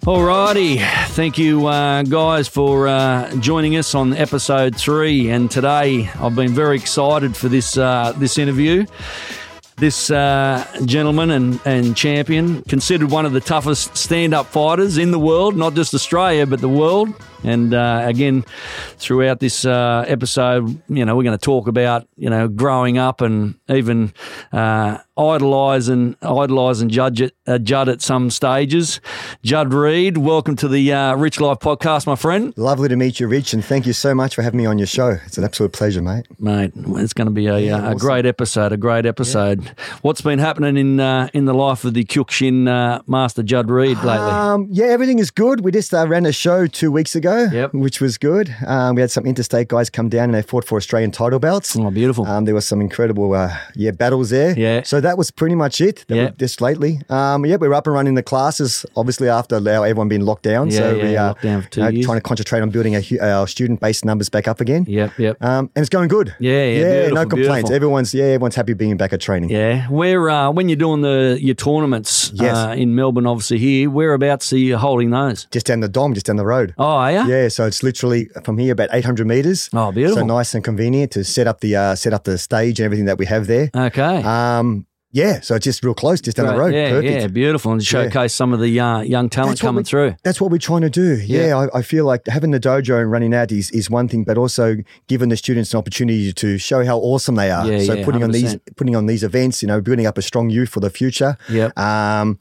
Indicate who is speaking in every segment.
Speaker 1: Alrighty, thank you uh, guys for uh, joining us on episode three. And today, I've been very excited for this uh, this interview. This uh, gentleman and, and champion, considered one of the toughest stand up fighters in the world, not just Australia, but the world. And uh, again, throughout this uh, episode, you know, we're going to talk about, you know, growing up and even uh, idolise and idolise and judge it, uh, Judd at some stages. Judd Reed, welcome to the uh, Rich Life podcast, my friend.
Speaker 2: Lovely to meet you, Rich, and thank you so much for having me on your show. It's an absolute pleasure, mate.
Speaker 1: Mate, it's going to be a, uh a
Speaker 2: awesome.
Speaker 1: great episode. A great episode. What's been happening in uh, in the life of the Kyokushin uh, Master Judd Reed lately?
Speaker 2: Um, yeah, everything is good. We just uh, ran a show two weeks ago,
Speaker 1: Yep.
Speaker 2: which was good. Um, we had some interstate guys come down and they fought for Australian title belts.
Speaker 1: oh, beautiful.
Speaker 2: Um, there were some incredible, uh, yeah, battles there.
Speaker 1: Yeah.
Speaker 2: So that was pretty much it. That
Speaker 1: Yeah.
Speaker 2: we- Just lately. Um, yeah, we were up and running the classes. Obviously, after now everyone been locked down,
Speaker 1: Yeah,
Speaker 2: so
Speaker 1: yeah,
Speaker 2: we are
Speaker 1: locked down for two
Speaker 2: you know,
Speaker 1: years.
Speaker 2: trying to concentrate on building our, hu- uh, our student based numbers back up again.
Speaker 1: yep, yep.
Speaker 2: Um, and it's going good.
Speaker 1: Yeah, yeah, beautiful,
Speaker 2: no complaints.
Speaker 1: beautiful.
Speaker 2: Everyone's yeah, everyone's happy being back at training.
Speaker 1: Yeah, where uh, when you're doing the your tournaments
Speaker 2: Yes.
Speaker 1: uh, in Melbourne, obviously here, whereabouts are you holding those?
Speaker 2: just down the dom, just down the road.
Speaker 1: Oh, are you?
Speaker 2: Yeah, so it's literally from here about 800 meters.
Speaker 1: Oh, beautiful.
Speaker 2: So nice and convenient to set up the uh, set up the stage and everything that we have there.
Speaker 1: Okay.
Speaker 2: Um, yeah, so it's just real close, just down the road.
Speaker 1: Oh. Right. Yeah,
Speaker 2: Perfect.
Speaker 1: yeah, beautiful, and showcase some of the uh, young talent
Speaker 2: what
Speaker 1: coming
Speaker 2: we-
Speaker 1: through.
Speaker 2: That's what we're trying to do. Yeah, I, I feel like having the dojo and running out is, is one thing, but also giving the students an opportunity to show how awesome they are.
Speaker 1: Yeah,
Speaker 2: so
Speaker 1: yeah,
Speaker 2: putting on these
Speaker 1: 100%.
Speaker 2: putting on these events, you know, building up a strong youth for the future.
Speaker 1: Yep.
Speaker 2: Um,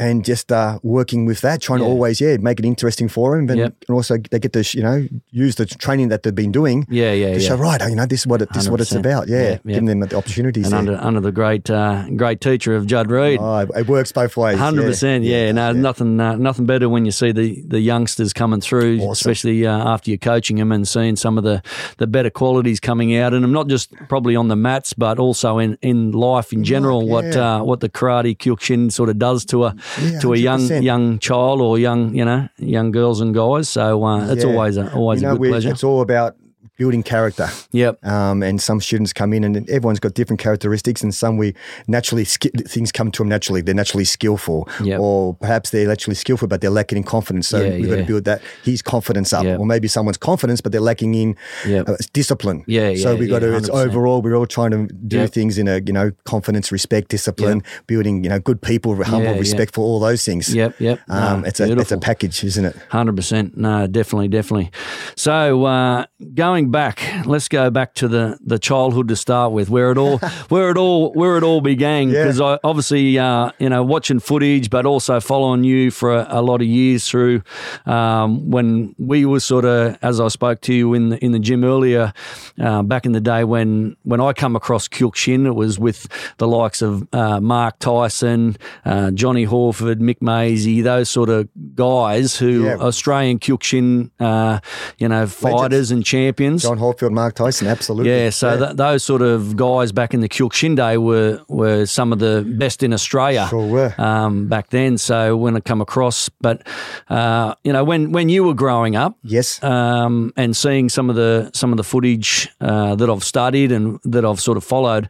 Speaker 2: and just uh, working with that, trying
Speaker 1: Yeah.
Speaker 2: to always yeah make it interesting for them, and,
Speaker 1: Yep.
Speaker 2: and also they get to sh- you know use the training that they've been doing.
Speaker 1: Yeah, yeah,
Speaker 2: To
Speaker 1: yeah.
Speaker 2: show right, you know, this is what it, this is what it's
Speaker 1: 100%.
Speaker 2: about.
Speaker 1: Yeah,
Speaker 2: Yeah,
Speaker 1: yeah.
Speaker 2: giving them the opportunities.
Speaker 1: and
Speaker 2: there.
Speaker 1: under under the great uh, great teacher of Judd Reed.
Speaker 2: Oh, it- it works both ways. yeah.
Speaker 1: Hundred percent, yeah. No, nothing, uh, nothing better when you see the, the youngsters coming through,
Speaker 2: Awesome.
Speaker 1: especially uh, after you're coaching them and seeing some of the, the better qualities coming out in them. Not just probably on the mats, but also in, in life in general. What
Speaker 2: yeah.
Speaker 1: uh, what the karate kyokushin sort of does to a
Speaker 2: Yeah,
Speaker 1: to a young
Speaker 2: 100%.
Speaker 1: young child or young you know young girls and guys. So uh, it's
Speaker 2: Yeah.
Speaker 1: always a, always a
Speaker 2: You know,
Speaker 1: good
Speaker 2: we-
Speaker 1: pleasure.
Speaker 2: it's all about building character.
Speaker 1: Yep.
Speaker 2: Um, and some students come in, and everyone's got different characteristics, and some we naturally ski- things come to them naturally. They're naturally skillful,
Speaker 1: Yep.
Speaker 2: or perhaps they're naturally skillful, but they're lacking in confidence. So
Speaker 1: Yeah,
Speaker 2: we've got
Speaker 1: yeah.
Speaker 2: to build that his confidence up,
Speaker 1: Yep.
Speaker 2: or maybe someone's confidence, but they're lacking in
Speaker 1: Yep.
Speaker 2: uh, discipline.
Speaker 1: Yeah,
Speaker 2: So
Speaker 1: yeah,
Speaker 2: we got
Speaker 1: yeah,
Speaker 2: to. It's
Speaker 1: 100%.
Speaker 2: overall, we're all trying to do
Speaker 1: Yep.
Speaker 2: things in a you know confidence, respect, discipline, building you know good people, humble,
Speaker 1: Yeah, yeah.
Speaker 2: respectful, all those things.
Speaker 1: Yep, yep.
Speaker 2: Um,
Speaker 1: No,
Speaker 2: it's a it's a
Speaker 1: beautiful.
Speaker 2: package, isn't it?
Speaker 1: Hundred percent. No, definitely, definitely. So uh, going back, let's go back to the, the childhood to start with, where it all where it all where it all began.
Speaker 2: Yeah.
Speaker 1: Because I obviously uh, you know watching footage, but also following you for a, a lot of years through um, when we were sort of, uh, as I spoke to you in the, in the gym earlier, uh, back in the day when when I come across Kyokushin, it was with the likes of uh, Mark Tyson, uh, Johnny Horford, Mick Maisie, those sort of guys who
Speaker 2: Yeah.
Speaker 1: Australian Kyokushin, uh, you know, fighters and champions.
Speaker 2: John Holfield, Mark Tyson, absolutely.
Speaker 1: yeah, so Th- those sort of guys back in the Kyokushin day were were some of the best in Australia
Speaker 2: Sure were.
Speaker 1: um, back then. So when I come across, but uh, you know, when when you were growing up,
Speaker 2: yes.
Speaker 1: um, and seeing some of the some of the footage uh, that I've studied and that I've sort of followed.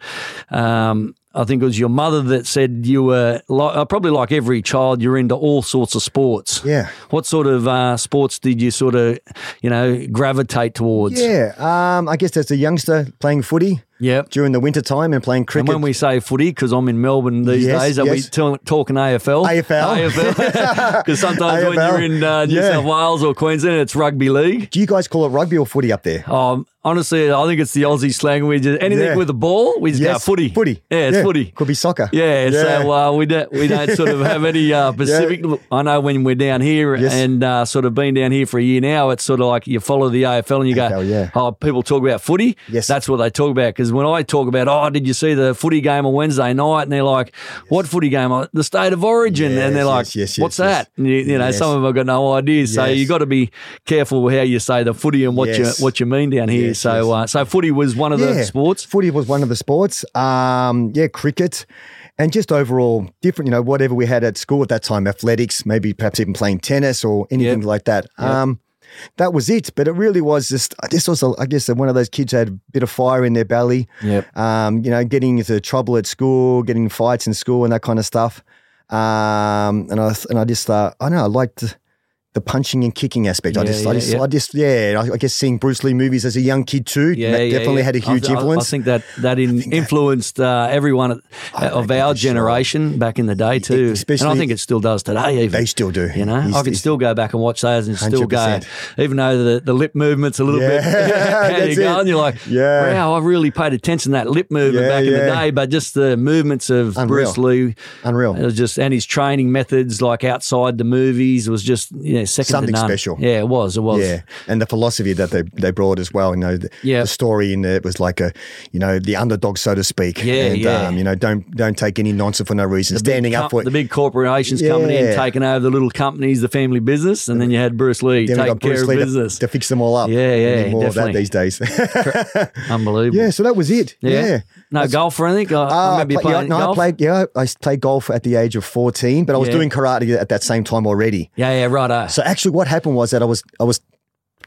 Speaker 1: Um, I think it was your mother that said you were li- uh, probably like every child. You're into all sorts of sports.
Speaker 2: Yeah.
Speaker 1: What sort of uh, sports did you sort of, you know, gravitate towards?
Speaker 2: Yeah, um, I guess as a youngster playing footy
Speaker 1: Yep.
Speaker 2: during the winter time and playing
Speaker 1: And
Speaker 2: cricket.
Speaker 1: when we say footy, because I'm in Melbourne these
Speaker 2: Yes,
Speaker 1: days, are
Speaker 2: yes.
Speaker 1: we t- talking AFL?
Speaker 2: AFL.
Speaker 1: AFL. Because sometimes when
Speaker 2: AFL.
Speaker 1: you're in uh, New
Speaker 2: Yeah.
Speaker 1: South Wales or Queensland, it's rugby league.
Speaker 2: Do you guys call it rugby or footy up there?
Speaker 1: Um, honestly, I think it's the Aussie slang. We just anything
Speaker 2: Yeah.
Speaker 1: with a ball, we just go
Speaker 2: Yes,
Speaker 1: footy.
Speaker 2: Footy.
Speaker 1: Yeah, it's footy.
Speaker 2: Could be soccer.
Speaker 1: Yeah, so uh, we don't we don't sort of have any uh, Pacific. I know when we're down here
Speaker 2: Yes.
Speaker 1: and uh, sort of been down here for a year now, it's sort of like you follow the AFL and you go,
Speaker 2: AFL, yeah.
Speaker 1: "Oh, people talk about footy."
Speaker 2: Yes.
Speaker 1: that's what they talk about. Because when I talk about, "Oh, did you see the footy game on Wednesday night?" and they're like, "What footy game? "Oh, The State of Origin?" and they're
Speaker 2: Yes,
Speaker 1: like,
Speaker 2: yes, yes,
Speaker 1: "What's
Speaker 2: yes, yes.
Speaker 1: that?" And you, you know,
Speaker 2: Yes.
Speaker 1: some of them have got no idea. So
Speaker 2: Yes.
Speaker 1: you got to be careful how you say the footy and what
Speaker 2: Yes.
Speaker 1: you what you mean down here.
Speaker 2: Yes,
Speaker 1: so
Speaker 2: yes.
Speaker 1: uh, so footy was one of the sports.
Speaker 2: Footy was one of the sports. Um, yeah, cricket. And just overall different, you know, whatever we had at school at that time, athletics, maybe perhaps even playing tennis or anything
Speaker 1: Yep.
Speaker 2: like that. Um, that was it. But it really was just, I just was, a- I guess, one of those kids who had a bit of fire in their belly.
Speaker 1: Yep.
Speaker 2: Um, you know, getting into trouble at school, getting in fights in school and that kind of stuff. Um, and I, and I just thought, I know, I liked, the punching and kicking aspect. I
Speaker 1: Yeah,
Speaker 2: just, I
Speaker 1: yeah,
Speaker 2: just,
Speaker 1: yeah.
Speaker 2: I just, yeah. and I, I guess seeing Bruce Lee movies as a young kid too
Speaker 1: Yeah,
Speaker 2: that
Speaker 1: yeah,
Speaker 2: definitely
Speaker 1: yeah.
Speaker 2: had a
Speaker 1: I-
Speaker 2: huge
Speaker 1: I,
Speaker 2: influence.
Speaker 1: I think that that in,
Speaker 2: that-
Speaker 1: influenced uh, everyone at, of
Speaker 2: reckon
Speaker 1: our
Speaker 2: for sure.
Speaker 1: generation back in the day too, and I
Speaker 2: E- especially-
Speaker 1: think it still does today. Even
Speaker 2: They still do.
Speaker 1: You know,
Speaker 2: It's-
Speaker 1: I can
Speaker 2: it's-
Speaker 1: still go back and watch those and still go,
Speaker 2: 100%.
Speaker 1: even though the, the lip movement's a little bit.
Speaker 2: Yeah,
Speaker 1: how you
Speaker 2: that's
Speaker 1: go,
Speaker 2: it.
Speaker 1: and you're like,
Speaker 2: Yeah.
Speaker 1: wow, I really paid attention to that lip movement
Speaker 2: Yeah,
Speaker 1: back in the
Speaker 2: yeah.
Speaker 1: day, but just the movements of
Speaker 2: Unreal.
Speaker 1: Bruce Lee,
Speaker 2: Unreal.
Speaker 1: It was just and his training methods, like outside the movies, was just you know, second
Speaker 2: Something
Speaker 1: to none.
Speaker 2: special.
Speaker 1: Yeah, it was. It was.
Speaker 2: Yeah, and the philosophy that they, they brought as well. You know, the,
Speaker 1: Yeah.
Speaker 2: the story in it was like a, you know, the underdog, so to speak.
Speaker 1: Yeah,
Speaker 2: and,
Speaker 1: yeah.
Speaker 2: Um, you know, don't don't take any nonsense for no reason.
Speaker 1: big
Speaker 2: Standing up
Speaker 1: com-
Speaker 2: for it.
Speaker 1: the big corporations coming in,
Speaker 2: Yeah.
Speaker 1: taking over the little companies, the family business, and then you had Bruce Lee
Speaker 2: Then we
Speaker 1: taking
Speaker 2: got
Speaker 1: care
Speaker 2: Bruce
Speaker 1: of
Speaker 2: Lee to,
Speaker 1: business.
Speaker 2: to fix them all up.
Speaker 1: Yeah, yeah,
Speaker 2: We need more of
Speaker 1: definitely.
Speaker 2: that these days.
Speaker 1: Unbelievable.
Speaker 2: yeah, so that was it. Yeah.
Speaker 1: No golf or anything. I, I
Speaker 2: Uh,
Speaker 1: remember you
Speaker 2: play- yeah,
Speaker 1: playing
Speaker 2: no,
Speaker 1: golf.
Speaker 2: I played. Yeah, I s- played golf at the age of fourteen, but I was
Speaker 1: Yeah.
Speaker 2: doing karate at that same time already.
Speaker 1: yeah, yeah, right. uh,
Speaker 2: So actually, what happened was that I was I was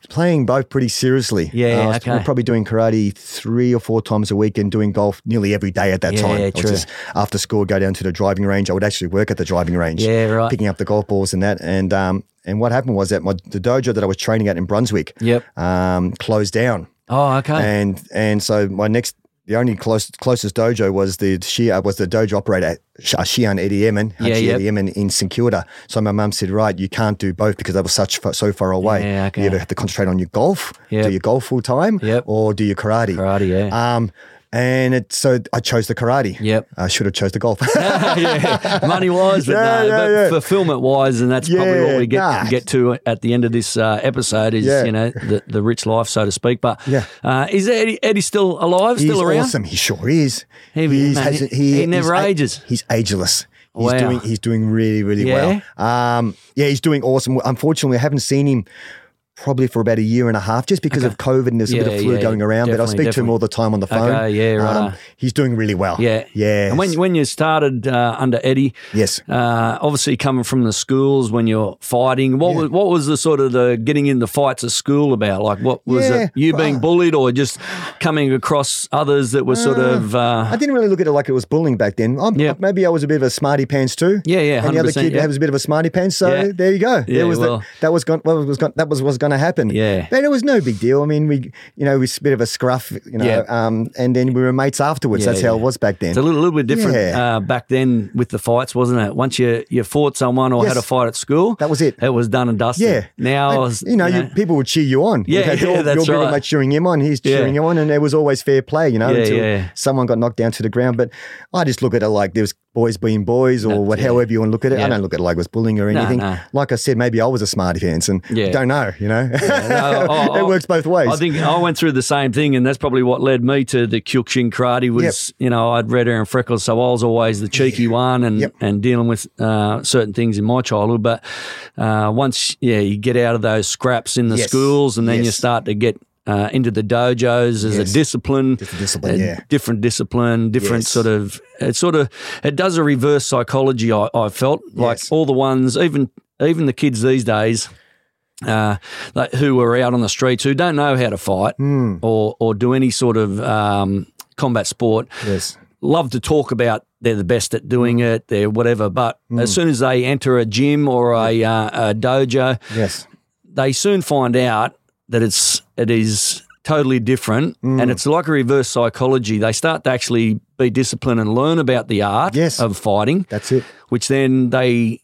Speaker 2: playing both pretty seriously. Uh,
Speaker 1: Yeah,
Speaker 2: I was
Speaker 1: okay.
Speaker 2: probably doing karate three or four times a week and doing golf nearly every day at that
Speaker 1: Yeah,
Speaker 2: time.
Speaker 1: yeah,
Speaker 2: I would
Speaker 1: true.
Speaker 2: just- after school, go down to the driving range. I would actually work at the driving range,
Speaker 1: Yeah, right.
Speaker 2: picking up the golf balls and that. And um, and what happened was that my the dojo that I was training at in Brunswick,
Speaker 1: Yep.
Speaker 2: um, closed down,
Speaker 1: Oh, okay.
Speaker 2: and and so my next. The only close, closest dojo was the Shia, was the dojo operator at Sh- uh, Shian uh, Eddie Emin,
Speaker 1: Yeah,
Speaker 2: Hachi
Speaker 1: yep.
Speaker 2: Eddie Emin in St Kilda. So my mum said, right, you can't do both because they were such fa- so far away.
Speaker 1: Yeah, okay.
Speaker 2: You either have to concentrate on your golf,
Speaker 1: Yep.
Speaker 2: do your golf full time,
Speaker 1: Yep.
Speaker 2: or do your karate.
Speaker 1: Karate, yeah.
Speaker 2: Um, and it, so I chose the karate.
Speaker 1: Yep.
Speaker 2: I should have chose the golf.
Speaker 1: yeah, money wise, but
Speaker 2: Yeah,
Speaker 1: no,
Speaker 2: yeah,
Speaker 1: but
Speaker 2: yeah.
Speaker 1: fulfillment wise, and that's probably what
Speaker 2: Yeah,
Speaker 1: we get
Speaker 2: nah.
Speaker 1: get to at the end of this uh, episode is
Speaker 2: Yeah.
Speaker 1: you know the, the rich life, so to speak. But
Speaker 2: Yeah.
Speaker 1: uh, is Eddie, Eddie still alive?
Speaker 2: He's
Speaker 1: still around?
Speaker 2: awesome. He sure is.
Speaker 1: He-
Speaker 2: He's-
Speaker 1: man,
Speaker 2: hasn't-
Speaker 1: he- he never
Speaker 2: he's a-
Speaker 1: ages.
Speaker 2: He's ageless. He's
Speaker 1: Wow.
Speaker 2: doing he's doing really really
Speaker 1: Yeah?
Speaker 2: well. Um, yeah, he's doing awesome. Unfortunately, I haven't seen him probably for about a year and a half, just because of COVID and there's a bit
Speaker 1: Yeah,
Speaker 2: of flu
Speaker 1: yeah,
Speaker 2: going around. But I
Speaker 1: definitely,
Speaker 2: speak to him
Speaker 1: definitely.
Speaker 2: all the time on the phone. Um,
Speaker 1: Okay, yeah, right.
Speaker 2: he's doing really well.
Speaker 1: Yeah,
Speaker 2: yeah.
Speaker 1: And when when you started uh, under Eddie,
Speaker 2: yes.
Speaker 1: uh, obviously coming from the schools when you're fighting, what was what was the sort of the getting into fights at school about? Like, what was
Speaker 2: Yeah,
Speaker 1: it? You being
Speaker 2: uh,
Speaker 1: bullied, or just coming across others that were sort of
Speaker 2: I
Speaker 1: uh,
Speaker 2: didn't really look at it like it was bullying back then. I'm,
Speaker 1: Yeah.
Speaker 2: Maybe I was a bit of a smarty pants too.
Speaker 1: Yeah, yeah,
Speaker 2: And the other
Speaker 1: 100%,
Speaker 2: kid
Speaker 1: yeah.
Speaker 2: was a bit of a smarty pants. So
Speaker 1: Yeah.
Speaker 2: there you go.
Speaker 1: Yeah,
Speaker 2: there was
Speaker 1: well-
Speaker 2: the, that was going. Well, was gon- that was what's going to happen.
Speaker 1: Yeah.
Speaker 2: And it was no big deal. I mean, we you know we was a bit of a scruff, you know,
Speaker 1: Yeah.
Speaker 2: um, and then we were mates afterwards.
Speaker 1: Yeah,
Speaker 2: That's how
Speaker 1: yeah.
Speaker 2: it was back then.
Speaker 1: it's a little, little bit different
Speaker 2: Yeah.
Speaker 1: uh, back then with the fights, wasn't it? Once you, you fought someone or had
Speaker 2: Yes.
Speaker 1: a fight at school,
Speaker 2: That was it.
Speaker 1: It was done and dusted.
Speaker 2: yeah.
Speaker 1: Now,
Speaker 2: And,
Speaker 1: it's-
Speaker 2: you know, you, people would cheer you on.
Speaker 1: Yeah,
Speaker 2: You'd have
Speaker 1: yeah,
Speaker 2: your,
Speaker 1: that's
Speaker 2: your group of
Speaker 1: right.
Speaker 2: mates cheering him on. He's
Speaker 1: Yeah.
Speaker 2: cheering you on, and it was always fair play, you know,
Speaker 1: Yeah,
Speaker 2: until
Speaker 1: yeah.
Speaker 2: someone got knocked down to the ground. But I just look at it like there was boys being boys, or what, however you want to look at it.
Speaker 1: Yeah.
Speaker 2: I don't look at it like it was bullying or anything.
Speaker 1: no.
Speaker 2: Like I said, maybe I was a smarty pants, and
Speaker 1: Yeah.
Speaker 2: don't know, you know.
Speaker 1: No, I- I-
Speaker 2: it works both ways.
Speaker 1: I think I went through the same thing, and that's probably what led me to the Kyokushin karate. Was you know I'd red hair and freckles, so I was always the cheeky one, and
Speaker 2: Yep.
Speaker 1: and dealing with uh, certain things in my childhood. But uh, once yeah, you get out of those scraps in the
Speaker 2: Yes.
Speaker 1: schools, and then you
Speaker 2: Yes.
Speaker 1: start to get. Uh, into the dojos as a
Speaker 2: Yes.
Speaker 1: discipline,
Speaker 2: a discipline,
Speaker 1: a
Speaker 2: yeah.
Speaker 1: different discipline, different
Speaker 2: Yes.
Speaker 1: sort of. It sort of it does a reverse psychology. I, I felt like
Speaker 2: Yes.
Speaker 1: all the ones, even even the kids these days, uh, like who are out on the streets who don't know how to fight
Speaker 2: Hmm,
Speaker 1: or or do any sort of um, combat sport
Speaker 2: yes.
Speaker 1: love to talk about they're the best at doing
Speaker 2: Mm.
Speaker 1: it they're whatever but as soon as they enter a gym or a, uh, a dojo
Speaker 2: Yes.
Speaker 1: they soon find out that it's it is totally different
Speaker 2: Mm.
Speaker 1: and it's like a reverse psychology they start to actually be disciplined and learn about the art
Speaker 2: Yes.
Speaker 1: of fighting
Speaker 2: That's it.
Speaker 1: which then they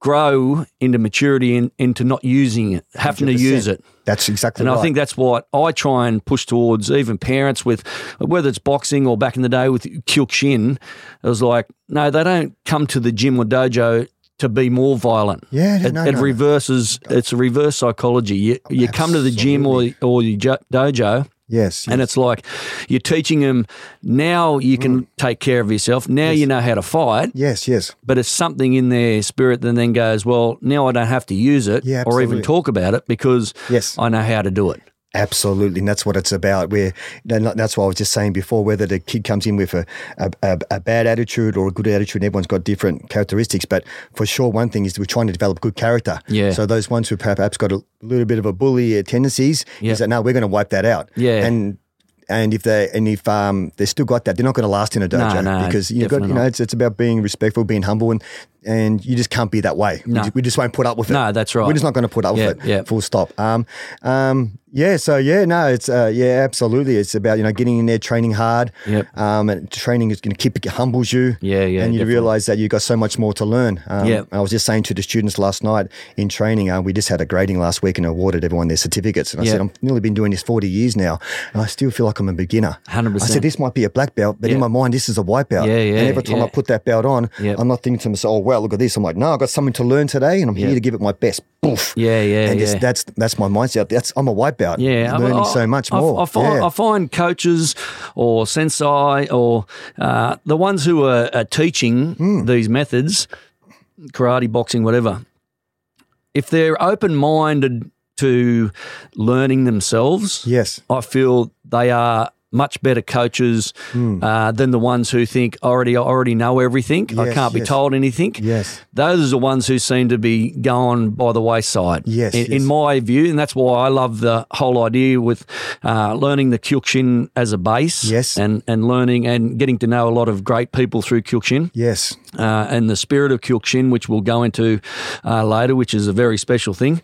Speaker 1: grow into maturity and into not using it having to
Speaker 2: 100%.
Speaker 1: use it
Speaker 2: That's exactly
Speaker 1: and
Speaker 2: right.
Speaker 1: I think that's what I try and push towards, even parents with whether it's boxing or back in the day with Kyokushin. It was like, no, they don't come to the gym or dojo to be more violent.
Speaker 2: Yeah, no,
Speaker 1: it,
Speaker 2: no,
Speaker 1: it
Speaker 2: no.
Speaker 1: reverses. It's a reverse psychology. You, you come to the gym or or your jo- dojo.
Speaker 2: yes.
Speaker 1: And it's like you're teaching them now you can
Speaker 2: Mm.
Speaker 1: take care of yourself. Now you know how to fight
Speaker 2: yes. Yes.
Speaker 1: but it's something in their spirit that then goes, well, now I don't have to use it
Speaker 2: Yeah,
Speaker 1: or even
Speaker 2: absolutely.
Speaker 1: talk about it because
Speaker 2: Yes.
Speaker 1: I know how to do it.
Speaker 2: Absolutely, and that's what it's about. Where and that's what I was just saying before. Whether the kid comes in with a, a, a, a bad attitude or a good attitude, and everyone's got different characteristics. But for sure, one thing is we're trying to develop good character.
Speaker 1: Yeah.
Speaker 2: So those ones who perhaps got a little bit of a bully uh, tendencies
Speaker 1: Yeah.
Speaker 2: is that no, we're going to wipe that out.
Speaker 1: Yeah.
Speaker 2: And and if they and if um they still got that, they're not going to last in a dojo
Speaker 1: no,
Speaker 2: because you got
Speaker 1: definitely
Speaker 2: you know it's, it's about being respectful, being humble, and and you just can't be that way. We
Speaker 1: No.
Speaker 2: ju- We just won't put up with it.
Speaker 1: No, that's right.
Speaker 2: We're just not going to put up
Speaker 1: Yeah,
Speaker 2: with it.
Speaker 1: yeah.
Speaker 2: Full stop. Um, um, yeah. So yeah, no, it's uh, yeah, absolutely. It's about you know getting in there, training hard.
Speaker 1: Yep.
Speaker 2: Um, and training is going to keep it humbles you.
Speaker 1: Yeah, yeah,
Speaker 2: And you
Speaker 1: definitely.
Speaker 2: realize that you have got so much more to learn. Um,
Speaker 1: Yeah.
Speaker 2: I was just saying to the students last night in training, uh, we just had a grading last week and awarded everyone their certificates. And I
Speaker 1: Yeah.
Speaker 2: said, I've nearly been doing this 40 years now, and I still feel like I'm a beginner.
Speaker 1: 100%.
Speaker 2: I said, this might be a black belt, but in
Speaker 1: Yeah.
Speaker 2: my mind, this is a white belt.
Speaker 1: Yeah, yeah,
Speaker 2: And every time
Speaker 1: yeah.
Speaker 2: I put that belt on,
Speaker 1: Yeah.
Speaker 2: I'm not thinking to myself, oh, wow, look at this. I'm like, no, I've got something to learn today, and I'm
Speaker 1: Yeah.
Speaker 2: here to give it my best. Poof.
Speaker 1: Yeah, yeah,
Speaker 2: And it's-
Speaker 1: yeah.
Speaker 2: that's that's my mindset. That's I'm a white belt.
Speaker 1: Yeah, I-
Speaker 2: learning
Speaker 1: I-
Speaker 2: so much
Speaker 1: I-
Speaker 2: more.
Speaker 1: I, find,
Speaker 2: Yeah.
Speaker 1: I find coaches or sensei or uh, the ones who are, are teaching
Speaker 2: Hmm.
Speaker 1: these methods, karate, boxing, whatever, if they're open minded to learning themselves,
Speaker 2: yes.
Speaker 1: I feel they are much better coaches
Speaker 2: Hmm.
Speaker 1: uh, than the ones who think I already I already know everything. I
Speaker 2: Yes,
Speaker 1: can't be
Speaker 2: yes.
Speaker 1: told anything.
Speaker 2: Yes.
Speaker 1: Those are the ones who seem to be going by the wayside.
Speaker 2: Yes,
Speaker 1: in, in
Speaker 2: yes.
Speaker 1: my view, and that's why I love the whole idea with uh, learning the Kyokushin as a base.
Speaker 2: Yes.
Speaker 1: and and learning and getting to know a lot of great people through Kyokushin
Speaker 2: Yes.
Speaker 1: uh, and the spirit of Kyokushin, which we'll go into uh, later, which is a very special thing.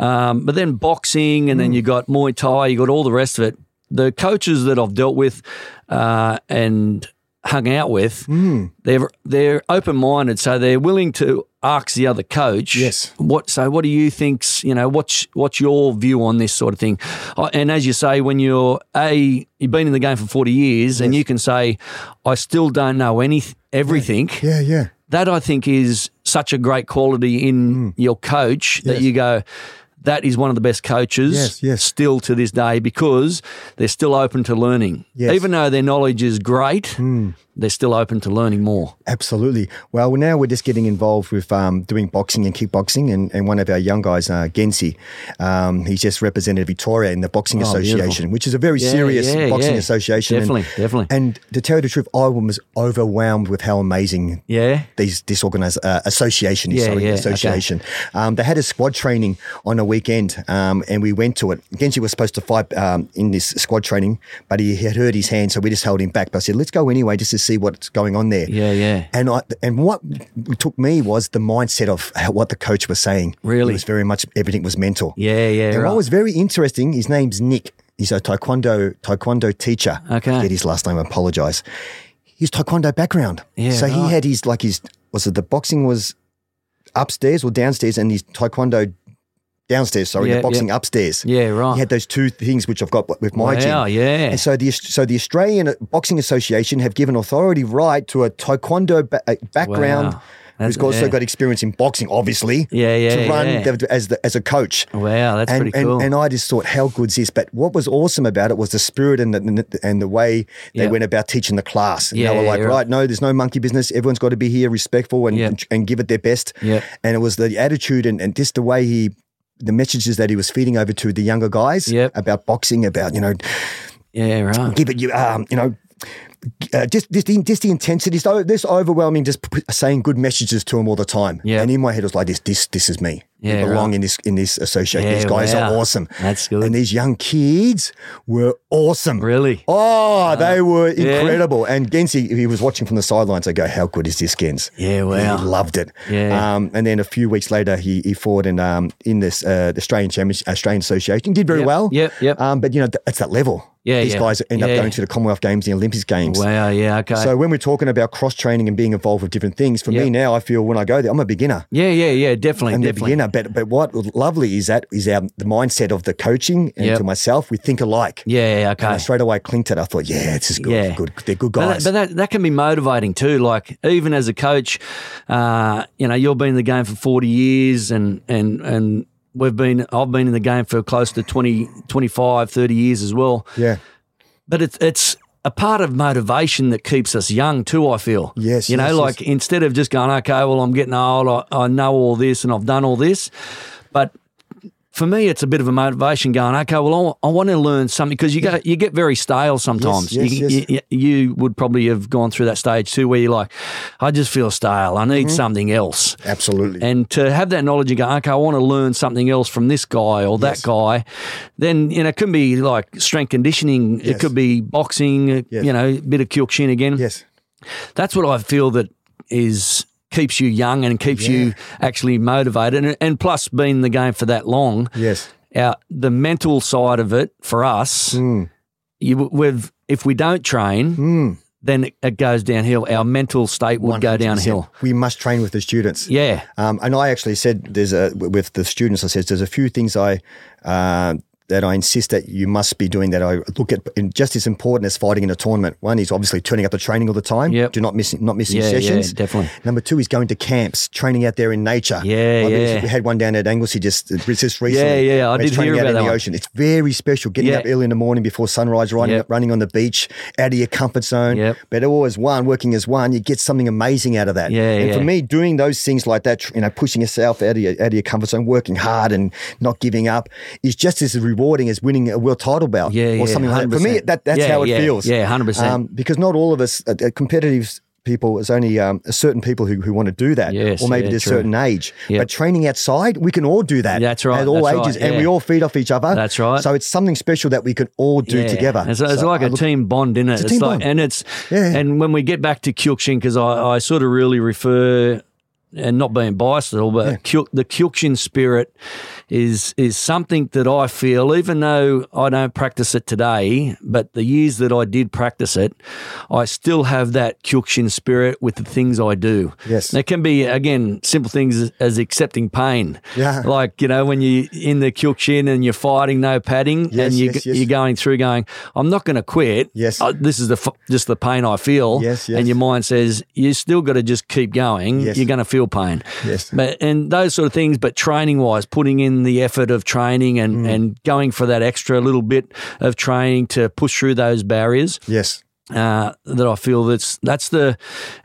Speaker 1: Um, but then boxing, and
Speaker 2: Mm.
Speaker 1: then you got Muay Thai, you got all the rest of it. The coaches that I've dealt with uh, and hung out with,
Speaker 2: Mm.
Speaker 1: they're they're open minded, so they're willing to ask the other coach,
Speaker 2: Yes.
Speaker 1: what so what do you think's you know what's what's your view on this sort of thing I- and as you say when you're a you've been in the game for 40 years and you can say i still don't know any everything
Speaker 2: Yeah. Yeah.
Speaker 1: that i think is such a great quality in your coach that
Speaker 2: Mm. Yes.
Speaker 1: you go that is one of the best coaches
Speaker 2: Yes, yes.
Speaker 1: still to this day because they're still open to learning
Speaker 2: Yes. Mm.
Speaker 1: even though their knowledge is great they're still open to learning more
Speaker 2: Absolutely. Well, now we're just getting involved with um, doing boxing and kickboxing, and, and one of our young guys, uh, Gensi, um, he's just represented Victoria in the Boxing Association, which is a very
Speaker 1: Oh, Yeah,
Speaker 2: serious
Speaker 1: yeah,
Speaker 2: boxing
Speaker 1: yeah.
Speaker 2: association. And-
Speaker 1: Definitely, definitely.
Speaker 2: And to tell you the truth, I was overwhelmed with how amazing
Speaker 1: yeah
Speaker 2: these this organis uh, association is
Speaker 1: Yeah,
Speaker 2: sorry,
Speaker 1: yeah,
Speaker 2: association. Um, they had a squad training on a weekend, um, and we went to it. Genji was supposed to fight um, in this squad training, but he had hurt his hand, so we just held him back. But I said, "Let's go anyway, just to see what's going on there."
Speaker 1: Yeah, yeah.
Speaker 2: And I and what took me was the mindset of how- what the coach was saying.
Speaker 1: Really?
Speaker 2: it was very much everything was mental.
Speaker 1: yeah yeah
Speaker 2: And
Speaker 1: right.
Speaker 2: what was very interesting, his name's Nick. He's a taekwondo taekwondo teacher.
Speaker 1: Okay.
Speaker 2: Forget his last name. I apologize. His taekwondo background.
Speaker 1: Yeah,
Speaker 2: So
Speaker 1: right.
Speaker 2: he had his like his was it the boxing was upstairs or downstairs, and his taekwondo downstairs. Sorry,
Speaker 1: Yeah,
Speaker 2: the boxing upstairs.
Speaker 1: yeah right
Speaker 2: He had those two things which I've got with my
Speaker 1: wow,
Speaker 2: gym.
Speaker 1: yeah
Speaker 2: And so the so the Australian Boxing Association have given authority right to a taekwondo ba- uh, background.
Speaker 1: Wow.
Speaker 2: Who's
Speaker 1: That's-
Speaker 2: also
Speaker 1: yeah.
Speaker 2: got experience in boxing, obviously.
Speaker 1: Yeah, yeah,
Speaker 2: To run
Speaker 1: yeah.
Speaker 2: the, as the, as a coach.
Speaker 1: Wow, that's
Speaker 2: and,
Speaker 1: pretty cool.
Speaker 2: And, and I just thought, how good's this? But what was awesome about it was the spirit and the, and the way they
Speaker 1: Yeah.
Speaker 2: went about teaching the class. And
Speaker 1: Yeah,
Speaker 2: they were
Speaker 1: yeah,
Speaker 2: like,
Speaker 1: yeah,
Speaker 2: right,
Speaker 1: right.
Speaker 2: no, there's no monkey business. Everyone's got to be here respectful and,
Speaker 1: Yeah.
Speaker 2: and give it their best.
Speaker 1: Yeah.
Speaker 2: And it was the attitude and, and just the way he, the messages that he was feeding over to the younger guys
Speaker 1: Yep.
Speaker 2: about boxing, about, you know,
Speaker 1: yeah, right.
Speaker 2: give it you um, you know uh, just, just, the, just the intensity, so this overwhelming, just p- saying good messages to him all the time.
Speaker 1: Yeah.
Speaker 2: And in my head, I was like, this, this, this is me.
Speaker 1: Yeah,
Speaker 2: I belong
Speaker 1: right.
Speaker 2: in this, in this association.
Speaker 1: Yeah,
Speaker 2: These guys
Speaker 1: wow.
Speaker 2: are awesome.
Speaker 1: That's good.
Speaker 2: And these young kids were awesome.
Speaker 1: Really? Uh,
Speaker 2: Oh, they were
Speaker 1: yeah.
Speaker 2: incredible. And Gensi, he was watching from the sidelines. I go, how good is this, Gens?
Speaker 1: Yeah,
Speaker 2: He
Speaker 1: wow.
Speaker 2: loved it.
Speaker 1: Yeah.
Speaker 2: Um, and then a few weeks later, he, he fought in um, in this uh, the Australian Championship, Australian Association. Did very
Speaker 1: Yep,
Speaker 2: well.
Speaker 1: yep, yep.
Speaker 2: Um, but you know, th- it's that level.
Speaker 1: Yeah,
Speaker 2: These
Speaker 1: yeah.
Speaker 2: guys end
Speaker 1: Yeah.
Speaker 2: up going to the Commonwealth Games, the Olympics Games.
Speaker 1: Wow, yeah, okay.
Speaker 2: So when we're talking about cross training and being involved with different things, for
Speaker 1: Yep.
Speaker 2: me now, I feel when I go there, I'm a beginner.
Speaker 1: yeah, yeah, yeah, definitely,
Speaker 2: I'm a
Speaker 1: definitely.
Speaker 2: beginner, but but what lovely is that is our the mindset of the coaching and
Speaker 1: Yep.
Speaker 2: to myself, we think alike.
Speaker 1: Yeah, yeah, okay.
Speaker 2: And I straight away clinked it. I thought, yeah, it's just good.
Speaker 1: Yeah.
Speaker 2: good. They're good
Speaker 1: But,
Speaker 2: guys.
Speaker 1: that, but that, that can be motivating too. Like even as a coach, uh, you know, you've been in the game for 40 years and, and, and we've been, I've been in the game for close to 20, 25, 30 years as well.
Speaker 2: yeah.
Speaker 1: But it's it's a part of motivation that keeps us young too. I feel.
Speaker 2: Yes,
Speaker 1: You know,
Speaker 2: yes,
Speaker 1: like instead of just going, okay, well, I'm getting old. I, I know all this and I've done all this, but. For me, it's a bit of a motivation going, okay, well, I wa- I want to learn something because you, go you get very stale sometimes.
Speaker 2: yes,
Speaker 1: you,
Speaker 2: yes.
Speaker 1: You, you would probably have gone through that stage too where you're like, I just feel stale. I
Speaker 2: Mm-hmm.
Speaker 1: need something else.
Speaker 2: Absolutely.
Speaker 1: And to have that knowledge and go, okay, I want to learn something else from this guy or that guy, then you know, it can be like strength conditioning, it
Speaker 2: Yes.
Speaker 1: could be boxing, uh,
Speaker 2: Yes.
Speaker 1: you know, a bit of kyokushin again.
Speaker 2: yes.
Speaker 1: That's what I feel that is keeps you young and keeps
Speaker 2: Yeah.
Speaker 1: you actually motivated. And, and plus, being in the game for that long,
Speaker 2: Yes.
Speaker 1: our, the mental side of it for us,
Speaker 2: Hmm.
Speaker 1: you, we've, if we don't train, then it, it goes downhill. Our mental state would go
Speaker 2: 100%.
Speaker 1: downhill.
Speaker 2: We must train with the students.
Speaker 1: Yeah.
Speaker 2: Um, and I actually said, there's a with the students. I said, there's a few things I uh, that I insist that you must be doing that I look at in just as important as fighting in a tournament. One is obviously turning up to training all the time.
Speaker 1: Yep.
Speaker 2: Do not miss not missing
Speaker 1: Yeah, yeah,
Speaker 2: sessions.
Speaker 1: definitely.
Speaker 2: Number two is going to camps, training out there in nature.
Speaker 1: Yeah,
Speaker 2: I mean,
Speaker 1: yeah.
Speaker 2: We had one down at Anglesey just uh, just recently.
Speaker 1: Yeah, yeah, I
Speaker 2: where it's
Speaker 1: did hear
Speaker 2: training out
Speaker 1: about
Speaker 2: in
Speaker 1: that
Speaker 2: the
Speaker 1: one.
Speaker 2: ocean. It's very special. Getting
Speaker 1: Yeah.
Speaker 2: up early in the morning before sunrise, running
Speaker 1: Yep.
Speaker 2: running on the beach, out of your comfort zone.
Speaker 1: Yep.
Speaker 2: But always one working as one, you get something amazing out of that.
Speaker 1: Yeah,
Speaker 2: and for
Speaker 1: yeah.
Speaker 2: me, doing those things like that, tr- you know, pushing yourself out of your, out of your comfort zone, working hard and not giving up, is just as rewarding as winning a world title bout
Speaker 1: Yeah,
Speaker 2: or
Speaker 1: yeah,
Speaker 2: something like that. For me,
Speaker 1: 100%.
Speaker 2: that, that's
Speaker 1: Yeah,
Speaker 2: how it
Speaker 1: yeah,
Speaker 2: feels.
Speaker 1: yeah, 100%.
Speaker 2: Um, because not all of us uh, uh, competitive people is only um, certain people who, who want to do that
Speaker 1: Yes,
Speaker 2: or maybe
Speaker 1: yeah,
Speaker 2: there's
Speaker 1: true.
Speaker 2: certain age
Speaker 1: Yep.
Speaker 2: but training outside we can all do that
Speaker 1: That's right,
Speaker 2: at all
Speaker 1: that's
Speaker 2: ages
Speaker 1: right,
Speaker 2: and
Speaker 1: yeah.
Speaker 2: we all feed off each other
Speaker 1: That's right.
Speaker 2: so it's something special that we can all do
Speaker 1: Yeah.
Speaker 2: together
Speaker 1: It's, it's
Speaker 2: So
Speaker 1: like
Speaker 2: I
Speaker 1: a
Speaker 2: look-
Speaker 1: team bond, isn't it? It's,
Speaker 2: team
Speaker 1: like,
Speaker 2: bond.
Speaker 1: and it's
Speaker 2: Yeah.
Speaker 1: and when we get back to Kyokushin, because I, I sort of really refer and not being biased at all, but Kyo- the Kyokushin spirit is is something that I feel, even though I don't practice it today, but the years that I did practice it, I still have that Kyokushin spirit with the things I do.
Speaker 2: Yes.
Speaker 1: And it can be again simple things as, as accepting pain.
Speaker 2: Yeah.
Speaker 1: Like, you know, when you in the Kyokushin and you're fighting no padding
Speaker 2: Yes,
Speaker 1: and you,
Speaker 2: yes, yes.
Speaker 1: you're going through going, I'm not going to quit.
Speaker 2: Yes.
Speaker 1: Uh, this is the f- just the pain I feel.
Speaker 2: Yes, yes.
Speaker 1: And your mind says, you still got to just keep going.
Speaker 2: Yes.
Speaker 1: You're going to feel pain.
Speaker 2: Yes.
Speaker 1: But, and those sort of things, but training wise, putting in the effort of training and,
Speaker 2: Mm.
Speaker 1: and going for that extra little bit of training to push through those barriers
Speaker 2: yes
Speaker 1: uh, that I feel that's that's the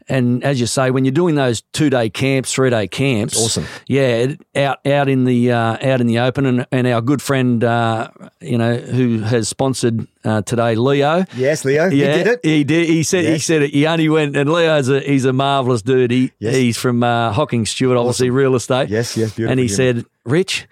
Speaker 1: and as you say when you're doing those two day camps three day camps
Speaker 2: awesome.
Speaker 1: yeah it, out out in the uh, out in the open and, and our good friend uh, you know who has sponsored uh, today Leo
Speaker 2: yes Leo
Speaker 1: yeah,
Speaker 2: you did it
Speaker 1: He did. He said. He
Speaker 2: Yes.
Speaker 1: said it. He only went. And Leo's a he's a marvelous dude. He
Speaker 2: Yes.
Speaker 1: he's from uh, Hocking Stewart, obviously real estate.
Speaker 2: Yes, yes, beautiful
Speaker 1: And he
Speaker 2: unit.
Speaker 1: said, Rich.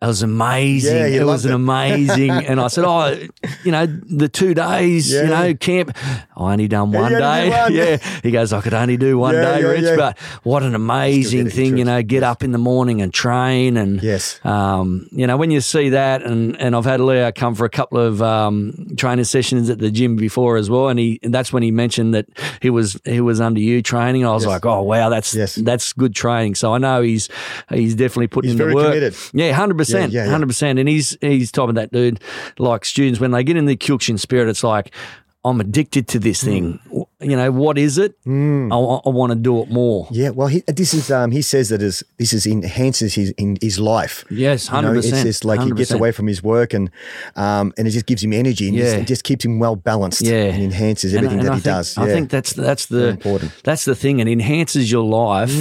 Speaker 1: It was amazing.
Speaker 2: Yeah, he
Speaker 1: it was
Speaker 2: loved
Speaker 1: an
Speaker 2: it."
Speaker 1: amazing. and I said, "Oh, you know, the two days, you
Speaker 2: Yeah.
Speaker 1: know, camp. I only done one
Speaker 2: only did
Speaker 1: day.
Speaker 2: one.
Speaker 1: yeah." He goes, "I could only do one
Speaker 2: Yeah,
Speaker 1: day,
Speaker 2: yeah,
Speaker 1: Rich."
Speaker 2: yeah.
Speaker 1: But what an amazing
Speaker 2: it,
Speaker 1: thing, you
Speaker 2: true.
Speaker 1: know, get up in the morning and train and
Speaker 2: Yes.
Speaker 1: um, you know, when you see that, and, and I've had Leo come for a couple of um, training sessions at the gym before as well, and he and that's when he mentioned that he was he was under you training. I was like, oh wow, that's
Speaker 2: Yes.
Speaker 1: that's good training. So I know he's he's definitely putting
Speaker 2: He's
Speaker 1: in the
Speaker 2: very
Speaker 1: work.
Speaker 2: committed.
Speaker 1: Yeah, hundred percent,
Speaker 2: Yeah, yeah, yeah.
Speaker 1: hundred percent. And he's he's type of that dude. Like students, when they get in the Kyokushin spirit, it's like. I'm addicted to
Speaker 2: Hmm.
Speaker 1: this thing. W- You know, what is it? I, want to do it more.
Speaker 2: yeah well he, this is um, he says that is this is enhances his in his life
Speaker 1: Yes, 100%.
Speaker 2: You know, it's just like he gets
Speaker 1: 100%.
Speaker 2: away from his work and um, and it just gives him energy and just,
Speaker 1: Yeah.
Speaker 2: it just keeps him well balanced
Speaker 1: Yeah.
Speaker 2: and enhances everything that
Speaker 1: I
Speaker 2: he
Speaker 1: think,
Speaker 2: does.
Speaker 1: I
Speaker 2: Yeah.
Speaker 1: think that's that's the
Speaker 2: important. Hmm.
Speaker 1: that's the thing. It enhances your life.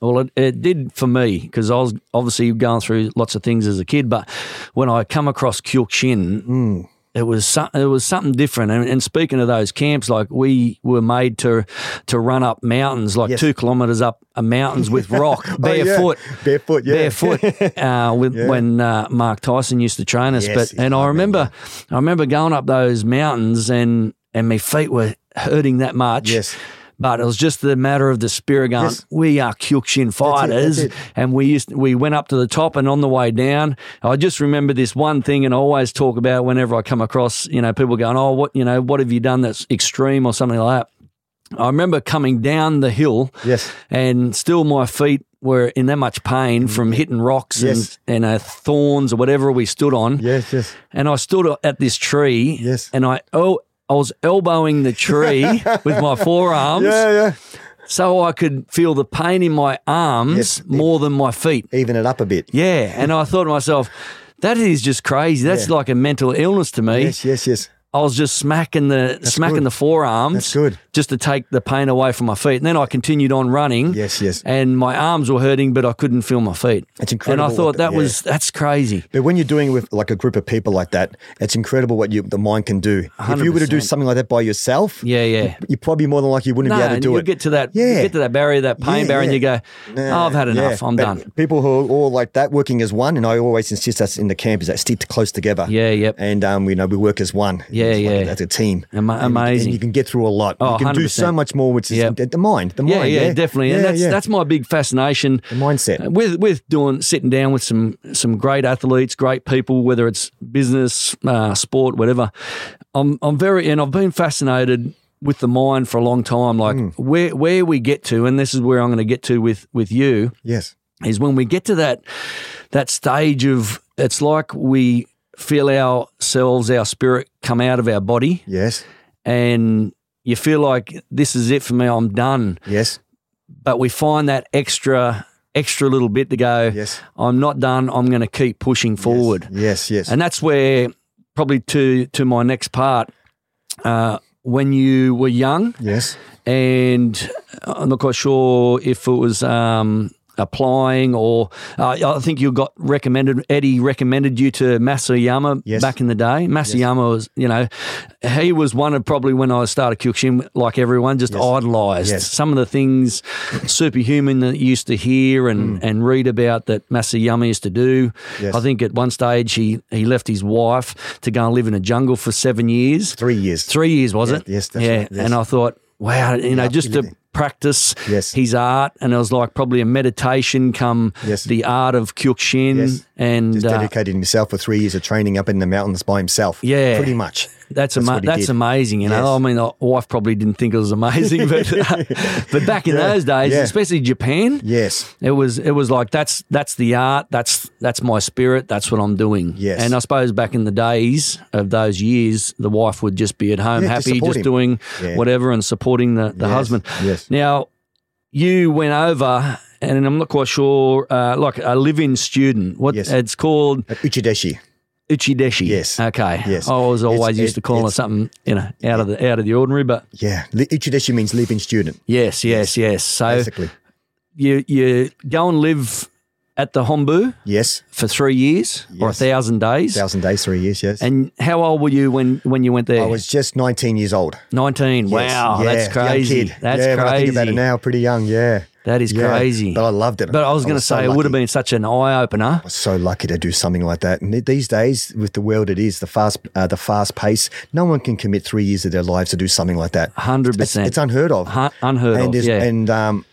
Speaker 1: Well, it, it did for me because I was obviously going through lots of things as a kid, but when I come across Kyokushin,
Speaker 2: Hmm.
Speaker 1: it was so, it was something different. And, and speaking of those camps, like we were made to to run up mountains, like
Speaker 2: Yes.
Speaker 1: two kilometers up a mountains with rock
Speaker 2: Oh, yeah.
Speaker 1: barefoot.
Speaker 2: Barefoot, yeah.
Speaker 1: barefoot uh, with, when uh, Mark Tyson used to train us.
Speaker 2: Yes,
Speaker 1: but
Speaker 2: yes,
Speaker 1: and I
Speaker 2: I
Speaker 1: remember, I remember going up those mountains and and my feet were hurting that much.
Speaker 2: Yes.
Speaker 1: But it was just the matter of the spirit going.
Speaker 2: Yes.
Speaker 1: We are Kyokushin fighters,
Speaker 2: it.
Speaker 1: and we used we went up to the top, and on the way down, I just remember this one thing, and I always talk about it whenever I come across, you know, people going, "Oh, what you know, what have you done that's extreme or something like that." I remember coming down the hill,
Speaker 2: Yes.
Speaker 1: and still my feet were in that much pain from hitting rocks
Speaker 2: Mm. Yes.
Speaker 1: and, and uh, thorns or whatever we stood on.
Speaker 2: Yes, yes.
Speaker 1: And I stood at this tree
Speaker 2: Yes.
Speaker 1: and I oh I was elbowing the tree with my forearms
Speaker 2: Yeah, yeah.
Speaker 1: so I could feel the pain in my arms
Speaker 2: Yes.
Speaker 1: more than my feet.
Speaker 2: Even it up a bit.
Speaker 1: Yeah. And I thought to myself, that is just crazy. That's
Speaker 2: Yeah.
Speaker 1: like a mental illness to me.
Speaker 2: Yes, yes, yes.
Speaker 1: I was just smacking the smacking
Speaker 2: good.
Speaker 1: the forearms
Speaker 2: That's good.
Speaker 1: just to take the pain away from my feet. And then I continued on running.
Speaker 2: Yes, yes.
Speaker 1: And my arms were hurting, but I couldn't feel my feet.
Speaker 2: It's incredible
Speaker 1: And I
Speaker 2: what
Speaker 1: thought
Speaker 2: the-
Speaker 1: that
Speaker 2: yeah.
Speaker 1: was that's crazy.
Speaker 2: But when you're doing it with like a group of people like that, it's incredible what you, the mind can do. If you were to do
Speaker 1: 100%.
Speaker 2: something like that by yourself,
Speaker 1: Yeah, yeah.
Speaker 2: you probably more than likely wouldn't
Speaker 1: No,
Speaker 2: be able to
Speaker 1: and
Speaker 2: do
Speaker 1: you
Speaker 2: it.
Speaker 1: get to that you
Speaker 2: Yeah.
Speaker 1: get to that barrier, that pain
Speaker 2: Yeah,
Speaker 1: barrier, and
Speaker 2: yeah.
Speaker 1: you go, oh, I've had
Speaker 2: Yeah,
Speaker 1: enough. I'm
Speaker 2: but
Speaker 1: done.
Speaker 2: People who are all like that, working as one, and I always insist that's in the camp is that stick close together.
Speaker 1: Yeah, yep.
Speaker 2: And um, you know, we work as one.
Speaker 1: Yeah, Yeah,
Speaker 2: as, one-
Speaker 1: yeah.
Speaker 2: as a team.
Speaker 1: Ama-
Speaker 2: And- and
Speaker 1: amazing.
Speaker 2: you can get through a lot.
Speaker 1: Oh,
Speaker 2: you can do
Speaker 1: 100%.
Speaker 2: so much more, which is
Speaker 1: Yeah.
Speaker 2: the mind. The
Speaker 1: Yeah,
Speaker 2: mind.
Speaker 1: yeah, definitely.
Speaker 2: Yeah,
Speaker 1: and that's
Speaker 2: yeah.
Speaker 1: that's my big fascination
Speaker 2: the mindset.
Speaker 1: Uh, with with doing sitting down with some some great athletes, great people, whether it's business, uh, sport, whatever. I'm I'm very and I've been fascinated with the mind for a long time. Like
Speaker 2: Hmm.
Speaker 1: where where we get to, and this is where I'm going to get to with with you
Speaker 2: Yes.
Speaker 1: is when we get to that that stage of it's like we feel ourselves, our spirit come out of our body,
Speaker 2: Yes.
Speaker 1: and you feel like this is it for me. I'm done.
Speaker 2: Yes.
Speaker 1: But we find that extra extra little bit to go.
Speaker 2: Yes.
Speaker 1: I'm not done. I'm going to keep pushing forward.
Speaker 2: Yes. Yes.
Speaker 1: And that's where probably to to my next part. Uh, when you were young,
Speaker 2: yes.
Speaker 1: and I'm not quite sure if it was um, applying or uh, I think you got recommended. Eddie recommended you to Masayama
Speaker 2: Yes.
Speaker 1: back in the day. Masayama was, you know, he was one of probably when I started Kyokushin, like everyone, just idolized
Speaker 2: Yes.
Speaker 1: some of the things superhuman that you used to hear and, and read about that Masayama used to do.
Speaker 2: Mm. Yes.
Speaker 1: I think at one stage he, he left his wife to go and live in a jungle for seven years
Speaker 2: Three years.
Speaker 1: three years, was
Speaker 2: Yeah,
Speaker 1: it?
Speaker 2: yes, that's
Speaker 1: yeah.
Speaker 2: right, yes.
Speaker 1: And I thought, wow, you know,
Speaker 2: Yeah,
Speaker 1: just to
Speaker 2: absolutely.
Speaker 1: practice
Speaker 2: Yes.
Speaker 1: his art, and it was like probably a meditation come
Speaker 2: Yes.
Speaker 1: the art of Kyokushin,
Speaker 2: Yes.
Speaker 1: and
Speaker 2: Just
Speaker 1: uh,
Speaker 2: dedicated himself for three years of training up in the mountains by himself.
Speaker 1: Yeah.
Speaker 2: Pretty much.
Speaker 1: that's
Speaker 2: that's
Speaker 1: ama-
Speaker 2: what he
Speaker 1: that's
Speaker 2: did.
Speaker 1: amazing. You know,
Speaker 2: Yes.
Speaker 1: I mean, my wife probably didn't think it was amazing, but but back in
Speaker 2: Yeah,
Speaker 1: those days,
Speaker 2: yeah.
Speaker 1: especially Japan,
Speaker 2: Yes.
Speaker 1: It was it was like that's that's the art, that's that's my spirit, that's what I'm doing.
Speaker 2: Yes.
Speaker 1: And I suppose back in the days of those years, the wife would just be at home
Speaker 2: Yeah, just
Speaker 1: happy,
Speaker 2: support
Speaker 1: just
Speaker 2: him.
Speaker 1: doing
Speaker 2: Yeah.
Speaker 1: whatever and supporting the, the
Speaker 2: Yes,
Speaker 1: husband.
Speaker 2: yes.
Speaker 1: Now you went over and I'm not quite sure uh, like a live in student. What
Speaker 2: Yes.
Speaker 1: it's called
Speaker 2: At Uchideshi.
Speaker 1: Uchideshi.
Speaker 2: Yes.
Speaker 1: Okay.
Speaker 2: Yes.
Speaker 1: I was always
Speaker 2: It's-
Speaker 1: used
Speaker 2: it-
Speaker 1: to calling it
Speaker 2: it's-
Speaker 1: something, you know, out of the out of the ordinary, but
Speaker 2: Yeah. Li- Uchideshi means living student,
Speaker 1: yes, yes, yes. So
Speaker 2: basically.
Speaker 1: you you go and live at the Hombu.
Speaker 2: Yes.
Speaker 1: for three years or a
Speaker 2: Yes.
Speaker 1: thousand days.
Speaker 2: Thousand days, three years. Yes.
Speaker 1: And how old were you when, when you went there?
Speaker 2: I was just 19 years old.
Speaker 1: nineteen.
Speaker 2: Yes,
Speaker 1: Wow,
Speaker 2: yeah,
Speaker 1: that's
Speaker 2: young
Speaker 1: crazy.
Speaker 2: kid.
Speaker 1: That's
Speaker 2: yeah,
Speaker 1: crazy.
Speaker 2: When I think about it now, pretty young. Yeah,
Speaker 1: That is
Speaker 2: Yeah.
Speaker 1: crazy.
Speaker 2: But I loved it.
Speaker 1: But I was going to
Speaker 2: so
Speaker 1: say it would have
Speaker 2: lucky.
Speaker 1: been such an eye opener.
Speaker 2: I was so lucky to do something like that. And th- these days, with the world it is, the fast, uh, the fast pace, no one can commit three years of their lives to do something like that.
Speaker 1: Hundred percent.
Speaker 2: It's unheard of.
Speaker 1: Un- unheard
Speaker 2: and
Speaker 1: of,
Speaker 2: there's-
Speaker 1: yeah.
Speaker 2: And um,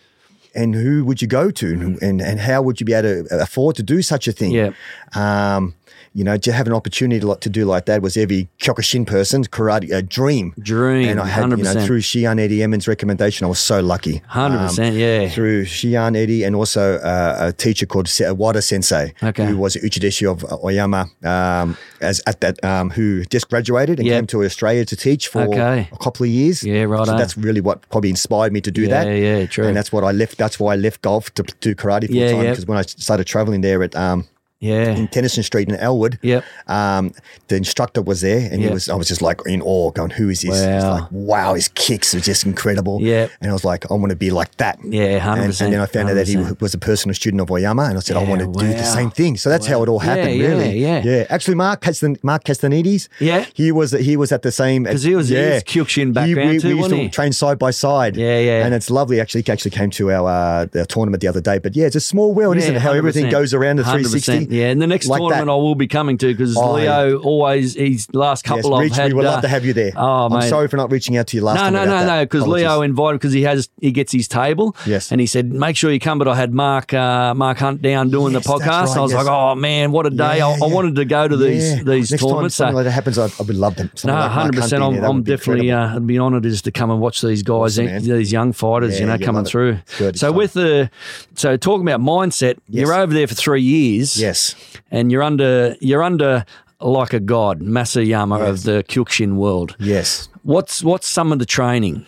Speaker 2: and who would you go to, and, and and how would you be able to afford to do such a thing?
Speaker 1: Yeah.
Speaker 2: Um, you know, to have an opportunity to, to do like that was every Kyokushin person's karate uh, dream.
Speaker 1: Dream,
Speaker 2: And I had, you know,
Speaker 1: 100%.
Speaker 2: through Shian Eddie Emmons' recommendation, I was so lucky. Um,
Speaker 1: Hundred percent. Yeah.
Speaker 2: Through Shian Eddie and also uh, a teacher called Se- Wada Sensei,
Speaker 1: Okay.
Speaker 2: who was Uchideshi of uh, Oyama, um, as at that, um, who just graduated and
Speaker 1: Yep.
Speaker 2: came to Australia to teach for
Speaker 1: Okay.
Speaker 2: a couple of years.
Speaker 1: Yeah, right
Speaker 2: So
Speaker 1: on.
Speaker 2: that's really what probably inspired me to do
Speaker 1: Yeah,
Speaker 2: that.
Speaker 1: yeah, true.
Speaker 2: And that's what I left. That's why I left golf to do karate full
Speaker 1: Yeah,
Speaker 2: time
Speaker 1: yep.
Speaker 2: because when I started traveling there at um,
Speaker 1: Yeah.
Speaker 2: in Tennyson Street in Elwood.
Speaker 1: Yep.
Speaker 2: Um, the instructor was there,
Speaker 1: Yep.
Speaker 2: and he was. I was just like in awe, going, "Who is this?" It's
Speaker 1: Wow.
Speaker 2: like, wow, his kicks are just incredible.
Speaker 1: Yep.
Speaker 2: And I was like, I want to be like that.
Speaker 1: Yeah. Hundred
Speaker 2: And,
Speaker 1: percent.
Speaker 2: and then I found out that he was a personal student of Oyama, and I said, I
Speaker 1: Yeah,
Speaker 2: want to do
Speaker 1: wow.
Speaker 2: the same thing. So that's how it all
Speaker 1: Yeah,
Speaker 2: happened,
Speaker 1: yeah,
Speaker 2: really.
Speaker 1: yeah.
Speaker 2: Actually, Mark Castan- Mark Castanides.
Speaker 1: Yeah.
Speaker 2: He was he was at the same because
Speaker 1: he was- he was Kyokushin background
Speaker 2: we,
Speaker 1: too,
Speaker 2: we used
Speaker 1: wasn't
Speaker 2: to
Speaker 1: he?
Speaker 2: train side by side.
Speaker 1: Yeah, yeah.
Speaker 2: And it's lovely. Actually, he actually came to our uh, the tournament the other day. But yeah, it's a small world, isn't it? Oh, How everything goes around the 360.
Speaker 1: Yeah, and the next
Speaker 2: like
Speaker 1: tournament
Speaker 2: that.
Speaker 1: I will be coming to because
Speaker 2: Oh, yeah.
Speaker 1: Leo always he's last
Speaker 2: Yes,
Speaker 1: couple I've
Speaker 2: Reach,
Speaker 1: had.
Speaker 2: we would love
Speaker 1: uh,
Speaker 2: to have you there.
Speaker 1: Oh,
Speaker 2: I'm
Speaker 1: mate.
Speaker 2: sorry for not reaching out to you last
Speaker 1: No,
Speaker 2: time.
Speaker 1: no,
Speaker 2: about
Speaker 1: no,
Speaker 2: that.
Speaker 1: no, because
Speaker 2: Apologies.
Speaker 1: Leo invited because he has he gets his table.
Speaker 2: Yes.
Speaker 1: and he said, make sure you come. But I had Mark uh, Mark Hunt down doing
Speaker 2: Yes,
Speaker 1: the
Speaker 2: that's
Speaker 1: podcast.
Speaker 2: right,
Speaker 1: I was
Speaker 2: yes.
Speaker 1: like, oh man, what a day!
Speaker 2: Yeah,
Speaker 1: I, I
Speaker 2: yeah.
Speaker 1: wanted to go to these
Speaker 2: Yeah.
Speaker 1: these
Speaker 2: Next time
Speaker 1: tournaments.
Speaker 2: something
Speaker 1: so-
Speaker 2: like that happens, I, I would love them. Something
Speaker 1: no,
Speaker 2: like Mark
Speaker 1: hundred
Speaker 2: Hunt
Speaker 1: percent.
Speaker 2: being
Speaker 1: I'm,
Speaker 2: there, that
Speaker 1: I'm
Speaker 2: would be
Speaker 1: definitely
Speaker 2: incredible.
Speaker 1: uh, I'd be honoured is to come and watch these guys,
Speaker 2: Awesome,
Speaker 1: eh,
Speaker 2: man.
Speaker 1: these young fighters,
Speaker 2: Yeah,
Speaker 1: you know,
Speaker 2: you'll
Speaker 1: coming
Speaker 2: love it.
Speaker 1: through.
Speaker 2: It's good,
Speaker 1: So
Speaker 2: it's
Speaker 1: with the so talking about mindset, you're over there for three years,
Speaker 2: Yes.
Speaker 1: and you're under you're under like a god, Masayama of the Kyokushin world.
Speaker 2: Yes.
Speaker 1: What's what's some of the training?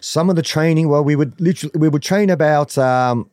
Speaker 2: Some of the training, well, we would literally we would train about um,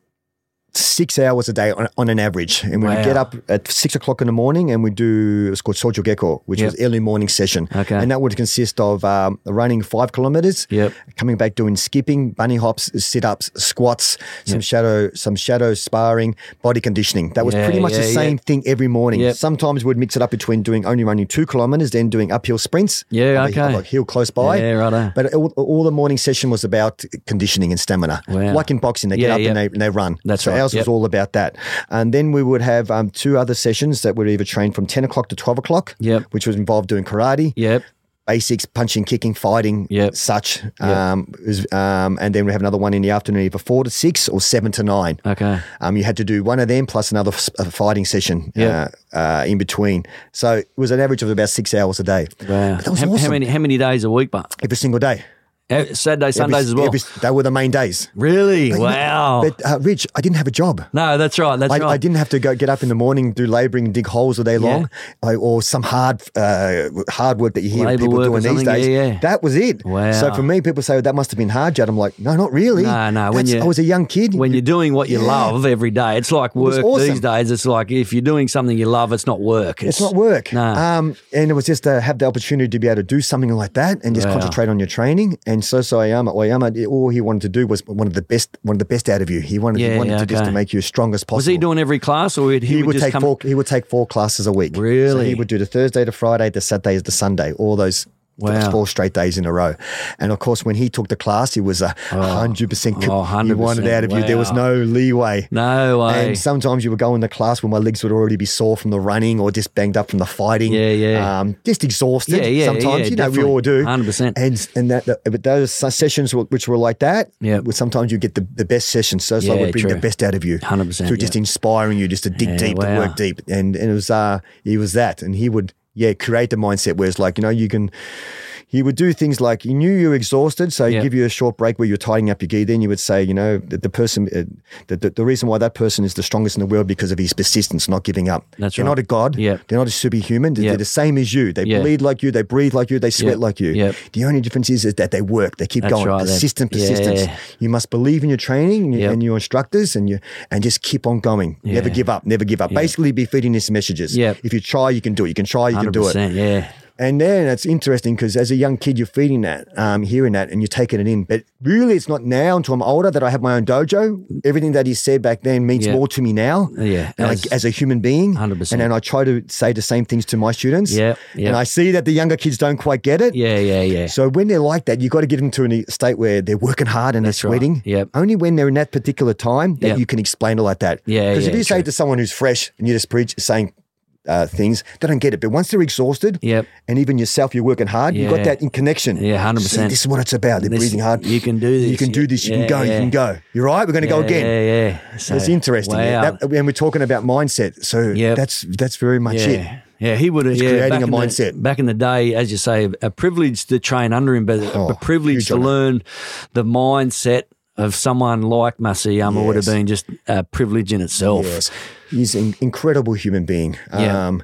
Speaker 2: six hours a day on, on an average, and we
Speaker 1: Wow.
Speaker 2: would get up at six o'clock in the morning, and we do it's called Sojo Gecko, which
Speaker 1: Yep.
Speaker 2: was early morning session.
Speaker 1: Okay.
Speaker 2: and that would consist of um, running five kilometers.
Speaker 1: Yep.
Speaker 2: coming back doing skipping, bunny hops, sit ups, squats, some shadow, some shadow sparring, body conditioning. That was
Speaker 1: Yeah,
Speaker 2: pretty much the
Speaker 1: yeah, yeah.
Speaker 2: same thing every morning.
Speaker 1: Yep.
Speaker 2: Sometimes we'd mix it up between doing only running two kilometers, then doing uphill sprints.
Speaker 1: Yeah,
Speaker 2: of a- of
Speaker 1: okay.
Speaker 2: a hill close by.
Speaker 1: Yeah, righto.
Speaker 2: But all, all the morning session was about conditioning and stamina.
Speaker 1: Wow.
Speaker 2: Like in boxing, they get
Speaker 1: Yeah,
Speaker 2: up
Speaker 1: yeah.
Speaker 2: and, they, and they run.
Speaker 1: That's
Speaker 2: so
Speaker 1: right,
Speaker 2: ours
Speaker 1: yep.
Speaker 2: was all about that. And then we would have um, two other sessions that would either train from 10 o'clock to 12 o'clock,
Speaker 1: Yep.
Speaker 2: which would involve doing karate,
Speaker 1: Yep.
Speaker 2: basics, punching, kicking, fighting,
Speaker 1: Yep.
Speaker 2: such.
Speaker 1: Yep.
Speaker 2: Um, is- um, and then we have another one in the afternoon, either four to six or seven to nine.
Speaker 1: Okay.
Speaker 2: Um, you had to do one of them plus another s- a fighting session
Speaker 1: Yeah.
Speaker 2: uh, uh, in between. So it was an average of about six hours a day.
Speaker 1: Wow.
Speaker 2: But that was
Speaker 1: how, how
Speaker 2: awesome.
Speaker 1: many how many days a week, but
Speaker 2: Every single day.
Speaker 1: Eh, Saturday,
Speaker 2: Every-
Speaker 1: Sundays as well.
Speaker 2: every- they were the main days.
Speaker 1: really?
Speaker 2: But you know-
Speaker 1: wow.
Speaker 2: But uh, Rich, I didn't have a job.
Speaker 1: no, that's right. That's
Speaker 2: I,
Speaker 1: right.
Speaker 2: I didn't have to go get up in the morning, do labouring, dig holes all day long, I- or some hard, uh, hard work that you hear
Speaker 1: Labour
Speaker 2: people
Speaker 1: work or
Speaker 2: doing these
Speaker 1: something,
Speaker 2: days.
Speaker 1: yeah, yeah.
Speaker 2: That was it.
Speaker 1: Wow.
Speaker 2: So for me, people say that must have been hard, Jad. I'm like, no, not really.
Speaker 1: No, no, when
Speaker 2: That's-
Speaker 1: you-
Speaker 2: I was a young kid.
Speaker 1: when you're doing what you
Speaker 2: Yeah.
Speaker 1: love every day, it's like
Speaker 2: was
Speaker 1: work
Speaker 2: awesome.
Speaker 1: these days. It's like if you're doing something you love, it's not work.
Speaker 2: it's not work.
Speaker 1: No.
Speaker 2: Um, and it was just to have the opportunity to be able to do something like that and just
Speaker 1: Wow.
Speaker 2: concentrate on your training. And so, so Ayama, Ayama, all he wanted to do was one of the best, one of the best out of you. He wanted,
Speaker 1: Yeah,
Speaker 2: he wanted
Speaker 1: yeah,
Speaker 2: to just to
Speaker 1: okay.
Speaker 2: make you as strong as possible.
Speaker 1: Was he doing every class, or he'd, he,
Speaker 2: he,
Speaker 1: would,
Speaker 2: would,
Speaker 1: just
Speaker 2: take
Speaker 1: come?
Speaker 2: four. He would take four classes a week. So
Speaker 1: Really?
Speaker 2: he would do the Thursday to Friday, the Saturday is the Sunday. All those.
Speaker 1: Wow.
Speaker 2: Four straight days in a row, and of course, when he took the class, it was a hundred percent.
Speaker 1: Oh,
Speaker 2: You wanted
Speaker 1: 100%,
Speaker 2: out of you. There was
Speaker 1: wow.
Speaker 2: no leeway.
Speaker 1: No way.
Speaker 2: And sometimes you would go in the class where my legs would already be sore from the running or just banged up from the fighting.
Speaker 1: Yeah, yeah.
Speaker 2: Um, just exhausted.
Speaker 1: Yeah, yeah,
Speaker 2: Sometimes
Speaker 1: yeah,
Speaker 2: you know
Speaker 1: definitely.
Speaker 2: we all do.
Speaker 1: 100%.
Speaker 2: And and that, that but those sessions were- which were like that.
Speaker 1: Yeah.
Speaker 2: were Sometimes you get the, the best sessions. So it's like
Speaker 1: Yeah,
Speaker 2: we bring
Speaker 1: true.
Speaker 2: the best out of you.
Speaker 1: 100%,
Speaker 2: Through just inspiring you, just to dig
Speaker 1: Yeah,
Speaker 2: deep and
Speaker 1: wow.
Speaker 2: work deep. And and it was uh he was that, and he would yeah create the mindset where it's like you know you can. He would do things like he knew you were exhausted, so he'd
Speaker 1: Yeah.
Speaker 2: give you a short break where you're tidying up your gi. Then you would say, you know, that the person, uh, the, the, the reason why that person is the strongest in the world because of his persistence, not giving up.
Speaker 1: That's
Speaker 2: They're
Speaker 1: right.
Speaker 2: not a god.
Speaker 1: Yeah.
Speaker 2: They're not a superhuman. They're,
Speaker 1: Yeah.
Speaker 2: they're the same as you. They
Speaker 1: Yeah.
Speaker 2: bleed like you. They breathe like you. They sweat like you.
Speaker 1: Yeah.
Speaker 2: The only difference is, is that they work. They keep
Speaker 1: That's
Speaker 2: going.
Speaker 1: right. They-
Speaker 2: Persistent persistence.
Speaker 1: Yeah.
Speaker 2: You must believe in your training and, your-
Speaker 1: Yeah.
Speaker 2: and your instructors and you and just keep on going. Never
Speaker 1: Yeah.
Speaker 2: give up. Never give up. Basically, be feeding these messages.
Speaker 1: Yeah.
Speaker 2: If you try, you can do it. You can try, you can do it.
Speaker 1: 100%, Yeah.
Speaker 2: And then it's interesting because as a young kid, you're feeding that, um, hearing that, and you're taking it in. But really, it's not now until I'm older that I have my own dojo. Everything that he said back then means
Speaker 1: Yeah. Uh,
Speaker 2: more to me now.
Speaker 1: Yeah,
Speaker 2: and
Speaker 1: as-
Speaker 2: as, as a human being.
Speaker 1: 100%.
Speaker 2: And then I try to say the same things to my students.
Speaker 1: Yeah, yeah.
Speaker 2: And I see that the younger kids don't quite get it.
Speaker 1: Yeah. Yeah. Yeah.
Speaker 2: So when they're like that, you've got to get them to a state where they're working hard and
Speaker 1: That's
Speaker 2: they're
Speaker 1: right.
Speaker 2: sweating.
Speaker 1: Yep.
Speaker 2: Only when they're in that particular time that
Speaker 1: Yep.
Speaker 2: you can explain it like that.
Speaker 1: Yeah,
Speaker 2: Because if
Speaker 1: yeah,
Speaker 2: you say
Speaker 1: true.
Speaker 2: to someone who's fresh and you just preach saying uh, things, they don't get it. But once they're exhausted,
Speaker 1: Yep.
Speaker 2: and even yourself, you're working hard. You've
Speaker 1: Yeah.
Speaker 2: got that in connection.
Speaker 1: Yeah, 100%.
Speaker 2: See, This is what it's about. They're
Speaker 1: This-
Speaker 2: breathing hard.
Speaker 1: you can do
Speaker 2: You
Speaker 1: this.
Speaker 2: can do this. You
Speaker 1: Yeah,
Speaker 2: can go.
Speaker 1: yeah.
Speaker 2: You can go. You're right. We're going to go
Speaker 1: Yeah,
Speaker 2: again.
Speaker 1: Yeah. Yeah. So,
Speaker 2: It's interesting,
Speaker 1: Wow.
Speaker 2: That- and we're talking about mindset. So
Speaker 1: Yep.
Speaker 2: that's that's very much it.
Speaker 1: yeah. Yeah, he would have yeah,
Speaker 2: creating
Speaker 1: back
Speaker 2: a
Speaker 1: in the-
Speaker 2: mindset.
Speaker 1: back in the day, as you say, a privilege to train under him, but a-
Speaker 2: Oh,
Speaker 1: a privilege
Speaker 2: huge
Speaker 1: to
Speaker 2: honour.
Speaker 1: learn the mindset of someone like Masayama would have
Speaker 2: Yes.
Speaker 1: been just a privilege in itself.
Speaker 2: Yes, he's an incredible human being.
Speaker 1: Yeah.
Speaker 2: Um,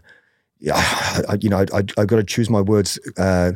Speaker 2: yeah, I, I- you know, I, I got to choose my words uh,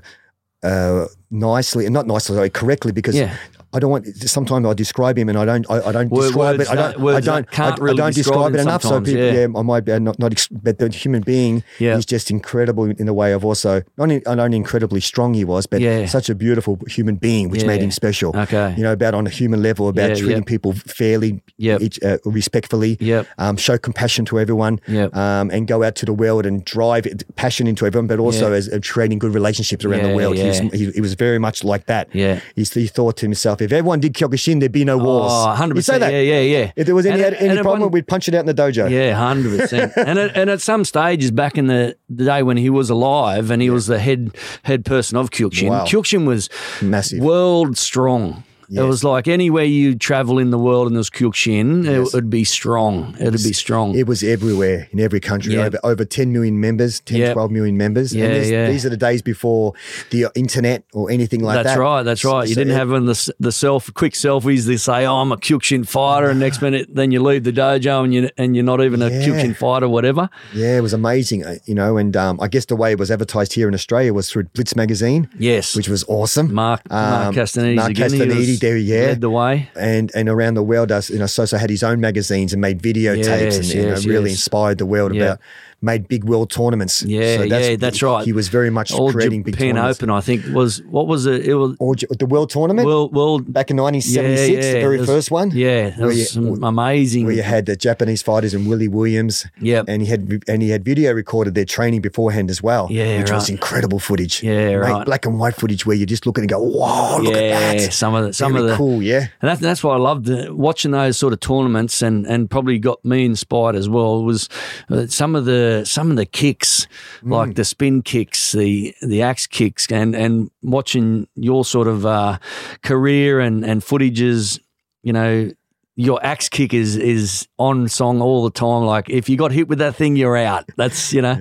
Speaker 2: uh, nicely, not nicely, sorry, correctly, because
Speaker 1: Yeah.
Speaker 2: I don't want. Sometimes I describe him, and I don't, I, I don't
Speaker 1: Wor-
Speaker 2: describe
Speaker 1: words
Speaker 2: it. I
Speaker 1: that-
Speaker 2: don't, I
Speaker 1: words
Speaker 2: don't,
Speaker 1: that can't
Speaker 2: I, I
Speaker 1: really
Speaker 2: don't
Speaker 1: describe
Speaker 2: describe it
Speaker 1: him
Speaker 2: enough. So
Speaker 1: sometimes,
Speaker 2: people,
Speaker 1: yeah.
Speaker 2: yeah. I might be uh, not, not ex- but the human being,
Speaker 1: Yeah.
Speaker 2: he's just incredible in a way. I've also not, in, not only incredibly strong he was, but
Speaker 1: Yeah.
Speaker 2: such a beautiful human being, which made
Speaker 1: Yeah.
Speaker 2: him special.
Speaker 1: Okay.
Speaker 2: you know, about on a human level, about
Speaker 1: Yeah,
Speaker 2: treating
Speaker 1: yep.
Speaker 2: people fairly,
Speaker 1: Yep.
Speaker 2: each, uh, respectfully
Speaker 1: Yep.
Speaker 2: um, show compassion to everyone,
Speaker 1: Yep.
Speaker 2: um, and go out to the world and drive it- passion into everyone, but also
Speaker 1: Yeah.
Speaker 2: as uh, creating good relationships around
Speaker 1: Yeah,
Speaker 2: the world. He, was,
Speaker 1: yeah.
Speaker 2: he, he was very much like that.
Speaker 1: Yeah.
Speaker 2: He, he thought to himself, if everyone did Kyokushin, there'd be no wars.
Speaker 1: Oh, 100
Speaker 2: He'd say
Speaker 1: percent.
Speaker 2: that.
Speaker 1: Yeah, yeah, yeah.
Speaker 2: If there was any,
Speaker 1: And it- and
Speaker 2: any
Speaker 1: it
Speaker 2: problem,
Speaker 1: wasn't-
Speaker 2: we'd punch it out in the dojo.
Speaker 1: Yeah, hundred percent. And at, and at some stages back in the, the day when he was alive and he was the head head person of Kyokushin,
Speaker 2: Wow.
Speaker 1: Kyokushin was
Speaker 2: Massive.
Speaker 1: world strong. It
Speaker 2: Yes.
Speaker 1: was like anywhere you travel in the world and there's Kyokushin, it would be strong. It'd be strong.
Speaker 2: It was everywhere in every country.
Speaker 1: Yeah.
Speaker 2: Over, over 10 million members, 10,
Speaker 1: Yeah.
Speaker 2: 12 million members.
Speaker 1: Yeah,
Speaker 2: and this-
Speaker 1: yeah.
Speaker 2: these are the days before the internet or anything like
Speaker 1: that's
Speaker 2: that.
Speaker 1: right. That's right. You
Speaker 2: So
Speaker 1: didn't
Speaker 2: it-
Speaker 1: have in the the self quick selfies. They say, "Oh, I'm a Kyokushin fighter," and next minute, then you leave the dojo and you and you're not even a
Speaker 2: Ah. Yeah.
Speaker 1: Kyokushin fighter, whatever.
Speaker 2: Yeah, it was amazing, uh, you know. And um, I guess the way it was advertised here in Australia was through Blitz magazine,
Speaker 1: Yes,
Speaker 2: which was awesome.
Speaker 1: Mark Mark
Speaker 2: Um,
Speaker 1: Castaneda.
Speaker 2: Mark Castaneda, there, yeah.
Speaker 1: led the way.
Speaker 2: and and around the world, us you know, Sosa had his own magazines and made videotapes and
Speaker 1: Yes,
Speaker 2: you know,
Speaker 1: yes,
Speaker 2: really
Speaker 1: yes.
Speaker 2: inspired the world
Speaker 1: Yeah.
Speaker 2: about made big world tournaments.
Speaker 1: Yeah, yeah, that's right.
Speaker 2: He was very much
Speaker 1: All
Speaker 2: creating
Speaker 1: Japan
Speaker 2: big tournaments.
Speaker 1: Open, I think, was what was it? It was
Speaker 2: All J- the world tournament
Speaker 1: world world.
Speaker 2: back in 1976, the very
Speaker 1: it was-
Speaker 2: first one.
Speaker 1: Yeah, that was
Speaker 2: you-
Speaker 1: some amazing.
Speaker 2: Where you had the Japanese fighters and Willie Williams,
Speaker 1: Yep.
Speaker 2: and he had and he had video recorded their training beforehand as well,
Speaker 1: Yeah,
Speaker 2: which was
Speaker 1: right.
Speaker 2: incredible footage.
Speaker 1: Yeah,
Speaker 2: Mate,
Speaker 1: right.
Speaker 2: black and white footage where you just Oh, look at it and go, "Whoa, look
Speaker 1: yeah,
Speaker 2: at that!"
Speaker 1: some of the, some
Speaker 2: really
Speaker 1: of the
Speaker 2: cool, yeah.
Speaker 1: and that, that's why I loved uh, watching those sort of tournaments, and, and probably got me inspired as well. Was uh, some of the some of the kicks, like the spin kicks, the the axe kicks, and and watching your sort of uh, career and and footages, you know. Your axe kick is is on song all the time. Like if you got hit with that thing, you're out. That's you know.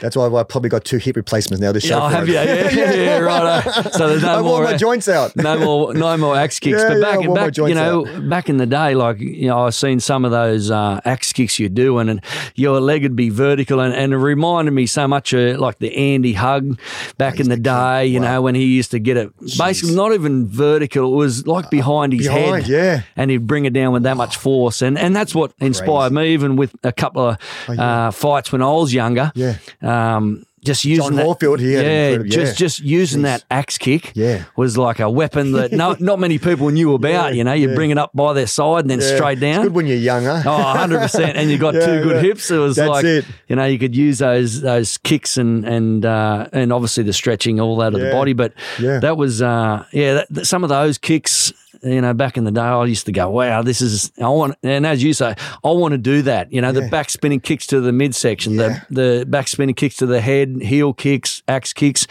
Speaker 2: That's why I probably got two hip replacements now. To show
Speaker 1: Yeah, I
Speaker 2: for
Speaker 1: have
Speaker 2: it.
Speaker 1: yeah, yeah, yeah, yeah, right. uh, So there's no
Speaker 2: I
Speaker 1: more
Speaker 2: wore my
Speaker 1: uh,
Speaker 2: joints out.
Speaker 1: no more no more axe kicks.
Speaker 2: Yeah,
Speaker 1: but
Speaker 2: yeah,
Speaker 1: back
Speaker 2: I wore my
Speaker 1: back you
Speaker 2: joints
Speaker 1: know back in the day, like you know, I've seen some of those uh, axe kicks you're doing, and your leg would be vertical, and, and it reminded me so much of like the Andy Hug back in the day. You know when he used to get it basically not even vertical; it was like behind his
Speaker 2: behind,
Speaker 1: head.
Speaker 2: yeah. Oh.
Speaker 1: And he'd bring it down with that much force, and and that's what inspired me. Even with a couple of uh, fights when I was younger,
Speaker 2: Oh, Yeah.
Speaker 1: um, just using
Speaker 2: John
Speaker 1: that,
Speaker 2: Moorfield, he had an
Speaker 1: yeah,
Speaker 2: incredible-
Speaker 1: just
Speaker 2: yeah.
Speaker 1: just using that axe kick
Speaker 2: Yeah.
Speaker 1: was like a weapon that no, not many people knew about. you know, you bring it up by their side and then
Speaker 2: Yeah.
Speaker 1: straight
Speaker 2: It's
Speaker 1: down.
Speaker 2: good when you're younger.
Speaker 1: Oh, 100%. And you got
Speaker 2: Yeah,
Speaker 1: two good
Speaker 2: yeah.
Speaker 1: hips. It was
Speaker 2: That's
Speaker 1: like,
Speaker 2: it.
Speaker 1: you know, you could use those those kicks and and uh, and obviously the stretching all out of the
Speaker 2: Yeah.
Speaker 1: body. But
Speaker 2: Yeah.
Speaker 1: that was, uh, yeah, that, that- some of those kicks, you know, back in the day, I used to go, wow, this is, I want, and as you say, I want to do that. You know, the back spinning kicks to the midsection, the, the back spinning kicks to the head, heel kicks, axe kicks.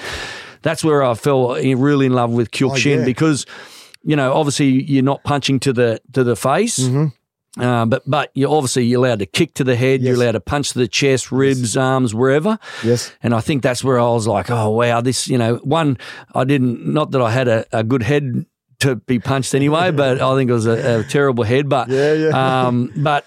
Speaker 1: That's where I fell in, really in love with Kyokushin
Speaker 2: Oh, yeah.
Speaker 1: because, you know, obviously you're not punching to the to the face.
Speaker 2: Mm-hmm.
Speaker 1: Uh, but but you obviously you're allowed to kick to the head, you're
Speaker 2: Yes.
Speaker 1: allowed to punch to the chest, ribs, arms, wherever.
Speaker 2: Yes.
Speaker 1: And I think that's where I was like, oh wow, this you know, one I didn't not that I had a, a good head to be punched anyway, but I think it was a, a terrible head. But
Speaker 2: Yeah, yeah.
Speaker 1: um, but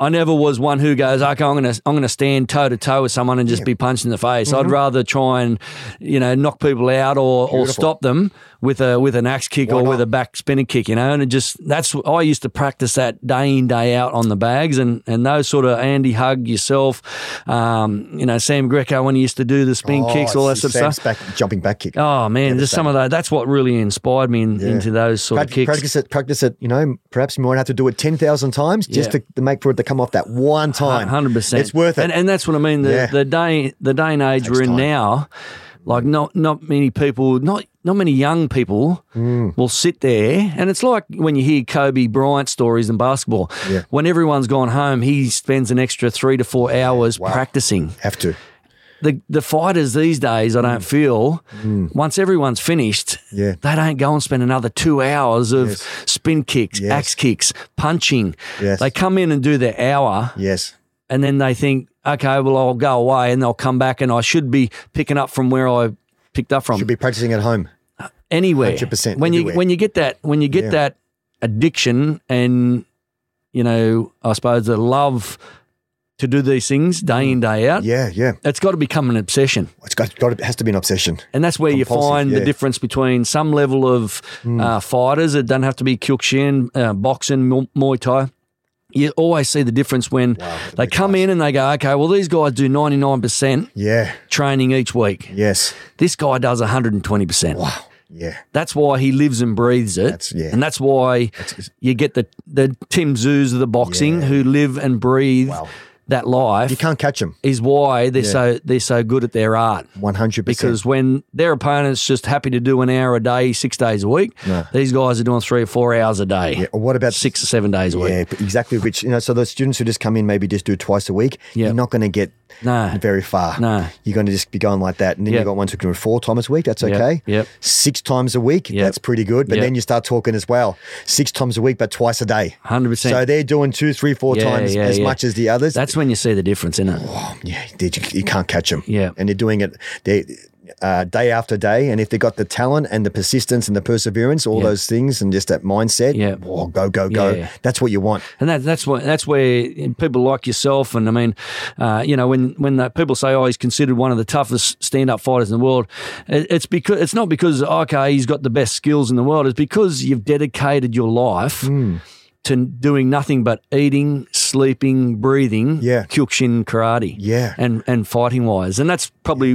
Speaker 1: I never was one who goes, okay, I'm gonna I'm gonna stand toe to toe with someone and just be punched in the face.
Speaker 2: Mm-hmm.
Speaker 1: I'd rather try and you know knock people out or, or
Speaker 2: Beautiful.
Speaker 1: stop them with a with an axe kick or
Speaker 2: not?
Speaker 1: with a back spinning kick, you know. And it just that's I used to practice that day in day out on the bags and and those sort of Andy Hug yourself, um, you know Sam Greco when he used to do the spin
Speaker 2: Oh,
Speaker 1: kicks, all that sort of
Speaker 2: Sam's
Speaker 1: stuff.
Speaker 2: Back, jumping back kick.
Speaker 1: Oh man, just some of that. That's what really inspired me in, into those sort
Speaker 2: Prac-
Speaker 1: of kicks.
Speaker 2: Practice it, practice it. You know, perhaps you might have to do it ten thousand times just
Speaker 1: Yeah.
Speaker 2: to, to make for it to come off that one time.
Speaker 1: hundred percent.
Speaker 2: It's worth it.
Speaker 1: and, and that's what I mean. The,
Speaker 2: Yeah.
Speaker 1: the day, the day and age we're in
Speaker 2: time.
Speaker 1: now, like not not many people, not not many young people
Speaker 2: Hmm.
Speaker 1: will sit there. And it's like when you hear Kobe Bryant stories in basketball.
Speaker 2: Yeah.
Speaker 1: When everyone's gone home, he spends an extra three to four hours practicing.
Speaker 2: have to.
Speaker 1: The the fighters these days, I don't feel. Once everyone's finished,
Speaker 2: Hmm. Yeah.
Speaker 1: they don't go and spend another two hours of
Speaker 2: Yes.
Speaker 1: spin kicks,
Speaker 2: Yes.
Speaker 1: axe kicks, punching.
Speaker 2: Yes.
Speaker 1: They come in and do their hour
Speaker 2: Yes.
Speaker 1: and then they think, okay, well, I'll go away and they'll come back and I should be picking up from where I picked up from
Speaker 2: Should be practicing at home.
Speaker 1: anywhere.
Speaker 2: 100%
Speaker 1: when
Speaker 2: everywhere.
Speaker 1: you when you get that when you get
Speaker 2: Yeah.
Speaker 1: that addiction and you know, I suppose the love to do these things day in day out,
Speaker 2: Mm. Yeah, yeah.
Speaker 1: it's got to become an obsession.
Speaker 2: It's got, got it has to be an obsession.
Speaker 1: And that's where you
Speaker 2: Compulsive,
Speaker 1: find the
Speaker 2: yeah. Mm.
Speaker 1: difference between some level of uh, fighters. It doesn't have to be Kyokushin, uh, boxing, mu- Muay Thai. You always see the difference when they come in and they go, okay, well, these guys do 99%
Speaker 2: Yeah.
Speaker 1: training each week.
Speaker 2: Yes.
Speaker 1: This guy does 120%.
Speaker 2: Wow. Yeah.
Speaker 1: That's why he lives and breathes it.
Speaker 2: That's- yeah.
Speaker 1: And that's why you get the, the Tim Zoos of the boxing who live and breathe
Speaker 2: Wow.
Speaker 1: that life.
Speaker 2: You can't catch them.
Speaker 1: is why they're so they're so good at their art.
Speaker 2: One hundred percent.
Speaker 1: Because when their opponent's just happy to do an hour a day, six days a week, these guys are doing three or four hours a day,
Speaker 2: Or what about
Speaker 1: six or seven days a week.
Speaker 2: Yeah, but exactly. Which you know, so those students who just come in maybe just do it twice a week.
Speaker 1: Yeah.
Speaker 2: You're not going to get
Speaker 1: No.
Speaker 2: very far.
Speaker 1: No.
Speaker 2: You're going to just be going like that, and then
Speaker 1: Yep.
Speaker 2: you got ones who can do it four times a week. That's okay.
Speaker 1: yep.
Speaker 2: Six times a week.
Speaker 1: Yep.
Speaker 2: That's pretty good. But
Speaker 1: Yep.
Speaker 2: then you start talking as well. Six times a week, but twice a day.
Speaker 1: 100%.
Speaker 2: So they're doing two, three, four
Speaker 1: Yeah,
Speaker 2: times
Speaker 1: yeah,
Speaker 2: as
Speaker 1: yeah.
Speaker 2: much as the others.
Speaker 1: That's when you see the difference, isn't it?
Speaker 2: Oh, yeah, dude, you, you can't catch them.
Speaker 1: Yeah.
Speaker 2: and they're doing it they, uh, day after day. And if they got the talent and the persistence and the perseverance, all those things, and just that mindset,
Speaker 1: Yeah.
Speaker 2: oh, go go go.
Speaker 1: Yeah.
Speaker 2: That's what you want.
Speaker 1: And that, that's what that's where people like yourself, and I mean, uh, you know, when when that people say, "Oh, he's considered one of the toughest stand-up fighters in the world," it, it's because it's not because okay, he's got the best skills in the world. It's because you've dedicated your life
Speaker 2: Hmm.
Speaker 1: to doing nothing but eating, sleeping, breathing,
Speaker 2: Yeah.
Speaker 1: kyokushin karate,
Speaker 2: Yeah.
Speaker 1: and and fighting wise. And that's probably,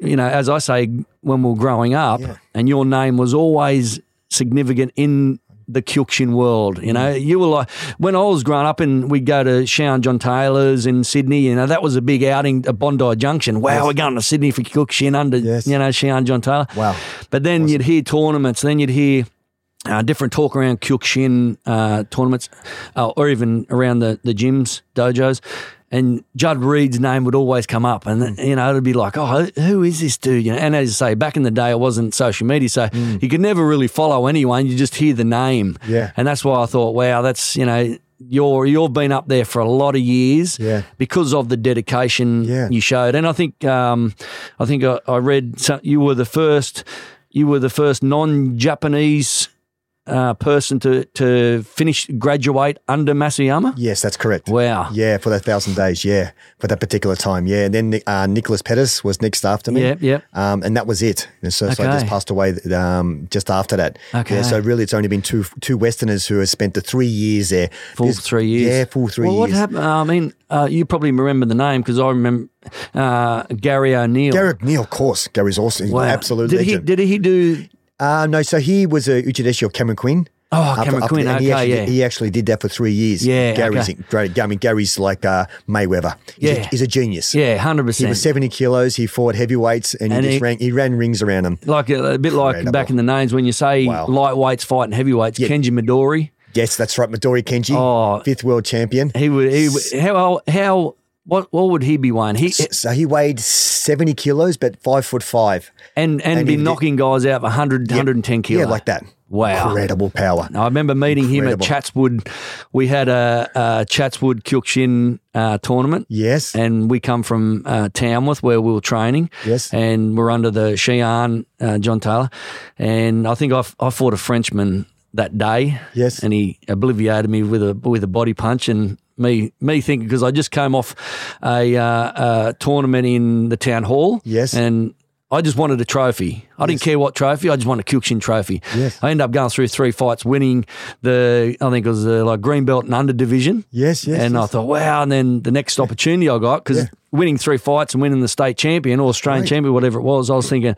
Speaker 1: you know, as I say, when we were growing up, and your name was always significant in the Kyokushin world. You know, you were like when I was growing up, and we'd go to Shaun John Taylor's in Sydney. You know, that was a big outing at Bondi Junction. Wow, we're going to Sydney for Kyokushin under
Speaker 2: Yes.
Speaker 1: you know Shaun John Taylor.
Speaker 2: Wow.
Speaker 1: But then you'd hear tournaments, then you'd hear uh, different talk around Kyokushin uh, tournaments uh, or even around the, the gyms, dojos. And Judd Reed's name would always come up,
Speaker 2: Hmm.
Speaker 1: and you know it'd be like, oh, who is this dude? You know, and as you say, back in the day, it wasn't social media, so you could never really follow anyone. You just hear the name,
Speaker 2: Hmm. Yeah.
Speaker 1: And that's why I thought, wow, that's you know, you're you've been up there for a lot of years,
Speaker 2: Yeah.
Speaker 1: because of the dedication
Speaker 2: Yeah.
Speaker 1: you showed. And I think um, I think I, I read so you were the first you were the first non-Japanese uh, person to to finish graduate under Masayama.
Speaker 2: Yes, that's correct.
Speaker 1: Wow.
Speaker 2: Yeah, for that thousand days. Yeah, for that particular time. Yeah, and then uh, Nicholas Pettis was next after me.
Speaker 1: Yep, yep.
Speaker 2: Um, and that was it. And so, so I just
Speaker 1: Okay.
Speaker 2: passed away um, just after that.
Speaker 1: Okay.
Speaker 2: Yeah, so really, it's only been two two Westerners who have spent the three years there.
Speaker 1: Full
Speaker 2: This-
Speaker 1: three years.
Speaker 2: Yeah, full three
Speaker 1: well,
Speaker 2: years.
Speaker 1: what happened? I mean, uh, you probably remember the name because I remember uh, Gary O'Neill.
Speaker 2: Garrick Neal, of course. Gary's awesome.
Speaker 1: Wow.
Speaker 2: Absolute
Speaker 1: Did
Speaker 2: legend.
Speaker 1: he? Did he do?
Speaker 2: Uh, no, so he was a Uchideshi or Cameron Quinn.
Speaker 1: Oh, Cameron Quinn,
Speaker 2: and he
Speaker 1: okay,
Speaker 2: actually,
Speaker 1: yeah.
Speaker 2: He actually did that for three years.
Speaker 1: Yeah,
Speaker 2: Gary's
Speaker 1: okay.
Speaker 2: great. I mean, Gary's like uh, Mayweather. He's,
Speaker 1: Yeah.
Speaker 2: a, he's a genius.
Speaker 1: Yeah, hundred
Speaker 2: He was
Speaker 1: percent.
Speaker 2: 70 kilos. He fought heavyweights and,
Speaker 1: And
Speaker 2: he,
Speaker 1: he-
Speaker 2: just ran, he ran rings around them.
Speaker 1: Like a, a bit like
Speaker 2: Incredible.
Speaker 1: back in the names when you say
Speaker 2: Wow.
Speaker 1: lightweights fighting heavyweights. Kenji Midori.
Speaker 2: Yes, that's right. Midori Kenji,
Speaker 1: Oh.
Speaker 2: fifth world champion.
Speaker 1: He would. He would, how how what what would he be weighing? He
Speaker 2: S- So he weighed 70 kilos, but five foot five.
Speaker 1: and and,
Speaker 2: and
Speaker 1: be
Speaker 2: he did-
Speaker 1: knocking guys out of 100, 110 kilo.
Speaker 2: Yeah, like that.
Speaker 1: Wow.
Speaker 2: Incredible power.
Speaker 1: I remember meeting him at
Speaker 2: Incredible.
Speaker 1: Chatswood. We had a, a Chatswood Kyokushin uh, tournament.
Speaker 2: Yes.
Speaker 1: And we come from uh, Tamworth where we were training.
Speaker 2: Yes.
Speaker 1: And we're under the Sheehan, uh, John Taylor. And I think I, f- I fought a Frenchman that day.
Speaker 2: Yes.
Speaker 1: And he obliviated me with a with a body punch and me me thinking because I just came off a, uh, a tournament in the town hall.
Speaker 2: Yes.
Speaker 1: And I just wanted a trophy. I didn't care what trophy. I just wanted a Kyokushin trophy.
Speaker 2: Yes.
Speaker 1: I ended up going through three fights, winning the I think it was the like green belt and under division.
Speaker 2: Yes, yes,
Speaker 1: And I
Speaker 2: yes.
Speaker 1: thought, wow. And then the next opportunity I got because winning three fights and winning the state champion or Australian champion, whatever it was, I was thinking.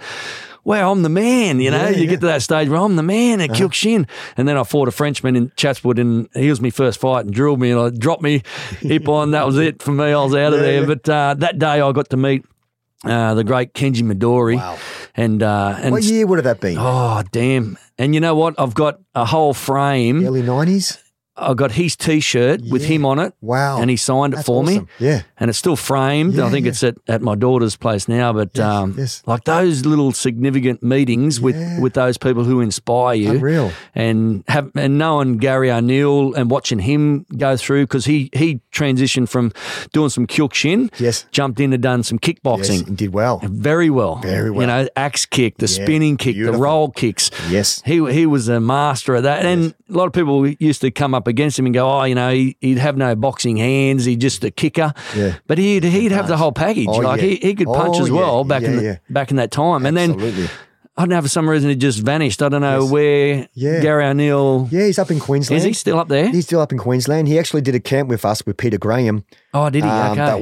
Speaker 1: Wow, I'm the man. You know, you get to that stage where I'm the man at
Speaker 2: Uh-huh.
Speaker 1: Kyokushin. And then I fought a Frenchman in Chatswood, and he was my first fight and drilled me and I dropped me hip on. That was it for me. I was out of there. But uh, that day I got to meet uh, the great Kenji Midori.
Speaker 2: Wow.
Speaker 1: And uh, and
Speaker 2: What year would have that been?
Speaker 1: oh damn! And you know what? I've got a whole frame.
Speaker 2: Early 90s?
Speaker 1: I've got his T-shirt with him on it.
Speaker 2: Wow.
Speaker 1: And he signed it
Speaker 2: Oh, That's
Speaker 1: for me.
Speaker 2: awesome. Yeah.
Speaker 1: And it's still framed. I think it's at, at my daughter's place now. But um,
Speaker 2: yes.
Speaker 1: like those little significant meetings with,
Speaker 2: Yeah.
Speaker 1: with those people who inspire you,
Speaker 2: Unreal.
Speaker 1: and have and knowing Gary O'Neill and watching him go through because he he transitioned from doing some kyokushin,
Speaker 2: Yes.
Speaker 1: jumped in and done some
Speaker 2: Yes,
Speaker 1: kickboxing,
Speaker 2: he did well.
Speaker 1: very well.
Speaker 2: Very
Speaker 1: You
Speaker 2: well.
Speaker 1: know, axe kick, the
Speaker 2: Yeah,
Speaker 1: spinning kick, the
Speaker 2: beautiful.
Speaker 1: roll kicks.
Speaker 2: Yes.
Speaker 1: He he was a master of that. And a lot of people used to come up against him and go, oh, you know, he, he'd have no boxing hands. He'd just a kicker.
Speaker 2: Yeah.
Speaker 1: But he'd, he'd have the whole package.
Speaker 2: Oh,
Speaker 1: like
Speaker 2: yeah.
Speaker 1: he, he could punch
Speaker 2: Oh,
Speaker 1: as
Speaker 2: yeah.
Speaker 1: well back in
Speaker 2: Yeah,
Speaker 1: the,
Speaker 2: yeah.
Speaker 1: back in that time. And then
Speaker 2: Absolutely.
Speaker 1: I don't know for some reason it just vanished. I don't know where
Speaker 2: Yeah.
Speaker 1: Gary O'Neill
Speaker 2: Yeah, he's up in Queensland.
Speaker 1: is. He still up there?
Speaker 2: He's still up in Queensland. He actually did a camp with us with Peter Graham.
Speaker 1: Oh, did he?
Speaker 2: Um,
Speaker 1: okay.
Speaker 2: That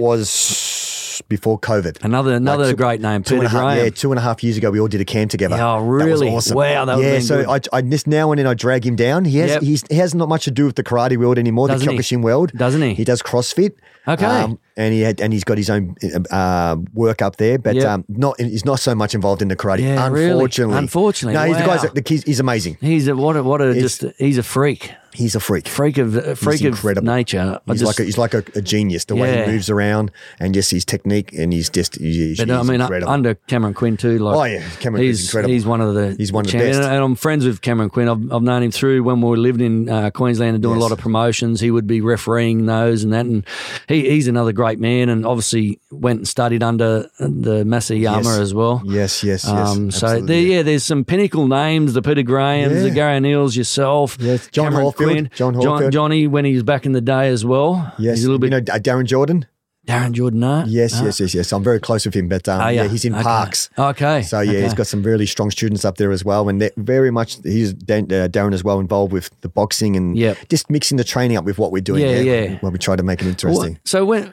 Speaker 2: was before COVID.
Speaker 1: another another
Speaker 2: like two-
Speaker 1: great name,
Speaker 2: Two
Speaker 1: Peter
Speaker 2: and a half-
Speaker 1: Graham.
Speaker 2: yeah, two and a half years ago, we all did a camp together.
Speaker 1: Yeah,
Speaker 2: That was
Speaker 1: really?
Speaker 2: awesome.
Speaker 1: Wow, that would've
Speaker 2: yeah.
Speaker 1: been
Speaker 2: so I, I just now and then I drag him down. He has
Speaker 1: Yep.
Speaker 2: he's, he has not much to do with the karate world anymore,
Speaker 1: Doesn't
Speaker 2: the
Speaker 1: he?
Speaker 2: Kyokushin world.
Speaker 1: Doesn't he?
Speaker 2: He does CrossFit. Um,
Speaker 1: Okay.
Speaker 2: and he had, and he's got his own uh, work up there, but
Speaker 1: Yep.
Speaker 2: um, not he's not so much involved in the karate.
Speaker 1: Yeah, really.
Speaker 2: unfortunately,
Speaker 1: Unfortunately,
Speaker 2: no, he's the
Speaker 1: wow.
Speaker 2: guy's that- the kid's, he's amazing.
Speaker 1: He's a what a what a just he's a freak,
Speaker 2: He's a freak.
Speaker 1: freak of a freak of
Speaker 2: incredible.
Speaker 1: nature. I
Speaker 2: He's
Speaker 1: just-
Speaker 2: like a, he's like a, a genius. The way
Speaker 1: Yeah.
Speaker 2: he moves around and just his technique, and he's just he's,
Speaker 1: but
Speaker 2: he's
Speaker 1: I mean, uh,
Speaker 2: incredible.
Speaker 1: under Cameron Quinn too. Like,
Speaker 2: Oh, yeah, Cameron Quinn's
Speaker 1: he's,
Speaker 2: incredible.
Speaker 1: He's one of the
Speaker 2: He's one of the
Speaker 1: champions.
Speaker 2: best.
Speaker 1: And I'm friends with Cameron Quinn. I've, I've known him through when we lived in uh, Queensland and doing a lot of promotions. He would be refereeing those and that, and he, he's another great man. And obviously went and studied under the Masayama
Speaker 2: Yes.
Speaker 1: as well.
Speaker 2: yes, yes, yes.
Speaker 1: Um, so
Speaker 2: absolutely,
Speaker 1: there, yeah, there's some pinnacle names: the Peter Grahams, the
Speaker 2: Yeah.
Speaker 1: Gary O'Neills, yourself,
Speaker 2: Yes, John
Speaker 1: Cameron
Speaker 2: Caulfield,
Speaker 1: Quinn,
Speaker 2: John
Speaker 1: John,
Speaker 2: Caulfield.
Speaker 1: Johnny when he was back in the day as well.
Speaker 2: Yes,
Speaker 1: he's a little bit
Speaker 2: You know uh, Darren Jordan.
Speaker 1: Darren Jordan. No,
Speaker 2: Yes,
Speaker 1: No?
Speaker 2: yes, yes, yes. I'm very close with him, but um,
Speaker 1: Ah. Oh,
Speaker 2: yeah. he's in
Speaker 1: Okay.
Speaker 2: Parks.
Speaker 1: Okay,
Speaker 2: So yeah, he's
Speaker 1: Okay.
Speaker 2: got some really strong students up there as well, and they're very much he's Dan, uh, Darren as well involved with the boxing and
Speaker 1: Yep.
Speaker 2: just mixing the training up with what we're doing.
Speaker 1: Yeah,
Speaker 2: there,
Speaker 1: yeah.
Speaker 2: Where we try to make it
Speaker 1: Well,
Speaker 2: interesting.
Speaker 1: so when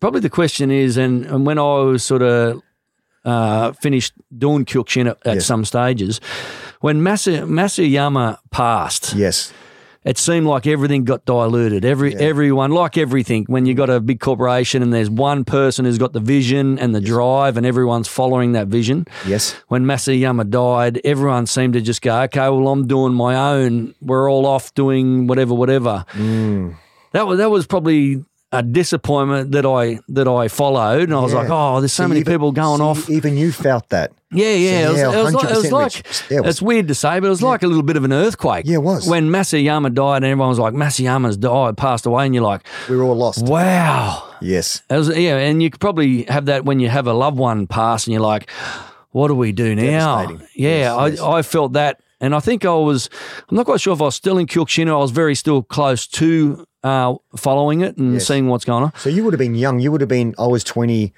Speaker 1: probably the question is, and, and when I was sort of uh, finished doing Kyokushin at, at
Speaker 2: Yes.
Speaker 1: some stages, when Masa, Masayama passed,
Speaker 2: Yes,
Speaker 1: it seemed like everything got diluted. Every
Speaker 2: Yeah.
Speaker 1: everyone, like everything, when you got a big corporation and there's one person who's got the vision and the drive, and everyone's following that vision.
Speaker 2: Yes.
Speaker 1: When Masayama died, everyone seemed to just go, "Okay, well, I'm doing my own. We're all off doing whatever, whatever."
Speaker 2: Mm.
Speaker 1: That was that was probably a disappointment that I that I followed, and I was
Speaker 2: Yeah.
Speaker 1: like, "Oh, there's so,
Speaker 2: See,
Speaker 1: many
Speaker 2: even-
Speaker 1: people going
Speaker 2: see,
Speaker 1: off."
Speaker 2: Even you felt that.
Speaker 1: Yeah, yeah.
Speaker 2: yeah,
Speaker 1: it, was, it was like, it was
Speaker 2: 100%
Speaker 1: like-
Speaker 2: Rich. Yeah, it was-
Speaker 1: it's weird to say, but it was like a little bit of an earthquake.
Speaker 2: Yeah, it was.
Speaker 1: When Masayama died and everyone was like, Masayama's died, passed away, and you're like,
Speaker 2: We were all lost.
Speaker 1: wow.
Speaker 2: Yes.
Speaker 1: It was, yeah, and you could probably have that when you have a loved one pass and you're like, what do we do now?
Speaker 2: Devastating.
Speaker 1: Yeah, I, I felt that. And I think I was, I'm not quite sure if I was still in Kyokushin or I was very still close to uh, following it and
Speaker 2: Yes.
Speaker 1: seeing what's going on.
Speaker 2: So you would have been young. You would have been. I was twenty.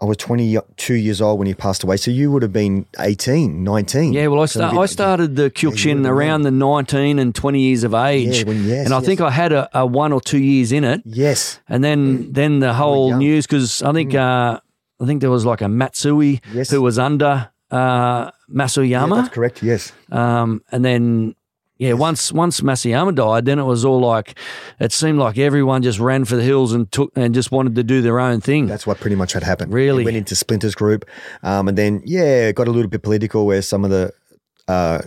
Speaker 2: I was twenty-two years old when he passed away. So you would have been 18, 19.
Speaker 1: Yeah, well, I,
Speaker 2: So it'd
Speaker 1: start,
Speaker 2: be-
Speaker 1: I started the Kyokushin
Speaker 2: would've
Speaker 1: around the 19 and 20 years of age.
Speaker 2: Yeah, when- yes,
Speaker 1: and I
Speaker 2: yes.
Speaker 1: think I had a, a one or two years in it.
Speaker 2: Yes.
Speaker 1: And then then the whole
Speaker 2: young. Mm.
Speaker 1: news, because I think uh, I think there was like a Matsui
Speaker 2: Yes.
Speaker 1: who was under uh,
Speaker 2: Yeah,
Speaker 1: Masuyama.
Speaker 2: that's correct. Yes.
Speaker 1: Um, and then, yeah, once once Masayama died, then it was all like it seemed like everyone just ran for the hills and took and just wanted to do their own thing.
Speaker 2: That's what pretty much had happened.
Speaker 1: Hmm. Really?
Speaker 2: He went into Splinter's group, um, and then yeah, it got a little bit political where some of the uh,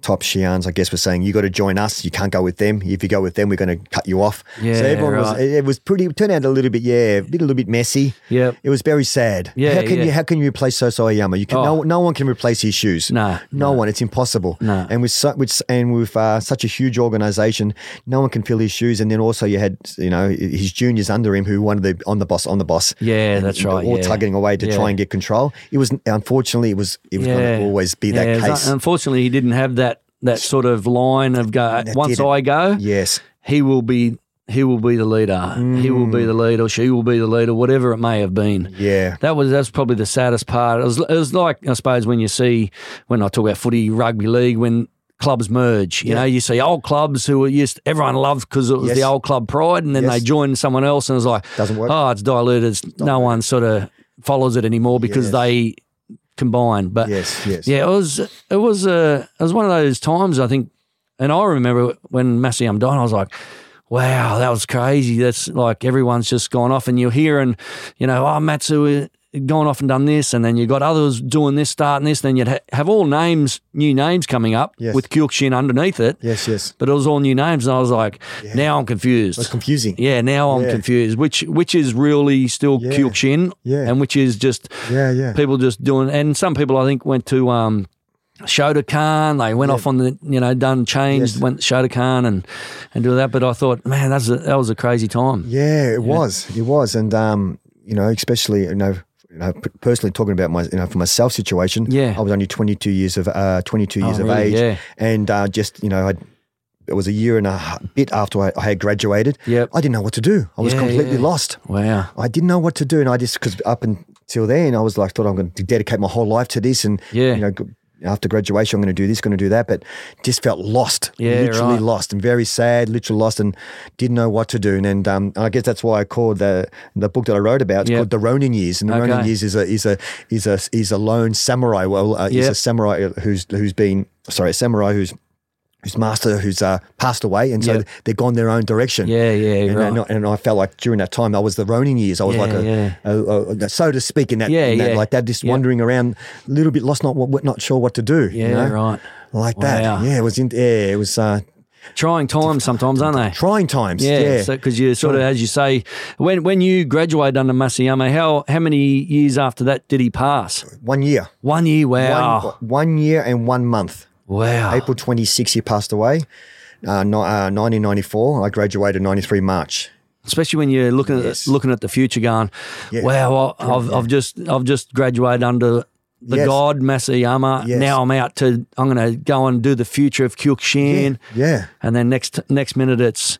Speaker 2: top Shians, I guess, were saying you got to join us. You can't go with them. If you go with them, we're going to cut you off.
Speaker 1: Yeah,
Speaker 2: so everyone was.
Speaker 1: right.
Speaker 2: It, it was pretty. It turned out a little bit. Yeah, a bit- a little bit messy.
Speaker 1: Yep.
Speaker 2: It was very sad.
Speaker 1: Yeah,
Speaker 2: How
Speaker 1: yeah.
Speaker 2: can
Speaker 1: Oh.
Speaker 2: you? How can you replace Soso Ayama? You can. No, no one can replace his shoes.
Speaker 1: No,
Speaker 2: No one. It's impossible.
Speaker 1: No.
Speaker 2: And with su- with s- and with uh, such a huge organization, no one can fill his shoes. And then also you had you know his juniors under him who wanted the on the boss on the boss.
Speaker 1: Yeah, that's right.
Speaker 2: All
Speaker 1: yeah.
Speaker 2: tugging away to
Speaker 1: Yeah.
Speaker 2: try and get control. It was unfortunately it was it was going to always be
Speaker 1: Yeah, um,
Speaker 2: that
Speaker 1: it was-
Speaker 2: case.
Speaker 1: Unfortunately, he didn't have that that sort of line of go. Once
Speaker 2: it.
Speaker 1: I go,
Speaker 2: yes.
Speaker 1: he will be he will be the leader. He will
Speaker 2: Mm.
Speaker 1: be the leader. She will be the leader. Whatever it may have been.
Speaker 2: Yeah.
Speaker 1: That was that's probably the saddest part. It was, it was like I suppose when you see when I talk about footy, rugby league, when clubs merge. You know, you see old clubs who were used everyone loved because it was the
Speaker 2: Yes.
Speaker 1: old club pride, and then
Speaker 2: Yes.
Speaker 1: they join someone else, and it's like
Speaker 2: Doesn't work.
Speaker 1: Oh, it's diluted. It's, no one sort of follows it anymore because
Speaker 2: Yes.
Speaker 1: they combine. But
Speaker 2: Yes. Yes.
Speaker 1: yeah, it was it was uh, it was one of those times I think, and I remember when Masseyum died, I was like. Wow, that was crazy. That's like everyone's just gone off, and you're hearing, you know, oh, Matsu uh, gone off and done this, and then you got others doing this, starting this. Then you'd ha- have all names, new names coming up
Speaker 2: Yes.
Speaker 1: with Kyokushin underneath it,
Speaker 2: Yes. Yes.
Speaker 1: but it was all new names, and I was like, now I'm confused.
Speaker 2: It's confusing.
Speaker 1: Yeah, now I'm
Speaker 2: Yeah.
Speaker 1: confused. Which which is really still
Speaker 2: Yeah.
Speaker 1: Kyokushin,
Speaker 2: Yeah.
Speaker 1: and which is just
Speaker 2: Yeah. Yeah.
Speaker 1: people just doing. And some people I think went to um, Shotokan. They went off on the you know done changed
Speaker 2: Yes.
Speaker 1: went to Shotokan and and do that. But I thought, man, that's a, that was a crazy time.
Speaker 2: Yeah, it was. It was, and um, you know, especially you know, you know, p- personally talking about my you know for myself situation.
Speaker 1: Yeah. Oh,
Speaker 2: I was only twenty two years of uh, twenty two years of
Speaker 1: really?
Speaker 2: age,
Speaker 1: Yeah.
Speaker 2: and uh, just you know, I it was a year and a h- bit after I, I had graduated.
Speaker 1: Yep.
Speaker 2: I didn't know what to do. I was
Speaker 1: Yeah,
Speaker 2: completely
Speaker 1: yeah.
Speaker 2: lost.
Speaker 1: Wow.
Speaker 2: I didn't know what to do, and I just because up until then I was like thought I'm going to dedicate my whole life to this, and
Speaker 1: Yeah.
Speaker 2: you know. g- After graduation, I'm going to do this, going to do that, but just felt lost,
Speaker 1: Yeah,
Speaker 2: literally
Speaker 1: right.
Speaker 2: lost, and very sad, literally lost, and didn't know what to do. And, and um, I guess that's why I called the the book that I wrote about. It's
Speaker 1: Yeah.
Speaker 2: called The Ronin Years, and The Ronin
Speaker 1: Okay.
Speaker 2: Years is a is a is a is a lone samurai. Well, uh, he's
Speaker 1: Yeah.
Speaker 2: a samurai who's who's been sorry, a samurai who's whose master who's uh, passed away, and so
Speaker 1: Yeah.
Speaker 2: they've gone their own direction.
Speaker 1: Yeah, yeah,
Speaker 2: And,
Speaker 1: right.
Speaker 2: I, know- and I felt like during that time, I was the Ronin years. I was
Speaker 1: Yeah,
Speaker 2: like, a,
Speaker 1: yeah.
Speaker 2: a- a- a- so to speak, in that,
Speaker 1: Yeah,
Speaker 2: in that
Speaker 1: yeah.
Speaker 2: like that, just
Speaker 1: Yeah.
Speaker 2: wandering around, a little bit lost, not what, not sure what to do. you
Speaker 1: yeah,
Speaker 2: know?
Speaker 1: right.
Speaker 2: Like that.
Speaker 1: Wow.
Speaker 2: Yeah, it was in, yeah, it was uh,
Speaker 1: Trying times sometimes, aren't they?
Speaker 2: trying times. Yeah,
Speaker 1: Yeah, because you sort of, as you say, when when you graduated under Masayama, how how many years after that did he pass?
Speaker 2: one year,
Speaker 1: One year. Wow.
Speaker 2: one, one year and one month.
Speaker 1: Wow.
Speaker 2: April 26, he passed away. Uh, no, uh, 1994. I graduated 93 March.
Speaker 1: Especially when you're looking at
Speaker 2: Yes.
Speaker 1: looking at the future, going, "Wow, I, I've, I've just I've just graduated under the
Speaker 2: Yes.
Speaker 1: god Masayama.
Speaker 2: Yes.
Speaker 1: Now I'm out to I'm going to go and do the future of Kyokushin,
Speaker 2: Yeah.
Speaker 1: and then next next minute it's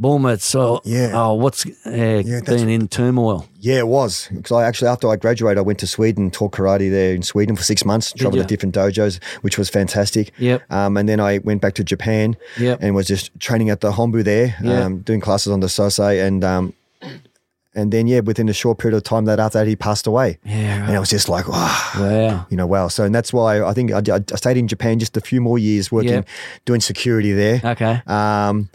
Speaker 1: boom, it's oh,
Speaker 2: Yeah.
Speaker 1: oh what's uh, being in turmoil.
Speaker 2: Yeah, it was. Because I actually, after I graduated, I went to Sweden, taught karate there in Sweden for six months, traveled
Speaker 1: ya?
Speaker 2: to different dojos, which was fantastic.
Speaker 1: Yep.
Speaker 2: Um, and then I went back to Japan
Speaker 1: Yep.
Speaker 2: and was just training at the Hombu there,
Speaker 1: Yeah.
Speaker 2: um, doing classes on the Sosei and um, And then, yeah, within a short period of time that after that, he passed away.
Speaker 1: Yeah,
Speaker 2: And I was just like, wow.
Speaker 1: Wow.
Speaker 2: You know, wow. So, and that's why I think I, I stayed in Japan just a few more years working,
Speaker 1: Yep.
Speaker 2: doing security there
Speaker 1: Okay.
Speaker 2: um,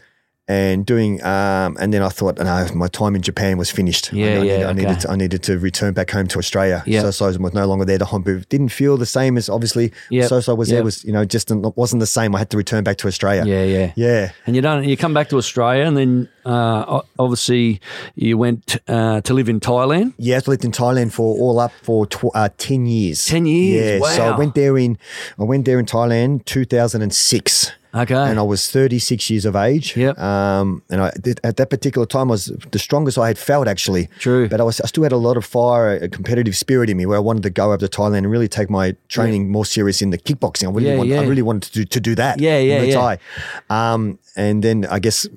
Speaker 2: and doing um, and then I thought no my time in Japan was finished I-
Speaker 1: Yeah,
Speaker 2: I, needed,
Speaker 1: yeah,
Speaker 2: I needed
Speaker 1: okay.
Speaker 2: to, I needed to return back home to Australia
Speaker 1: Yeah.
Speaker 2: so so I was no longer there to home but didn't feel the same as obviously
Speaker 1: Yep,
Speaker 2: so so was
Speaker 1: yep.
Speaker 2: there was you know just not- wasn't the same I had to return back to Australia
Speaker 1: Yeah, yeah.
Speaker 2: yeah
Speaker 1: And you don't. You come back to Australia, and then uh, o- obviously you went uh, to live in Thailand.
Speaker 2: Yeah, I lived in Thailand for all up for tw- uh, ten years.
Speaker 1: 10 years,
Speaker 2: Yeah. So I
Speaker 1: wow.
Speaker 2: went there in I went there in Thailand two thousand and six.
Speaker 1: Okay.
Speaker 2: And I was thirty six years of age.
Speaker 1: Yep.
Speaker 2: Um, and I did, at that particular time I was the strongest I had felt actually.
Speaker 1: True.
Speaker 2: But I was I still had a lot of fire, a competitive spirit in me where I wanted to go over to Thailand and really take my training more serious in the kickboxing. I really
Speaker 1: Yeah,
Speaker 2: want, I
Speaker 1: yeah.
Speaker 2: really wanted to do, to do that.
Speaker 1: Yeah, yeah,
Speaker 2: Muay
Speaker 1: yeah.
Speaker 2: Thai. Um, and then I guess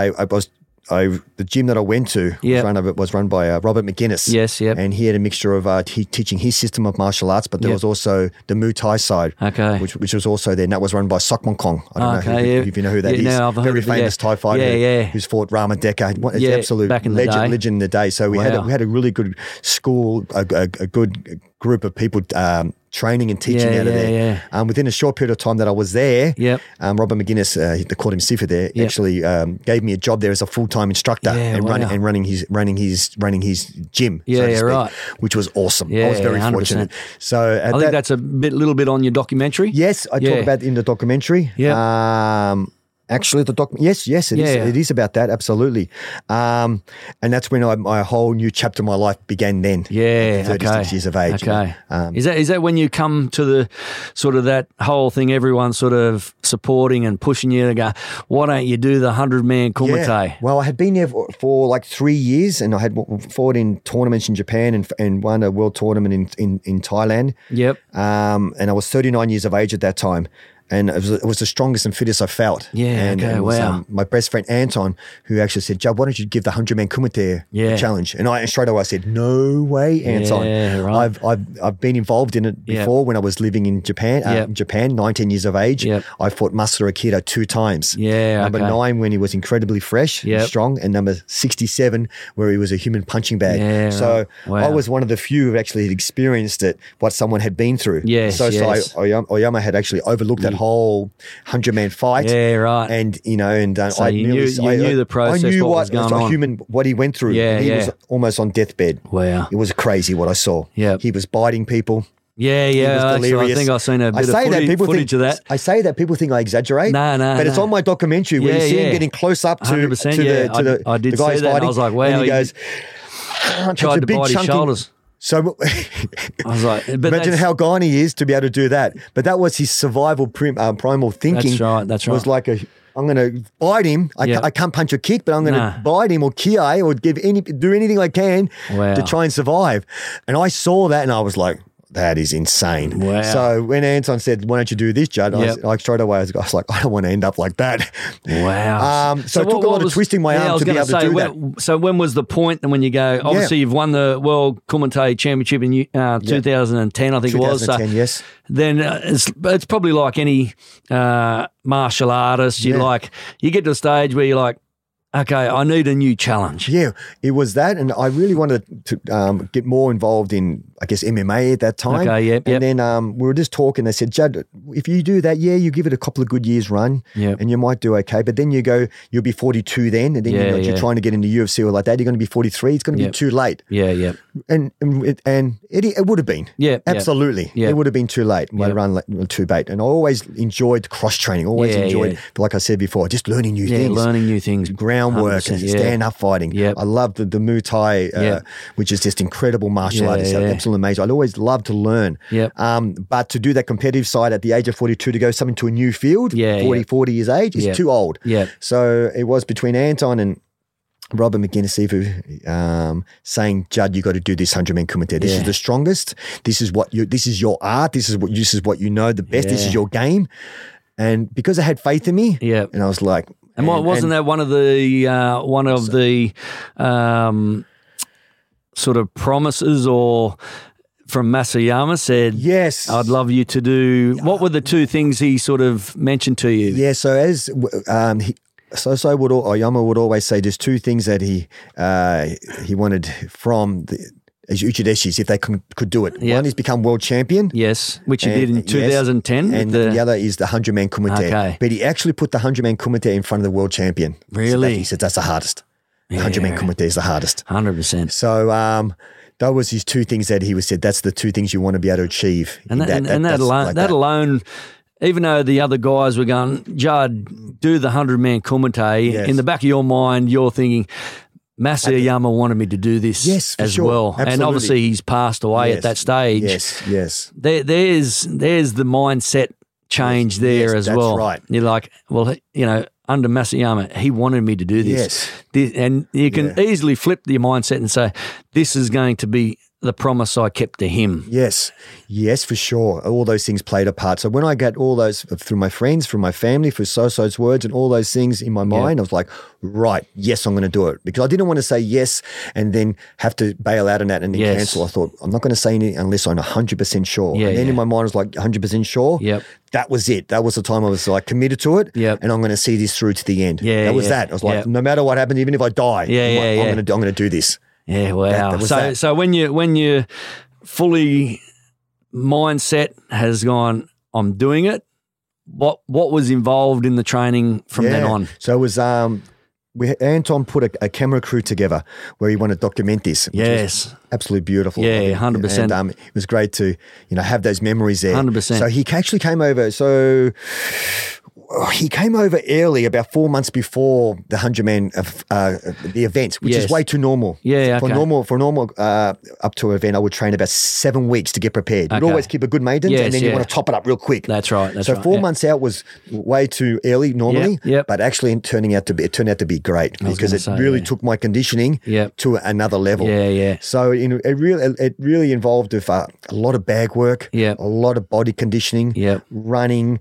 Speaker 2: I, I was. I, the gym that I went to
Speaker 1: Yep.
Speaker 2: was run, over- was run by uh, Robert McGuinness.
Speaker 1: Yes, yep.
Speaker 2: And he had a mixture of uh, he teaching his system of martial arts, but there
Speaker 1: Yep.
Speaker 2: was also the Muay Thai side,
Speaker 1: Okay.
Speaker 2: which, which was also there, and that was run by Sok Mong Kong. I don't know who,
Speaker 1: Ah, Okay, yeah.
Speaker 2: if you know who that
Speaker 1: Yeah,
Speaker 2: is.
Speaker 1: no, I've heard
Speaker 2: Very
Speaker 1: of it, yeah.
Speaker 2: famous Thai fighter
Speaker 1: Yeah, yeah.
Speaker 2: who's fought Rama Decker. What- it's
Speaker 1: Yeah,
Speaker 2: absolute
Speaker 1: back in the
Speaker 2: legend,
Speaker 1: day.
Speaker 2: legend in the day. So we had a,
Speaker 1: Wow.
Speaker 2: we had a really good school, a, a, a good group of people. Um, Training and teaching
Speaker 1: Yeah,
Speaker 2: out of
Speaker 1: yeah,
Speaker 2: there.
Speaker 1: yeah.
Speaker 2: Um, within a short period of time that I was there,
Speaker 1: Yep.
Speaker 2: um, Robert McGuinness, uh, they called him Sifa there,
Speaker 1: Yep.
Speaker 2: actually um, gave me a job there as a full time instructor
Speaker 1: Yeah,
Speaker 2: and, running,
Speaker 1: wow.
Speaker 2: and running his running his running his gym.
Speaker 1: Yeah,
Speaker 2: so to
Speaker 1: yeah,
Speaker 2: speak,
Speaker 1: right.
Speaker 2: Which was awesome. I was
Speaker 1: Yeah,
Speaker 2: very
Speaker 1: 100%.
Speaker 2: fortunate. So at
Speaker 1: I think
Speaker 2: that,
Speaker 1: that's a bit, little bit on your documentary.
Speaker 2: Yes, I
Speaker 1: Yeah.
Speaker 2: talk about it in the documentary. Um, actually, the doc. Yes, yes, it is.
Speaker 1: Yeah.
Speaker 2: It is about that. Absolutely. Um, and that's when I, my whole new chapter of my life began. Then.
Speaker 1: Yeah.
Speaker 2: At 36
Speaker 1: okay.
Speaker 2: years of age. you know. um,
Speaker 1: Okay. is that is that when you come to the sort of that whole thing? Everyone sort of supporting and pushing you to go. Why don't you do the hundred man kumite?
Speaker 2: Well, I had been there for, for like three years, and I had w- fought in tournaments in Japan and, and won a world tournament in in, in Thailand.
Speaker 1: Yep.
Speaker 2: Um, and I was 39 years of age at that time. And it was, it was the strongest and fittest I felt.
Speaker 1: Yeah,
Speaker 2: and,
Speaker 1: okay,
Speaker 2: it was, um,
Speaker 1: wow.
Speaker 2: my best friend Anton, who actually said, "Joe, why don't you give the hundred man kumite
Speaker 1: Yeah.
Speaker 2: a challenge?" And I and straight away I said, "No way, Anton.
Speaker 1: Yeah, right.
Speaker 2: I've, I've I've been involved in it
Speaker 1: Yep.
Speaker 2: before when I was living in Japan. Uh,
Speaker 1: Yep.
Speaker 2: in Japan, 19 years of age,
Speaker 1: Yep.
Speaker 2: I fought Masaru Akito two times.
Speaker 1: Yeah,
Speaker 2: number
Speaker 1: okay.
Speaker 2: nine when he was incredibly fresh, and
Speaker 1: Yep.
Speaker 2: strong, and number 67 where he was a human punching bag.
Speaker 1: Yeah,
Speaker 2: so
Speaker 1: right. Wow.
Speaker 2: I was was one of the few who actually had experienced it, what someone had been through.
Speaker 1: Yes,
Speaker 2: So, so
Speaker 1: yes.
Speaker 2: I, Oyama, Oyama had actually overlooked that whole hundred man fight.
Speaker 1: Yeah, right.
Speaker 2: And you know, and uh,
Speaker 1: So
Speaker 2: I
Speaker 1: you
Speaker 2: nearly-
Speaker 1: knew- you
Speaker 2: I,
Speaker 1: knew the process,
Speaker 2: I knew
Speaker 1: what was going
Speaker 2: a
Speaker 1: on.
Speaker 2: human, what he went through.
Speaker 1: Yeah,
Speaker 2: he
Speaker 1: yeah.
Speaker 2: was almost on deathbed.
Speaker 1: Wow.
Speaker 2: It was crazy what I saw.
Speaker 1: Yep.
Speaker 2: he was biting people.
Speaker 1: Yeah,
Speaker 2: It was
Speaker 1: yeah. Actually, I
Speaker 2: delirious.
Speaker 1: think I've seen a bit of
Speaker 2: say
Speaker 1: footage,
Speaker 2: people
Speaker 1: footage
Speaker 2: think,
Speaker 1: of that.
Speaker 2: I say that people think I exaggerate.
Speaker 1: No, no,
Speaker 2: But it's
Speaker 1: no.
Speaker 2: on my documentary where
Speaker 1: Yeah,
Speaker 2: you see
Speaker 1: yeah.
Speaker 2: him getting close up to,
Speaker 1: 100%,
Speaker 2: to
Speaker 1: yeah.
Speaker 2: the to the,
Speaker 1: I- I did
Speaker 2: the guy
Speaker 1: see
Speaker 2: who's
Speaker 1: that and I
Speaker 2: fighting.
Speaker 1: was like,
Speaker 2: And
Speaker 1: wow,
Speaker 2: he
Speaker 1: he
Speaker 2: goes,
Speaker 1: Tried to bite his shoulders.
Speaker 2: So
Speaker 1: I was like, but
Speaker 2: Imagine
Speaker 1: that's-
Speaker 2: how gone he is to be able to do that. But that was his survival prim, um, primal thinking.
Speaker 1: right, that's right.
Speaker 2: Was like a, I'm going to bite him. I,
Speaker 1: Yeah.
Speaker 2: ca- I can't punch or kick, but I'm going to
Speaker 1: Nah.
Speaker 2: bite him or ki or give any do anything I can
Speaker 1: Wow.
Speaker 2: to try and survive. And I saw that and I was like, that is insane.
Speaker 1: Wow.
Speaker 2: So when Anton said, "Why don't you do this, Judd?" I was
Speaker 1: Yep.
Speaker 2: like straight away, I was, I was like, "I don't want to end up like that."
Speaker 1: Wow.
Speaker 2: Um, so, it took a lot of twisting my
Speaker 1: yeah, I
Speaker 2: arm
Speaker 1: was
Speaker 2: to be
Speaker 1: gonna
Speaker 2: able
Speaker 1: say,
Speaker 2: to do that.
Speaker 1: when, So when was the point when you go, obviously you've won the World Kumite Championship in uh, 2010, I think it was. uh, so
Speaker 2: 2010, yes.
Speaker 1: Then uh, it's, it's probably like any uh, martial artist. You
Speaker 2: Yeah.
Speaker 1: like, you get to a stage where you're like, okay, I need a new challenge.
Speaker 2: Yeah, it was that, and I really wanted to um, get more involved in, I guess, MMA at that time.
Speaker 1: Okay, yep,
Speaker 2: And
Speaker 1: yep.
Speaker 2: then um, we were just talking. They said, Judd, if you do that, yeah, you give it a couple of good years run,
Speaker 1: Yep.
Speaker 2: and you might do okay. But then you go, you'll be 42 then, and then
Speaker 1: Yeah,
Speaker 2: you're, not-
Speaker 1: yeah.
Speaker 2: you're trying to get into UFC or like that. You're going to be 43. It's going to
Speaker 1: Yep.
Speaker 2: be too late.
Speaker 1: Yeah, yeah.
Speaker 2: And and it, and it, it would have been.
Speaker 1: Yep, yep.
Speaker 2: absolutely.
Speaker 1: Yep.
Speaker 2: It would have been too late. My
Speaker 1: Yep.
Speaker 2: run late, too late. And I always enjoyed cross training. Always
Speaker 1: Yeah,
Speaker 2: enjoyed,
Speaker 1: yeah.
Speaker 2: like I said before, just learning new
Speaker 1: Yeah,
Speaker 2: things
Speaker 1: learning new things.
Speaker 2: groundwork and
Speaker 1: 100%, yeah.
Speaker 2: stand up fighting.
Speaker 1: Yep.
Speaker 2: I love the, the Muay Thai, uh,
Speaker 1: Yep.
Speaker 2: which is just incredible martial
Speaker 1: Yeah,
Speaker 2: art. It's
Speaker 1: yeah.
Speaker 2: absolutely amazing. I'd always love to learn.
Speaker 1: Yep.
Speaker 2: Um, but to do that competitive side at the age of 42 to go something to a new field,
Speaker 1: Yeah,
Speaker 2: 40,
Speaker 1: yeah.
Speaker 2: 40 years age, is
Speaker 1: Yeah.
Speaker 2: too old.
Speaker 1: Yeah.
Speaker 2: So it was between Anton and Robert McGuinness who, um, saying, Judd, you got to do this 100 men kumite. This
Speaker 1: Yeah.
Speaker 2: is the strongest. This is what you, this is your art. This is what, this is what you know the best. This
Speaker 1: Yeah.
Speaker 2: is your game. And because I had faith in me,
Speaker 1: Yeah.
Speaker 2: and I was like,
Speaker 1: And what, wasn't that one of the uh, one of the um, sort of promises or from Masayama said,
Speaker 2: Yes.
Speaker 1: "I'd love you to do." What were the two things he sort of mentioned to you?
Speaker 2: Yeah, so as w- um, he, Soso would al- Oyama would always say there's two things that he uh, he wanted from the as Uchideshis if they can, could do it.
Speaker 1: Yeah.
Speaker 2: One is become world champion.
Speaker 1: Yes, which he
Speaker 2: and-
Speaker 1: did in
Speaker 2: yes,
Speaker 1: 2010. with
Speaker 2: and the, other is the hundred man kumite.
Speaker 1: Okay.
Speaker 2: But he actually put the hundred man kumite in front of the world champion. So that-
Speaker 1: Really?
Speaker 2: he said that's the hardest. The hundred man
Speaker 1: Yeah.
Speaker 2: kumite is the hardest.
Speaker 1: 100%.
Speaker 2: So um, that was his two things that he was said. That's the two things you want to be able to achieve.
Speaker 1: And that, and, and that
Speaker 2: that's
Speaker 1: alone,
Speaker 2: like
Speaker 1: that. alone, even though the other guys were going, Judd, do the hundred man kumite.
Speaker 2: Yes.
Speaker 1: In the back of your mind, you're thinking, Masayama wanted me to do this
Speaker 2: Yes, for
Speaker 1: as
Speaker 2: sure.
Speaker 1: well, and
Speaker 2: Absolutely.
Speaker 1: obviously he's passed away at
Speaker 2: Yes.
Speaker 1: that stage.
Speaker 2: Yes, yes.
Speaker 1: There, there's there's the mindset change there
Speaker 2: yes,
Speaker 1: as
Speaker 2: that's
Speaker 1: well.
Speaker 2: right.
Speaker 1: You're like, well, you know, under Masayama, he wanted me to do this.
Speaker 2: Yes.
Speaker 1: Thi- and you can
Speaker 2: Yeah.
Speaker 1: easily flip your mindset and say, this is going to be the promise I kept to him.
Speaker 2: Yes, yes, for sure. All those things played a part. So when I got all those uh, through my friends, through my family, through Soso's words, and all those things in my mind, I was like, right, yes, I'm going to do it because I didn't want to say yes and then have to bail out on that and then
Speaker 1: Yes.
Speaker 2: cancel. I thought I'm not going to say anything unless I'm 100 percent sure.
Speaker 1: Yeah,
Speaker 2: and then
Speaker 1: yeah.
Speaker 2: in my mind, I was like 100 percent sure.
Speaker 1: Yep.
Speaker 2: That was it. That was the time I was like committed to it.
Speaker 1: Yep.
Speaker 2: And I'm going to see this through to the end.
Speaker 1: Yeah,
Speaker 2: That was
Speaker 1: yeah,
Speaker 2: that. I was like,
Speaker 1: yeah.
Speaker 2: no matter what happens, even if I die,
Speaker 1: Yeah,
Speaker 2: I'm,
Speaker 1: yeah,
Speaker 2: like, I'm
Speaker 1: yeah.
Speaker 2: going to I'm going to do this.
Speaker 1: Yeah, wow.
Speaker 2: that was
Speaker 1: so
Speaker 2: that.
Speaker 1: so when you when your fully mindset has gone, I'm doing it. What what was involved in the training from then
Speaker 2: Yeah.
Speaker 1: on?
Speaker 2: So it was um, we Anton put a, a camera crew together where he wanted to document this. which was
Speaker 1: Yes.
Speaker 2: absolutely beautiful.
Speaker 1: Yeah,
Speaker 2: I mean,
Speaker 1: 100%.
Speaker 2: And um, it was great to you know have those memories there.
Speaker 1: 100%.
Speaker 2: So he actually came over. So. oh, He came over early, about four months before the hundred man of uh, the event, which
Speaker 1: Yes.
Speaker 2: is way too normal.
Speaker 1: Yeah,
Speaker 2: for
Speaker 1: okay.
Speaker 2: normal for normal uh, up to an event, I would train about seven weeks to get prepared. You'd
Speaker 1: Okay.
Speaker 2: always keep a good maiden,
Speaker 1: Yes,
Speaker 2: and then
Speaker 1: yeah.
Speaker 2: you want to top it up real quick.
Speaker 1: That's right. That's
Speaker 2: so
Speaker 1: right.
Speaker 2: four
Speaker 1: yeah.
Speaker 2: months out was way too early normally,
Speaker 1: Yep, yep.
Speaker 2: but actually in turning out to be it turned out to be great
Speaker 1: was
Speaker 2: because
Speaker 1: gonna
Speaker 2: it
Speaker 1: say,
Speaker 2: really
Speaker 1: yeah.
Speaker 2: took my conditioning
Speaker 1: Yep.
Speaker 2: to another level.
Speaker 1: Yeah, yeah.
Speaker 2: So you know, it really it really involved with, uh, a lot of bag work,
Speaker 1: Yep.
Speaker 2: a lot of body conditioning,
Speaker 1: Yep.
Speaker 2: running,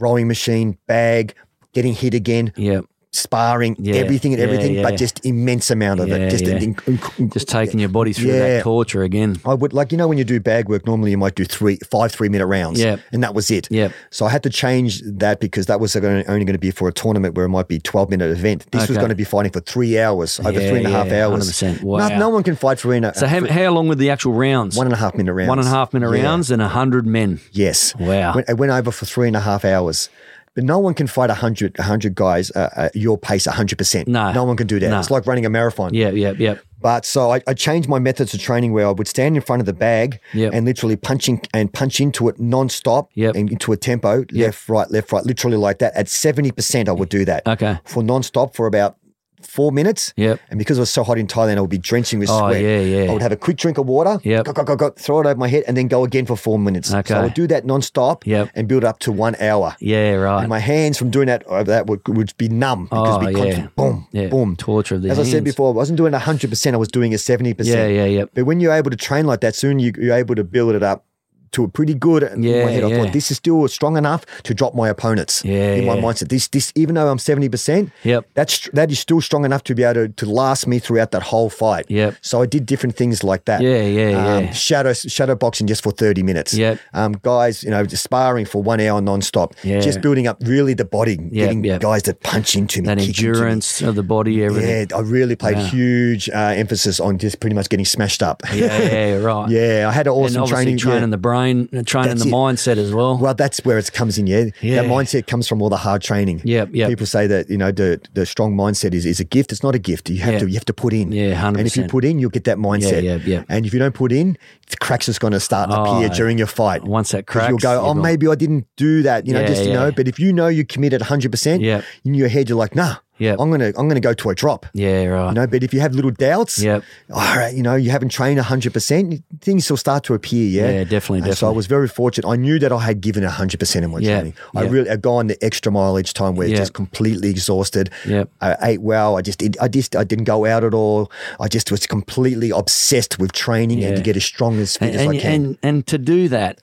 Speaker 2: rowing machine, bag, getting hit again,
Speaker 1: Yeah.
Speaker 2: sparring,
Speaker 1: Yeah,
Speaker 2: everything and
Speaker 1: yeah,
Speaker 2: everything,
Speaker 1: yeah.
Speaker 2: but just immense amount of
Speaker 1: Yeah,
Speaker 2: it. Just,
Speaker 1: yeah.
Speaker 2: an inc-
Speaker 1: Just taking your body through that
Speaker 2: Yeah.
Speaker 1: torture again.
Speaker 2: I would like you know when you do bag work normally you might do three five three minute rounds
Speaker 1: Yep.
Speaker 2: and that was it
Speaker 1: Yep.
Speaker 2: so I had to change that because that was gonna- only going to be for a tournament where it might be twelve minute event this was
Speaker 1: Okay.
Speaker 2: going to be fighting for three hours over
Speaker 1: Yeah,
Speaker 2: three and a half
Speaker 1: yeah,
Speaker 2: hours
Speaker 1: 100%. Wow.
Speaker 2: no, no one can fight for in a,
Speaker 1: So how, how long were the actual rounds?
Speaker 2: one and a half minute rounds
Speaker 1: One and a half minute
Speaker 2: Yeah.
Speaker 1: rounds and a hundred men.
Speaker 2: yes
Speaker 1: Wow.
Speaker 2: Went- it went over for three and a half hours. But no one can fight 100, 100 guys uh, at your pace 100%.
Speaker 1: No.
Speaker 2: No one can do that.
Speaker 1: No.
Speaker 2: It's like running a marathon.
Speaker 1: Yeah, yeah, yeah.
Speaker 2: But so I, I changed my methods of training where I would stand in front of the bag
Speaker 1: Yep.
Speaker 2: and literally punching and punch into it non-stop
Speaker 1: Yep.
Speaker 2: and into a tempo, left, right, left, right, literally like that. At 70%, I would do that
Speaker 1: Okay.
Speaker 2: for non-stop for about four minutes.
Speaker 1: Yep.
Speaker 2: And because it was so hot in Thailand, I would be drenching with
Speaker 1: Oh,
Speaker 2: sweat.
Speaker 1: yeah, yeah.
Speaker 2: I would have a quick drink of water,
Speaker 1: Yep.
Speaker 2: go, go, go, go, throw it over my head, and then go again for four minutes.
Speaker 1: Okay.
Speaker 2: So I would do that non-stop
Speaker 1: Yep.
Speaker 2: and build up to one hour.
Speaker 1: Yeah, right.
Speaker 2: And my hands from doing that over that would, would be numb because
Speaker 1: Oh,
Speaker 2: it'd be
Speaker 1: yeah.
Speaker 2: constant boom,
Speaker 1: yeah.
Speaker 2: boom.
Speaker 1: Torture of the
Speaker 2: As I said
Speaker 1: hands.
Speaker 2: before, I wasn't doing 100%, I was doing a 70%.
Speaker 1: Yeah, yeah, yeah.
Speaker 2: But when you're able to train like that, soon you, you're able to build it up to a pretty good. and in
Speaker 1: Yeah,
Speaker 2: my head, I
Speaker 1: yeah.
Speaker 2: thought this is still strong enough to drop my opponents.
Speaker 1: Yeah,
Speaker 2: in my
Speaker 1: yeah.
Speaker 2: mindset, this this even though I'm 70%,
Speaker 1: Yep.
Speaker 2: that's that is still strong enough to be able to, to last me throughout that whole fight.
Speaker 1: Yep.
Speaker 2: So I did different things like that. Um,
Speaker 1: Yeah, yeah, yeah.
Speaker 2: Shadow shadow boxing just for 30 minutes.
Speaker 1: Yep.
Speaker 2: Um, guys, you know, just sparring for one hour nonstop.
Speaker 1: Yeah.
Speaker 2: Just building up really the body, getting
Speaker 1: yep.
Speaker 2: guys that punch into me,
Speaker 1: That
Speaker 2: kick into me.
Speaker 1: endurance of the body, everything.
Speaker 2: Yeah, I really played huge uh, emphasis on just pretty much getting smashed up.
Speaker 1: Yeah, right.
Speaker 2: Yeah, I had an
Speaker 1: And
Speaker 2: awesome
Speaker 1: obviously
Speaker 2: training.
Speaker 1: training,
Speaker 2: yeah.
Speaker 1: the brain, uh, training
Speaker 2: That's
Speaker 1: the
Speaker 2: it.
Speaker 1: mindset as well.
Speaker 2: Well, that's where it comes in. Yeah,
Speaker 1: Yeah.
Speaker 2: that mindset comes from all the hard training.
Speaker 1: Yep, yep.
Speaker 2: People say that you know the the strong mindset is, is a gift. It's not a gift. You have
Speaker 1: Yeah.
Speaker 2: to you have to put in.
Speaker 1: Yeah,
Speaker 2: And if you
Speaker 1: 100%.
Speaker 2: put in, you'll get that mindset.
Speaker 1: yeah, yeah.
Speaker 2: And if you don't put in, the cracks is going to start
Speaker 1: Oh,
Speaker 2: appear during your fight.
Speaker 1: Once that
Speaker 2: 'Cause
Speaker 1: cracks,
Speaker 2: you'll go,
Speaker 1: you're
Speaker 2: oh,
Speaker 1: gone.
Speaker 2: maybe I didn't do that, you know,
Speaker 1: Yeah,
Speaker 2: just you
Speaker 1: yeah.
Speaker 2: know. But if you know you committed 100, percent
Speaker 1: Yep.
Speaker 2: in your head, you're like, nah,
Speaker 1: Yep.
Speaker 2: I'm gonna I'm gonna go to a drop.
Speaker 1: Yeah, right.
Speaker 2: You know, but if you have little doubts,
Speaker 1: Yep.
Speaker 2: all right, you know, you haven't trained 100%, things will start to appear, yeah?
Speaker 1: Yeah, definitely,
Speaker 2: And So I
Speaker 1: definitely.
Speaker 2: was very fortunate. I knew that I had given 100% in my
Speaker 1: Yeah,
Speaker 2: training. I
Speaker 1: yeah.
Speaker 2: really, I'd gone the extra mile each time where
Speaker 1: Yeah.
Speaker 2: just completely exhausted.
Speaker 1: Yep.
Speaker 2: I ate well. I just, I just, I didn't go out at all. I just was completely obsessed with training and
Speaker 1: Yeah.
Speaker 2: to get as strong as fit
Speaker 1: and,
Speaker 2: as I
Speaker 1: and,
Speaker 2: can.
Speaker 1: and, and to do that,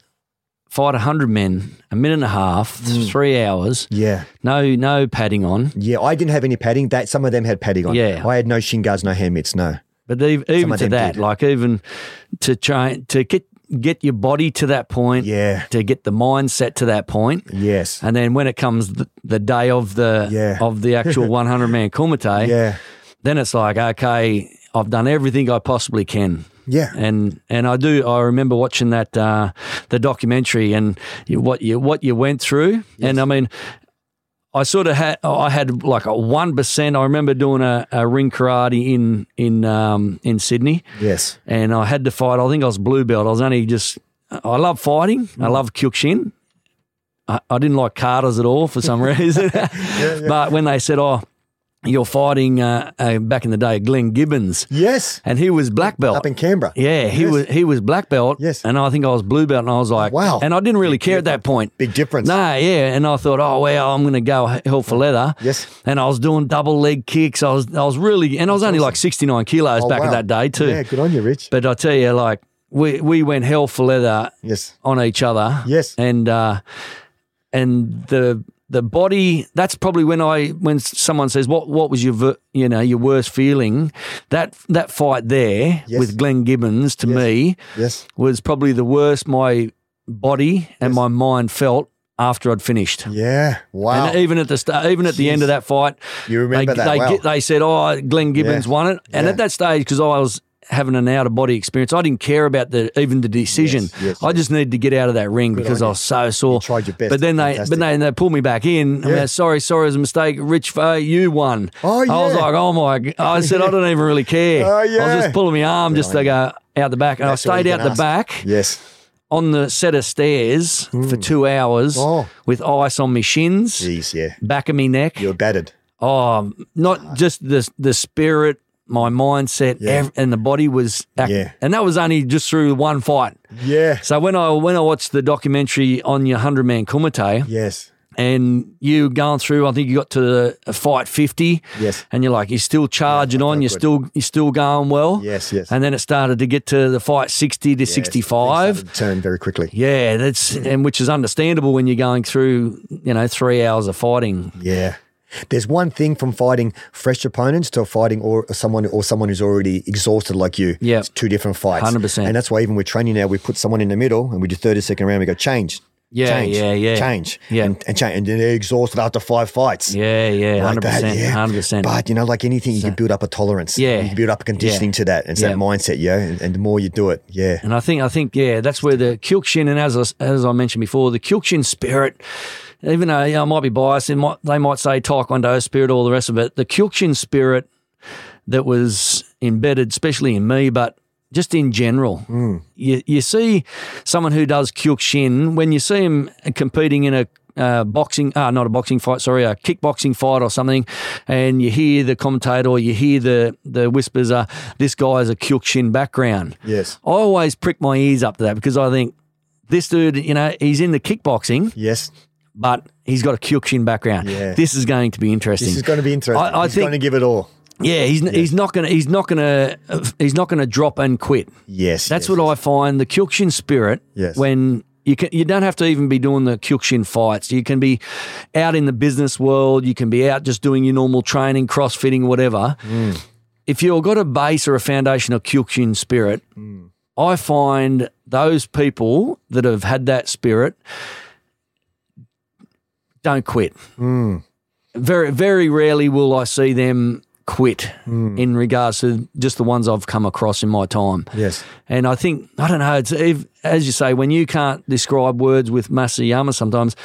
Speaker 1: fight 100 men, a minute and a half,
Speaker 2: Mm.
Speaker 1: three hours,
Speaker 2: yeah.
Speaker 1: no no padding on.
Speaker 2: Yeah. I didn't have any padding. That Some of them had padding on.
Speaker 1: Yeah.
Speaker 2: I had no shin guards, no hand mitts, no.
Speaker 1: But ev- even
Speaker 2: of
Speaker 1: to
Speaker 2: them
Speaker 1: that,
Speaker 2: did.
Speaker 1: like even to try to get get your body to that point,
Speaker 2: Yeah.
Speaker 1: to get the mindset to that point.
Speaker 2: Yes.
Speaker 1: And then when it comes the, the day of the
Speaker 2: Yeah.
Speaker 1: of the actual 100 man kumite,
Speaker 2: Yeah.
Speaker 1: then it's like, okay, I've done everything I possibly can.
Speaker 2: Yeah.
Speaker 1: And and I do I remember watching that uh, the documentary and you- what you what you went through. And I mean I sort of had I had like a one percent. I remember doing a, a ring karate in in um, in Sydney
Speaker 2: Yes.
Speaker 1: and I had to fight. I think I was blue belt. I was only just. I love fighting. I love Kyokushin. I, I didn't like Carters at all for some reason. But when they said, "Oh, you're fighting," uh, uh, back in the day, Glenn Gibbons,
Speaker 2: Yes.
Speaker 1: and he was black belt.
Speaker 2: Up in Canberra.
Speaker 1: yeah, he was he was black belt.
Speaker 2: Yes.
Speaker 1: and I think I was blue belt, and I was like,
Speaker 2: Wow.
Speaker 1: And I didn't really care at that point.
Speaker 2: Big difference.
Speaker 1: No, yeah, and I thought, oh well, I'm going to go h- hell for leather.
Speaker 2: Yes.
Speaker 1: and I was doing double leg kicks. I was, I was really, and I was only like 69 kilos
Speaker 2: Oh,
Speaker 1: back
Speaker 2: wow.
Speaker 1: at that day too.
Speaker 2: Yeah. Good on you, Rich.
Speaker 1: But I tell you, like we we went hell for leather
Speaker 2: yes.
Speaker 1: on each other.
Speaker 2: Yes.
Speaker 1: and uh, and the the body. That's probably when I when someone says what what was your ver- you know your worst feeling. That that fight there
Speaker 2: Yes.
Speaker 1: with Glenn Gibbons to me
Speaker 2: Yes.
Speaker 1: was probably the worst my body and my mind felt after I'd finished.
Speaker 2: Yeah. Wow.
Speaker 1: And even at the sta- even at the end of that fight,
Speaker 2: You remember
Speaker 1: they,
Speaker 2: that
Speaker 1: they,
Speaker 2: well.
Speaker 1: get- they said, "Oh, Glenn Gibbons
Speaker 2: Yeah.
Speaker 1: won it," and
Speaker 2: Yeah.
Speaker 1: at that stage, because I was having an out of body experience, I didn't care about the even the decision.
Speaker 2: Yes, yes,
Speaker 1: I just needed to get out of that ring because I was so sore.
Speaker 2: tried your best.
Speaker 1: but then they
Speaker 2: Fantastic.
Speaker 1: but then they pulled me back in. I'm
Speaker 2: Yeah.
Speaker 1: like, sorry, sorry, it was a mistake. Rich, Fay, you won.
Speaker 2: Oh,
Speaker 1: I was
Speaker 2: yeah.
Speaker 1: like, oh my! g-" I said, I don't even really care.
Speaker 2: Oh,
Speaker 1: I was
Speaker 2: yeah.
Speaker 1: just pulling my arm just to go out the back, and
Speaker 2: That's all
Speaker 1: I
Speaker 2: you
Speaker 1: stayed out
Speaker 2: can
Speaker 1: the
Speaker 2: ask.
Speaker 1: back
Speaker 2: yes.
Speaker 1: on the set of stairs for two hours
Speaker 2: Mm. Oh.
Speaker 1: with ice on my shins,
Speaker 2: Jeez. Yeah.
Speaker 1: back of my neck.
Speaker 2: You were battered.
Speaker 1: Oh, not just the the spirit, my mindset,
Speaker 2: Uh, Yeah.
Speaker 1: ev- and the body was, act-
Speaker 2: Yeah.
Speaker 1: and that was only just through one fight.
Speaker 2: Yeah.
Speaker 1: So when I when I watched the documentary on your hundred man kumite,
Speaker 2: Yes.
Speaker 1: and you going through, I think you got to the fight fifty,
Speaker 2: Yes.
Speaker 1: and you're like you're still charging on, you're
Speaker 2: good.
Speaker 1: still you're still going well,
Speaker 2: Yes. Yes.
Speaker 1: and then it started to get to the fight sixty to sixty five,
Speaker 2: Turn very quickly.
Speaker 1: yeah, that's and which is understandable when you're going through you know three hours of fighting.
Speaker 2: Yeah. There's one thing from fighting fresh opponents to fighting or someone or someone who's already exhausted like you.
Speaker 1: Yeah.
Speaker 2: It's two different fights.
Speaker 1: 100%.
Speaker 2: And that's why even with training now, we put someone in the middle and we do 30 second round, we go change.
Speaker 1: Yeah,
Speaker 2: change,
Speaker 1: yeah, yeah.
Speaker 2: Change.
Speaker 1: Yeah.
Speaker 2: And, and change. And then they're exhausted after five fights.
Speaker 1: Yeah, yeah,
Speaker 2: Like
Speaker 1: hundred
Speaker 2: that,
Speaker 1: percent,
Speaker 2: yeah.
Speaker 1: hundred percent.
Speaker 2: But you know, like anything, you can build up a tolerance.
Speaker 1: Yeah.
Speaker 2: You can build up a conditioning to that. It's
Speaker 1: Yeah.
Speaker 2: that mindset, yeah. And, and the more you do it, yeah.
Speaker 1: And I think, I think, yeah, that's where the Kyokushin, and as I, as I mentioned before, the Kyokushin spirit, even though you know, I might be biased, it might, they might say Taekwondo spirit, all the rest of it, the Kyokushin spirit that was embedded, especially in me, but just in general, you, you see someone who does Kyokushin, when you see him competing in a uh, boxing, ah, not a boxing fight, sorry, a kickboxing fight or something, and you hear the commentator or you hear the, the whispers, uh, this guy is a Kyokushin background.
Speaker 2: Yes.
Speaker 1: I always prick my ears up to that because I think this dude, you know, he's in the kickboxing,
Speaker 2: Yes.
Speaker 1: but he's got a Kyokushin background.
Speaker 2: Yeah.
Speaker 1: This is going to be interesting.
Speaker 2: This is going to be interesting.
Speaker 1: I- I
Speaker 2: He's
Speaker 1: think-
Speaker 2: going to give it all.
Speaker 1: yeah, he's he's not gonna he's not gonna uh, he's not gonna drop and quit.
Speaker 2: Yes.
Speaker 1: That's what I find the Kyokushin spirit.
Speaker 2: Yes.
Speaker 1: When you can, you don't have to even be doing the Kyokushin fights. You can be out in the business world. You can be out just doing your normal training, crossfitting, whatever.
Speaker 2: Mm.
Speaker 1: If you've got a base or a foundation of Kyokushin spirit,
Speaker 2: Mm.
Speaker 1: I find those people that have had that spirit don't quit.
Speaker 2: Mm.
Speaker 1: Very, very rarely will I see them quit
Speaker 2: Mm.
Speaker 1: in regards to just the ones I've come across in my time.
Speaker 2: Yes.
Speaker 1: And I think I don't know. It's if, as you say, when you can't describe words with Masayama, sometimes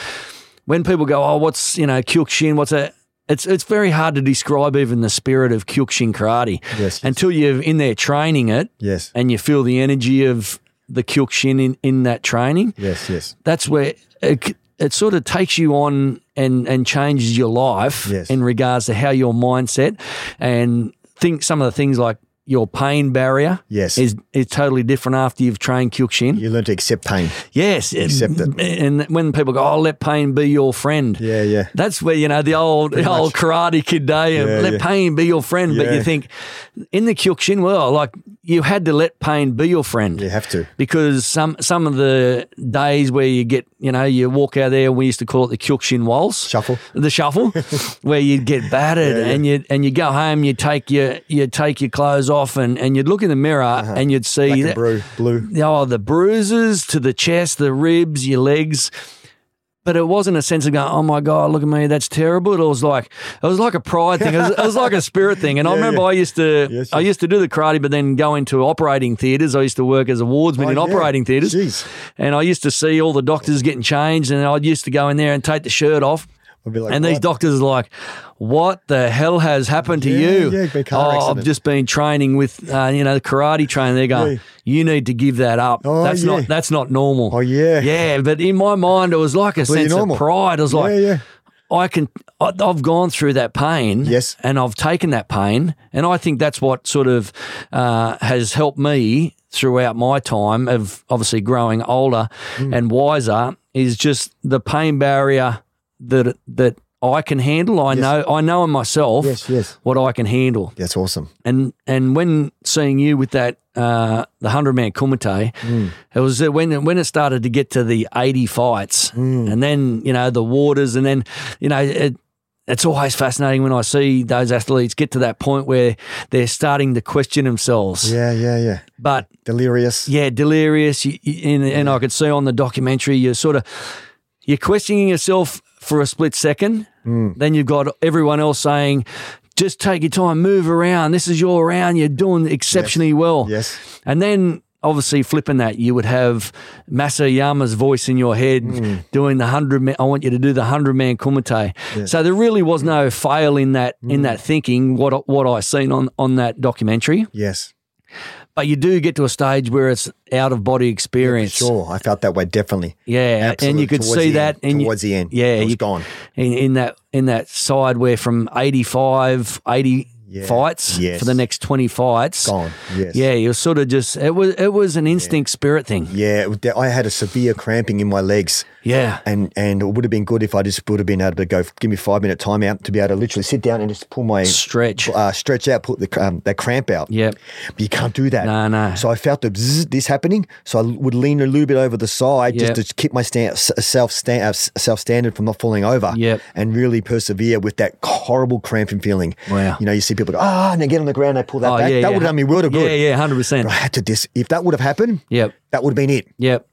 Speaker 1: when people go, "Oh, what's you know Kyokushin? What's that?" It's it's very hard to describe even the spirit of Kyokushin karate
Speaker 2: Yes.
Speaker 1: until you're in there training it
Speaker 2: Yes.
Speaker 1: and you feel the energy of the Kyokushin in, in that training.
Speaker 2: Yes. Yes.
Speaker 1: That's where it, c- it sort of takes you on and and changes your life
Speaker 2: Yes.
Speaker 1: in regards to how your mindset and think some of the things like your pain barrier
Speaker 2: Yes.
Speaker 1: is is totally different after you've trained Kyokushin.
Speaker 2: You learn to accept pain.
Speaker 1: Yes,
Speaker 2: Accept it.
Speaker 1: And when people go, "Oh, let pain be your friend,"
Speaker 2: Yeah. Yeah.
Speaker 1: that's where you know the old the old Karate Kid day of
Speaker 2: Yeah,
Speaker 1: let
Speaker 2: yeah.
Speaker 1: pain be your friend. But you
Speaker 2: Yeah.
Speaker 1: think in the Kyokushin world, like you had to let pain be your friend.
Speaker 2: You have to.
Speaker 1: Because some some of the days where you get, you know, you walk out there, we used to call it the Kyokushin waltz.
Speaker 2: Shuffle.
Speaker 1: The shuffle, where you'd get battered
Speaker 2: Yeah, yeah.
Speaker 1: and you and you go home, you take your you take your clothes off and, and you'd look in the mirror and you'd see
Speaker 2: Uh-huh. Black and
Speaker 1: that-
Speaker 2: blue, blue.
Speaker 1: oh, the bruises to the chest, the ribs, your legs. But it wasn't a sense of going, oh my God, look at me, that's terrible. It was like it was like a pride thing. It was, it was like a spirit thing. And I
Speaker 2: Yeah,
Speaker 1: remember
Speaker 2: yeah.
Speaker 1: I used to
Speaker 2: Yes,
Speaker 1: I
Speaker 2: yes.
Speaker 1: used to do the karate, but then go into operating theatres. I used to work as a wardsman in
Speaker 2: Oh, yeah.
Speaker 1: operating theatres.
Speaker 2: Jeez.
Speaker 1: And I used to see all the doctors getting changed and I used to go in there and take the shirt off.
Speaker 2: I'd be like,
Speaker 1: And these
Speaker 2: "What?"
Speaker 1: doctors are like, what the hell has happened to
Speaker 2: Yeah,
Speaker 1: you?
Speaker 2: yeah, big car
Speaker 1: oh, I've
Speaker 2: accident."
Speaker 1: just been training with, uh, you know, the karate training. They're going,
Speaker 2: Yeah.
Speaker 1: you need to give that up.
Speaker 2: Oh,
Speaker 1: that's
Speaker 2: yeah.
Speaker 1: not that's not normal.
Speaker 2: Oh, yeah.
Speaker 1: Yeah, but in my mind, it was like a
Speaker 2: Completely
Speaker 1: sense
Speaker 2: normal.
Speaker 1: of pride. It was like,
Speaker 2: yeah, yeah.
Speaker 1: I can, I, I've gone through that pain.
Speaker 2: Yes.
Speaker 1: And I've taken that pain. And I think that's what sort of uh, has helped me throughout my time of obviously growing older
Speaker 2: Hmm.
Speaker 1: and wiser is just the pain barrier that, that, I can handle. I know. I know in myself
Speaker 2: Yes, yes.
Speaker 1: what I can handle.
Speaker 2: That's awesome.
Speaker 1: And and when seeing you with that uh, the hundred man kumite, it was uh, when when it started to get to the eighty fights, and then you know the waters, and then you know it. It's always fascinating when I see those athletes get to that point where they're starting to question themselves.
Speaker 2: Yeah, yeah, yeah.
Speaker 1: But
Speaker 2: Delirious.
Speaker 1: yeah, delirious, you, you, and, and I could see on the documentary you're sort of you're questioning yourself for a split second. Then you've got everyone else saying, "Just take your time, move around. This is your round. You're doing exceptionally well."
Speaker 2: Yes.
Speaker 1: And then obviously flipping that, you would have Masayama's voice in your head doing the hundred man I want you to do the hundred man kumite. So there really was no fail in that in that thinking, what I- what I seen on, on that documentary.
Speaker 2: Yes.
Speaker 1: But you do get to a stage where it's out of body experience.
Speaker 2: Sure. I felt that way definitely.
Speaker 1: Yeah, and
Speaker 2: Absolutely.
Speaker 1: you could
Speaker 2: Towards
Speaker 1: see
Speaker 2: the
Speaker 1: that
Speaker 2: end,
Speaker 1: and you-
Speaker 2: towards the end.
Speaker 1: Yeah,
Speaker 2: It was
Speaker 1: you-
Speaker 2: gone.
Speaker 1: in, in that in that side where from 85, 80
Speaker 2: Yeah.
Speaker 1: fights
Speaker 2: Yes.
Speaker 1: for the next twenty fights.
Speaker 2: Gone. Yes.
Speaker 1: Yeah, you're sort of just it was it was an instinct spirit thing.
Speaker 2: Yeah. it was- I had a severe cramping in my legs.
Speaker 1: Yeah.
Speaker 2: And and it would have been good if I just would have been able to go, give me five minute timeout to be able to literally sit down and just pull my
Speaker 1: Stretch.
Speaker 2: uh, stretch out, put the um, that cramp out.
Speaker 1: Yep.
Speaker 2: But you can't do that.
Speaker 1: No, no.
Speaker 2: So I felt the bzzz, this happening. So I would lean a little bit over the side
Speaker 1: Yep.
Speaker 2: just to keep my stand, s- self stand, uh, s- self standard from not falling over.
Speaker 1: Yep.
Speaker 2: And really persevere with that horrible cramping feeling.
Speaker 1: Wow.
Speaker 2: You know, you see people go, ah, and they get on the ground, they pull that
Speaker 1: Oh,
Speaker 2: back.
Speaker 1: yeah,
Speaker 2: that
Speaker 1: yeah.
Speaker 2: would have done me world of
Speaker 1: Yeah,
Speaker 2: good.
Speaker 1: yeah, hundred percent.
Speaker 2: I had to dis. If that would have happened,
Speaker 1: Yep.
Speaker 2: that would have been it.
Speaker 1: Yep.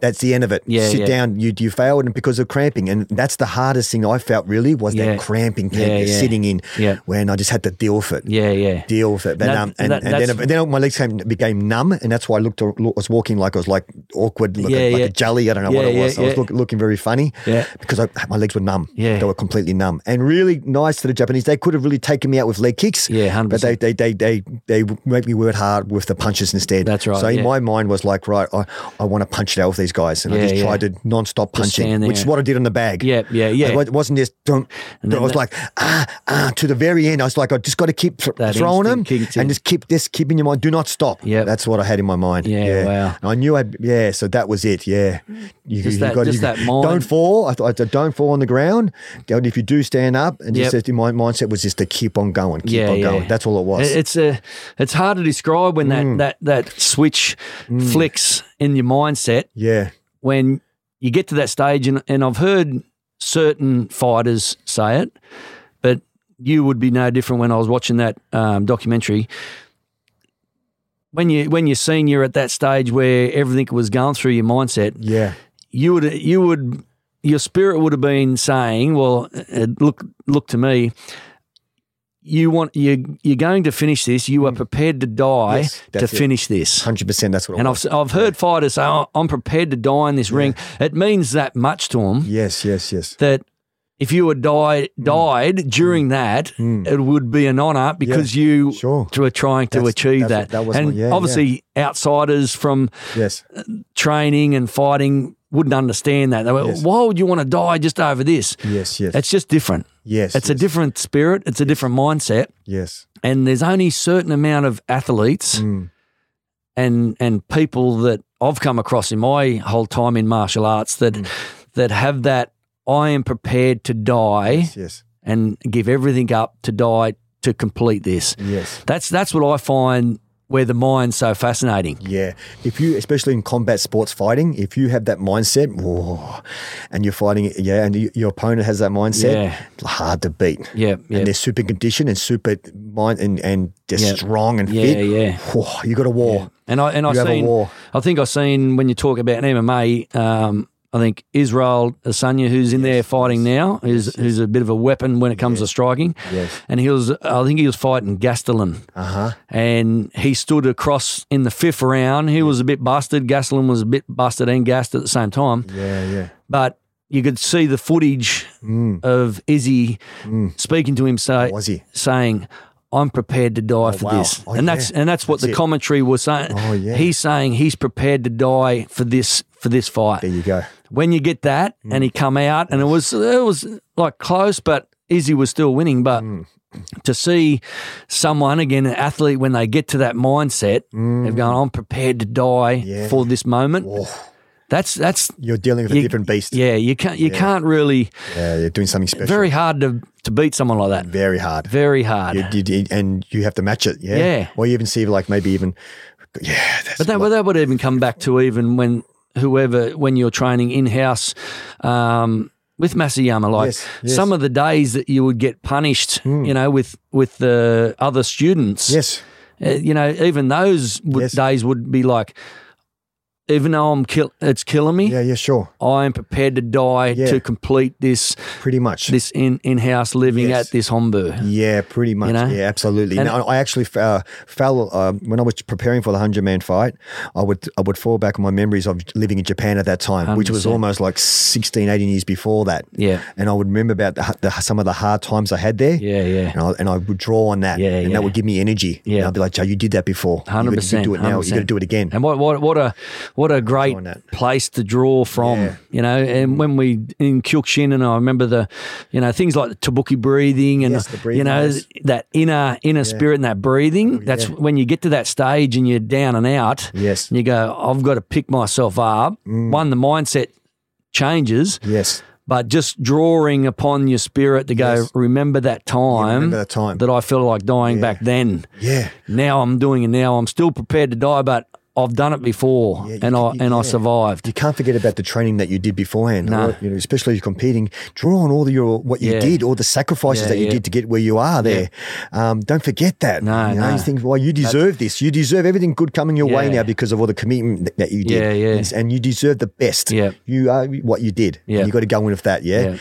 Speaker 2: That's the end of it.
Speaker 1: Yeah,
Speaker 2: Sit
Speaker 1: yeah.
Speaker 2: down. You you failed, and because of cramping, and that's the hardest thing I felt really was
Speaker 1: Yeah.
Speaker 2: that cramping thing,
Speaker 1: Yeah,
Speaker 2: you're
Speaker 1: yeah.
Speaker 2: sitting in
Speaker 1: Yeah.
Speaker 2: when I just had to deal with it
Speaker 1: Yeah, yeah.
Speaker 2: deal with it. Then,
Speaker 1: That-
Speaker 2: um, and,
Speaker 1: that-
Speaker 2: and,
Speaker 1: that's-
Speaker 2: then, and then my legs came, became numb, and that's why I looked, was walking like I was like awkward, like,
Speaker 1: Yeah,
Speaker 2: a, like
Speaker 1: yeah.
Speaker 2: a jelly. I don't know
Speaker 1: Yeah,
Speaker 2: what it
Speaker 1: yeah,
Speaker 2: was. I was
Speaker 1: yeah.
Speaker 2: look, looking very funny
Speaker 1: Yeah.
Speaker 2: because I, my legs were numb.
Speaker 1: Yeah.
Speaker 2: They were completely numb. And really nice to the Japanese. They could have really taken me out with leg kicks.
Speaker 1: Yeah,
Speaker 2: But
Speaker 1: 100%.
Speaker 2: they, they, they, they, they make me work hard with the punches instead.
Speaker 1: That's right,
Speaker 2: So
Speaker 1: yeah.
Speaker 2: in my mind was like, right, I, I want to punch it out with these guys. And
Speaker 1: Yeah,
Speaker 2: I just
Speaker 1: yeah.
Speaker 2: tried to non-stop punching,
Speaker 1: stand there.
Speaker 2: which is what I did on the bag.
Speaker 1: Yeah, yeah, yeah.
Speaker 2: It wasn't just, don't, I was like, ah, ah, to the very end. I was like, I just got to keep thr-
Speaker 1: That
Speaker 2: throwing them
Speaker 1: instinct kicked in.
Speaker 2: and just keep this keep in your mind. Do not stop.
Speaker 1: Yep.
Speaker 2: that's what I had in my mind.
Speaker 1: Yeah, wow.
Speaker 2: And I knew I. Yeah, so that was it. Yeah, you,
Speaker 1: Just that- just that mind.
Speaker 2: Don't fall. I thought I don't fall on the ground. And if you do stand up, and
Speaker 1: Yep.
Speaker 2: just just my mindset was just to keep on going, keep
Speaker 1: Yeah,
Speaker 2: on
Speaker 1: yeah.
Speaker 2: going. That's all it was.
Speaker 1: It- It's a, it's hard to describe when
Speaker 2: Mm.
Speaker 1: that that that switch flicks in your mindset
Speaker 2: yeah,
Speaker 1: when you get to that stage, and, and I've heard certain fighters say it, but you would be no different when I was watching that um, documentary. When you when you're seeing you're at that stage where everything was going through your mindset,
Speaker 2: yeah,
Speaker 1: you would you would your spirit would have been saying, "Well, uh, look look to me." You want you you're going to finish this. You are prepared to die
Speaker 2: Hmm. Yes,
Speaker 1: to
Speaker 2: that's it.
Speaker 1: finish this.
Speaker 2: hundred percent. That's what. it
Speaker 1: And
Speaker 2: was.
Speaker 1: I've, I've heard fighters say, oh, I'm prepared to die in this ring. It means that much to them
Speaker 2: yes, yes, yes.
Speaker 1: that if you had die,
Speaker 2: Mm.
Speaker 1: died during that, it would be an honour because you
Speaker 2: Hmm. Sure.
Speaker 1: were trying to
Speaker 2: That's-
Speaker 1: achieve that.
Speaker 2: that's- that was
Speaker 1: and
Speaker 2: my- yeah,
Speaker 1: obviously, outsiders from
Speaker 2: Yes,
Speaker 1: training and fighting wouldn't understand that. They went,
Speaker 2: Yes.
Speaker 1: why would you want to die just over this?
Speaker 2: yes, yes,
Speaker 1: It's just different.
Speaker 2: yes.
Speaker 1: It's a
Speaker 2: yes,
Speaker 1: different spirit. It's a different mindset.
Speaker 2: Yes, Hmm.
Speaker 1: and there's only certain amount of athletes and and people that I've come across in my whole time in martial arts that
Speaker 2: Mm.
Speaker 1: that have that I am prepared to die
Speaker 2: yes,
Speaker 1: and give everything up to die to complete this.
Speaker 2: yes.
Speaker 1: That's that's what I find where the mind's so fascinating.
Speaker 2: Yeah. If you, especially in combat sports fighting, if you have that mindset, whoa, and you're fighting, yeah, and you, your opponent has that mindset,
Speaker 1: Yeah.
Speaker 2: hard to beat.
Speaker 1: Yeah, yeah.
Speaker 2: And they're super conditioned and super mind and, and they're
Speaker 1: Yeah.
Speaker 2: strong and
Speaker 1: Yeah,
Speaker 2: fit.
Speaker 1: yeah.
Speaker 2: Whoa, you got a war.
Speaker 1: And I and I
Speaker 2: You have a
Speaker 1: seen
Speaker 2: war.
Speaker 1: I think I seen when you talk about MMA, um, I think Israel Asanya, who's in there fighting now, is who's a bit of a weapon when it comes to striking.
Speaker 2: Yes.
Speaker 1: And he was I think he was fighting Gastelum.
Speaker 2: Uh huh.
Speaker 1: And he stood across in the fifth round. He was a bit busted. Gastelum was a bit busted and gassed at the same time.
Speaker 2: Yeah, yeah.
Speaker 1: But you could see the footage
Speaker 2: Mm.
Speaker 1: of Izzy speaking to him say,
Speaker 2: Was he?
Speaker 1: saying, I'm prepared to die for
Speaker 2: wow.
Speaker 1: this.
Speaker 2: Oh,
Speaker 1: and that's
Speaker 2: yeah.
Speaker 1: and that's what
Speaker 2: That's
Speaker 1: the
Speaker 2: it.
Speaker 1: commentary was saying.
Speaker 2: Oh, yeah.
Speaker 1: He's saying he's prepared to die for this for this fight.
Speaker 2: There you go.
Speaker 1: When you get that and
Speaker 2: Mm.
Speaker 1: he come out and it was it was like close but Izzy was still winning but
Speaker 2: Mm.
Speaker 1: to see someone again an athlete when they get to that mindset of going I'm prepared to die
Speaker 2: Mm. Yeah.
Speaker 1: for this moment.
Speaker 2: Whoa.
Speaker 1: That's that's
Speaker 2: You're dealing with a
Speaker 1: You-
Speaker 2: different beast.
Speaker 1: yeah, you can't you can't really
Speaker 2: Yeah, you're doing something special.
Speaker 1: very hard to to beat someone like that.
Speaker 2: very hard.
Speaker 1: Very hard.
Speaker 2: You, you- and you have to match it. Yeah.
Speaker 1: Yeah.
Speaker 2: Or you even see like maybe even, yeah. That's
Speaker 1: But that, well, that would even come back to even when whoever when you're training in house um, with Masayama, like
Speaker 2: Yes, yes. Hmm.
Speaker 1: some of the days that you would get punished, you know, with with the other students.
Speaker 2: yes.
Speaker 1: uh, you know, even those would,
Speaker 2: Yes.
Speaker 1: days would be like, even though I'm kill, it's killing me.
Speaker 2: Yeah, yeah, sure.
Speaker 1: I am prepared to die
Speaker 2: Yeah.
Speaker 1: to complete this
Speaker 2: Pretty much.
Speaker 1: this in in house living
Speaker 2: Yes.
Speaker 1: at this hombu.
Speaker 2: Yeah, pretty much.
Speaker 1: know?
Speaker 2: Yeah, absolutely.
Speaker 1: And-
Speaker 2: And I actually uh, fell um, when I was preparing for the hundred man fight. I would I would fall back on my memories of living in Japan at that time, which was
Speaker 1: 100%.
Speaker 2: almost like 16, 18 years before that.
Speaker 1: Yeah.
Speaker 2: and I would remember about the, the, some of the hard times I had there.
Speaker 1: Yeah, yeah.
Speaker 2: And I, and I would draw on that,
Speaker 1: Yeah,
Speaker 2: and
Speaker 1: yeah.
Speaker 2: that would give me energy.
Speaker 1: Yeah.
Speaker 2: and I'd be like, "Joe, you did that before. You gotta-
Speaker 1: Hundred percent.
Speaker 2: You do it now. You got to do it again."
Speaker 1: And what what what a what a great
Speaker 2: on that.
Speaker 1: place to draw from,
Speaker 2: Yeah. Mm.
Speaker 1: you know. And when we in Kyokushin, and I remember the, you know, things like the Tabuki breathing and
Speaker 2: Yes, the
Speaker 1: you
Speaker 2: breathing Oh,
Speaker 1: know
Speaker 2: is-
Speaker 1: that inner inner spirit and that breathing. That's when you get to that stage and you're down and out.
Speaker 2: Yes. Mm.
Speaker 1: and you go, I've got to pick myself up. One, the mindset changes,
Speaker 2: Yes,
Speaker 1: but just drawing upon your spirit to go,
Speaker 2: Yes.
Speaker 1: remember that time.
Speaker 2: remember that time.
Speaker 1: that I felt like dying back then
Speaker 2: yeah,
Speaker 1: now I'm doing it now. I'm still prepared to die, but I've done it before
Speaker 2: you
Speaker 1: and I
Speaker 2: can-
Speaker 1: and I
Speaker 2: yeah.
Speaker 1: survived.
Speaker 2: you can't forget about the training that you did beforehand.
Speaker 1: No.
Speaker 2: Or, you know, especially if you're competing, draw on all the, your what you
Speaker 1: Yeah.
Speaker 2: did, all the sacrifices
Speaker 1: Yeah,
Speaker 2: that you
Speaker 1: yeah.
Speaker 2: did to get where you are there. Um, don't forget that.
Speaker 1: No,
Speaker 2: you, know,
Speaker 1: no.
Speaker 2: you think, well, you deserve this. You deserve everything good coming your way
Speaker 1: Yeah.
Speaker 2: now because of all the commitment th- that you did.
Speaker 1: Yeah, yeah.
Speaker 2: And, and you deserve the best.
Speaker 1: Yeah.
Speaker 2: you are what you did.
Speaker 1: Yeah.
Speaker 2: And you got to go in with that. Yeah.
Speaker 1: Yeah.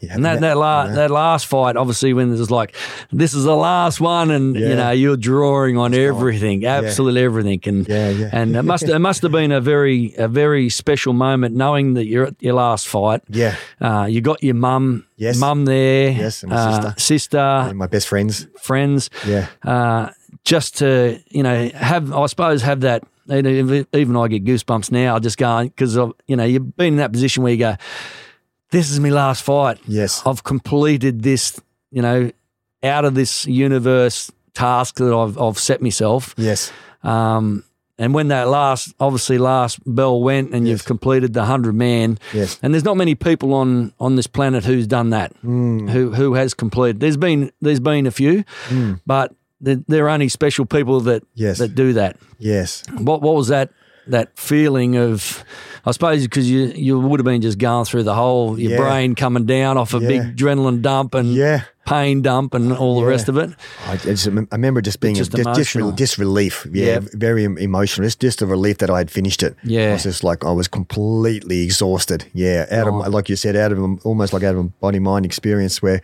Speaker 2: You have
Speaker 1: And that, that, la- that last fight, obviously, when it was like, this is the last one, and you
Speaker 2: Yeah.
Speaker 1: know you're drawing on everything, absolutely everything, and
Speaker 2: Yeah, yeah.
Speaker 1: and it must it must have been a very a very special moment, knowing that you're at your last fight.
Speaker 2: Yeah.
Speaker 1: uh, you got your mum,
Speaker 2: Yes.
Speaker 1: mum there,
Speaker 2: Yes, and my
Speaker 1: uh,
Speaker 2: sister.
Speaker 1: sister,
Speaker 2: and my best friends.
Speaker 1: friends.
Speaker 2: Yeah.
Speaker 1: Uh, just to, you know, have, I suppose, have that. you know, Even I get goosebumps now just going because, you know, you've been in that position where you go, this is my last fight.
Speaker 2: Yes.
Speaker 1: I've completed this, you know, out of this universe task that I've, I've set myself.
Speaker 2: Yes.
Speaker 1: Um, and when that last, obviously, last bell went and you've
Speaker 2: Yes.
Speaker 1: completed the 100 man,
Speaker 2: Yes.
Speaker 1: and there's not many people on on this planet who's done that,
Speaker 2: Mm.
Speaker 1: who who has completed. There's been there's been a few, but there, there are only special people that
Speaker 2: Hmm. Yes.
Speaker 1: that do that.
Speaker 2: Yes.
Speaker 1: What what was that that feeling of? I suppose because you you would have been just going through the whole your
Speaker 2: Yeah.
Speaker 1: brain coming down off a big
Speaker 2: Yeah.
Speaker 1: adrenaline dump and
Speaker 2: Yeah.
Speaker 1: pain dump and all the
Speaker 2: Yeah.
Speaker 1: rest of it.
Speaker 2: I, I just, remem- I remember just being
Speaker 1: Just
Speaker 2: a, just,
Speaker 1: emotional.
Speaker 2: just relief. Yeah,
Speaker 1: Yeah.
Speaker 2: very em- emotional. It's just a relief that I had finished it.
Speaker 1: Yeah.
Speaker 2: I was just like I was completely exhausted. Yeah, out
Speaker 1: Oh.
Speaker 2: of like you said, out of almost like out of a body mind experience where,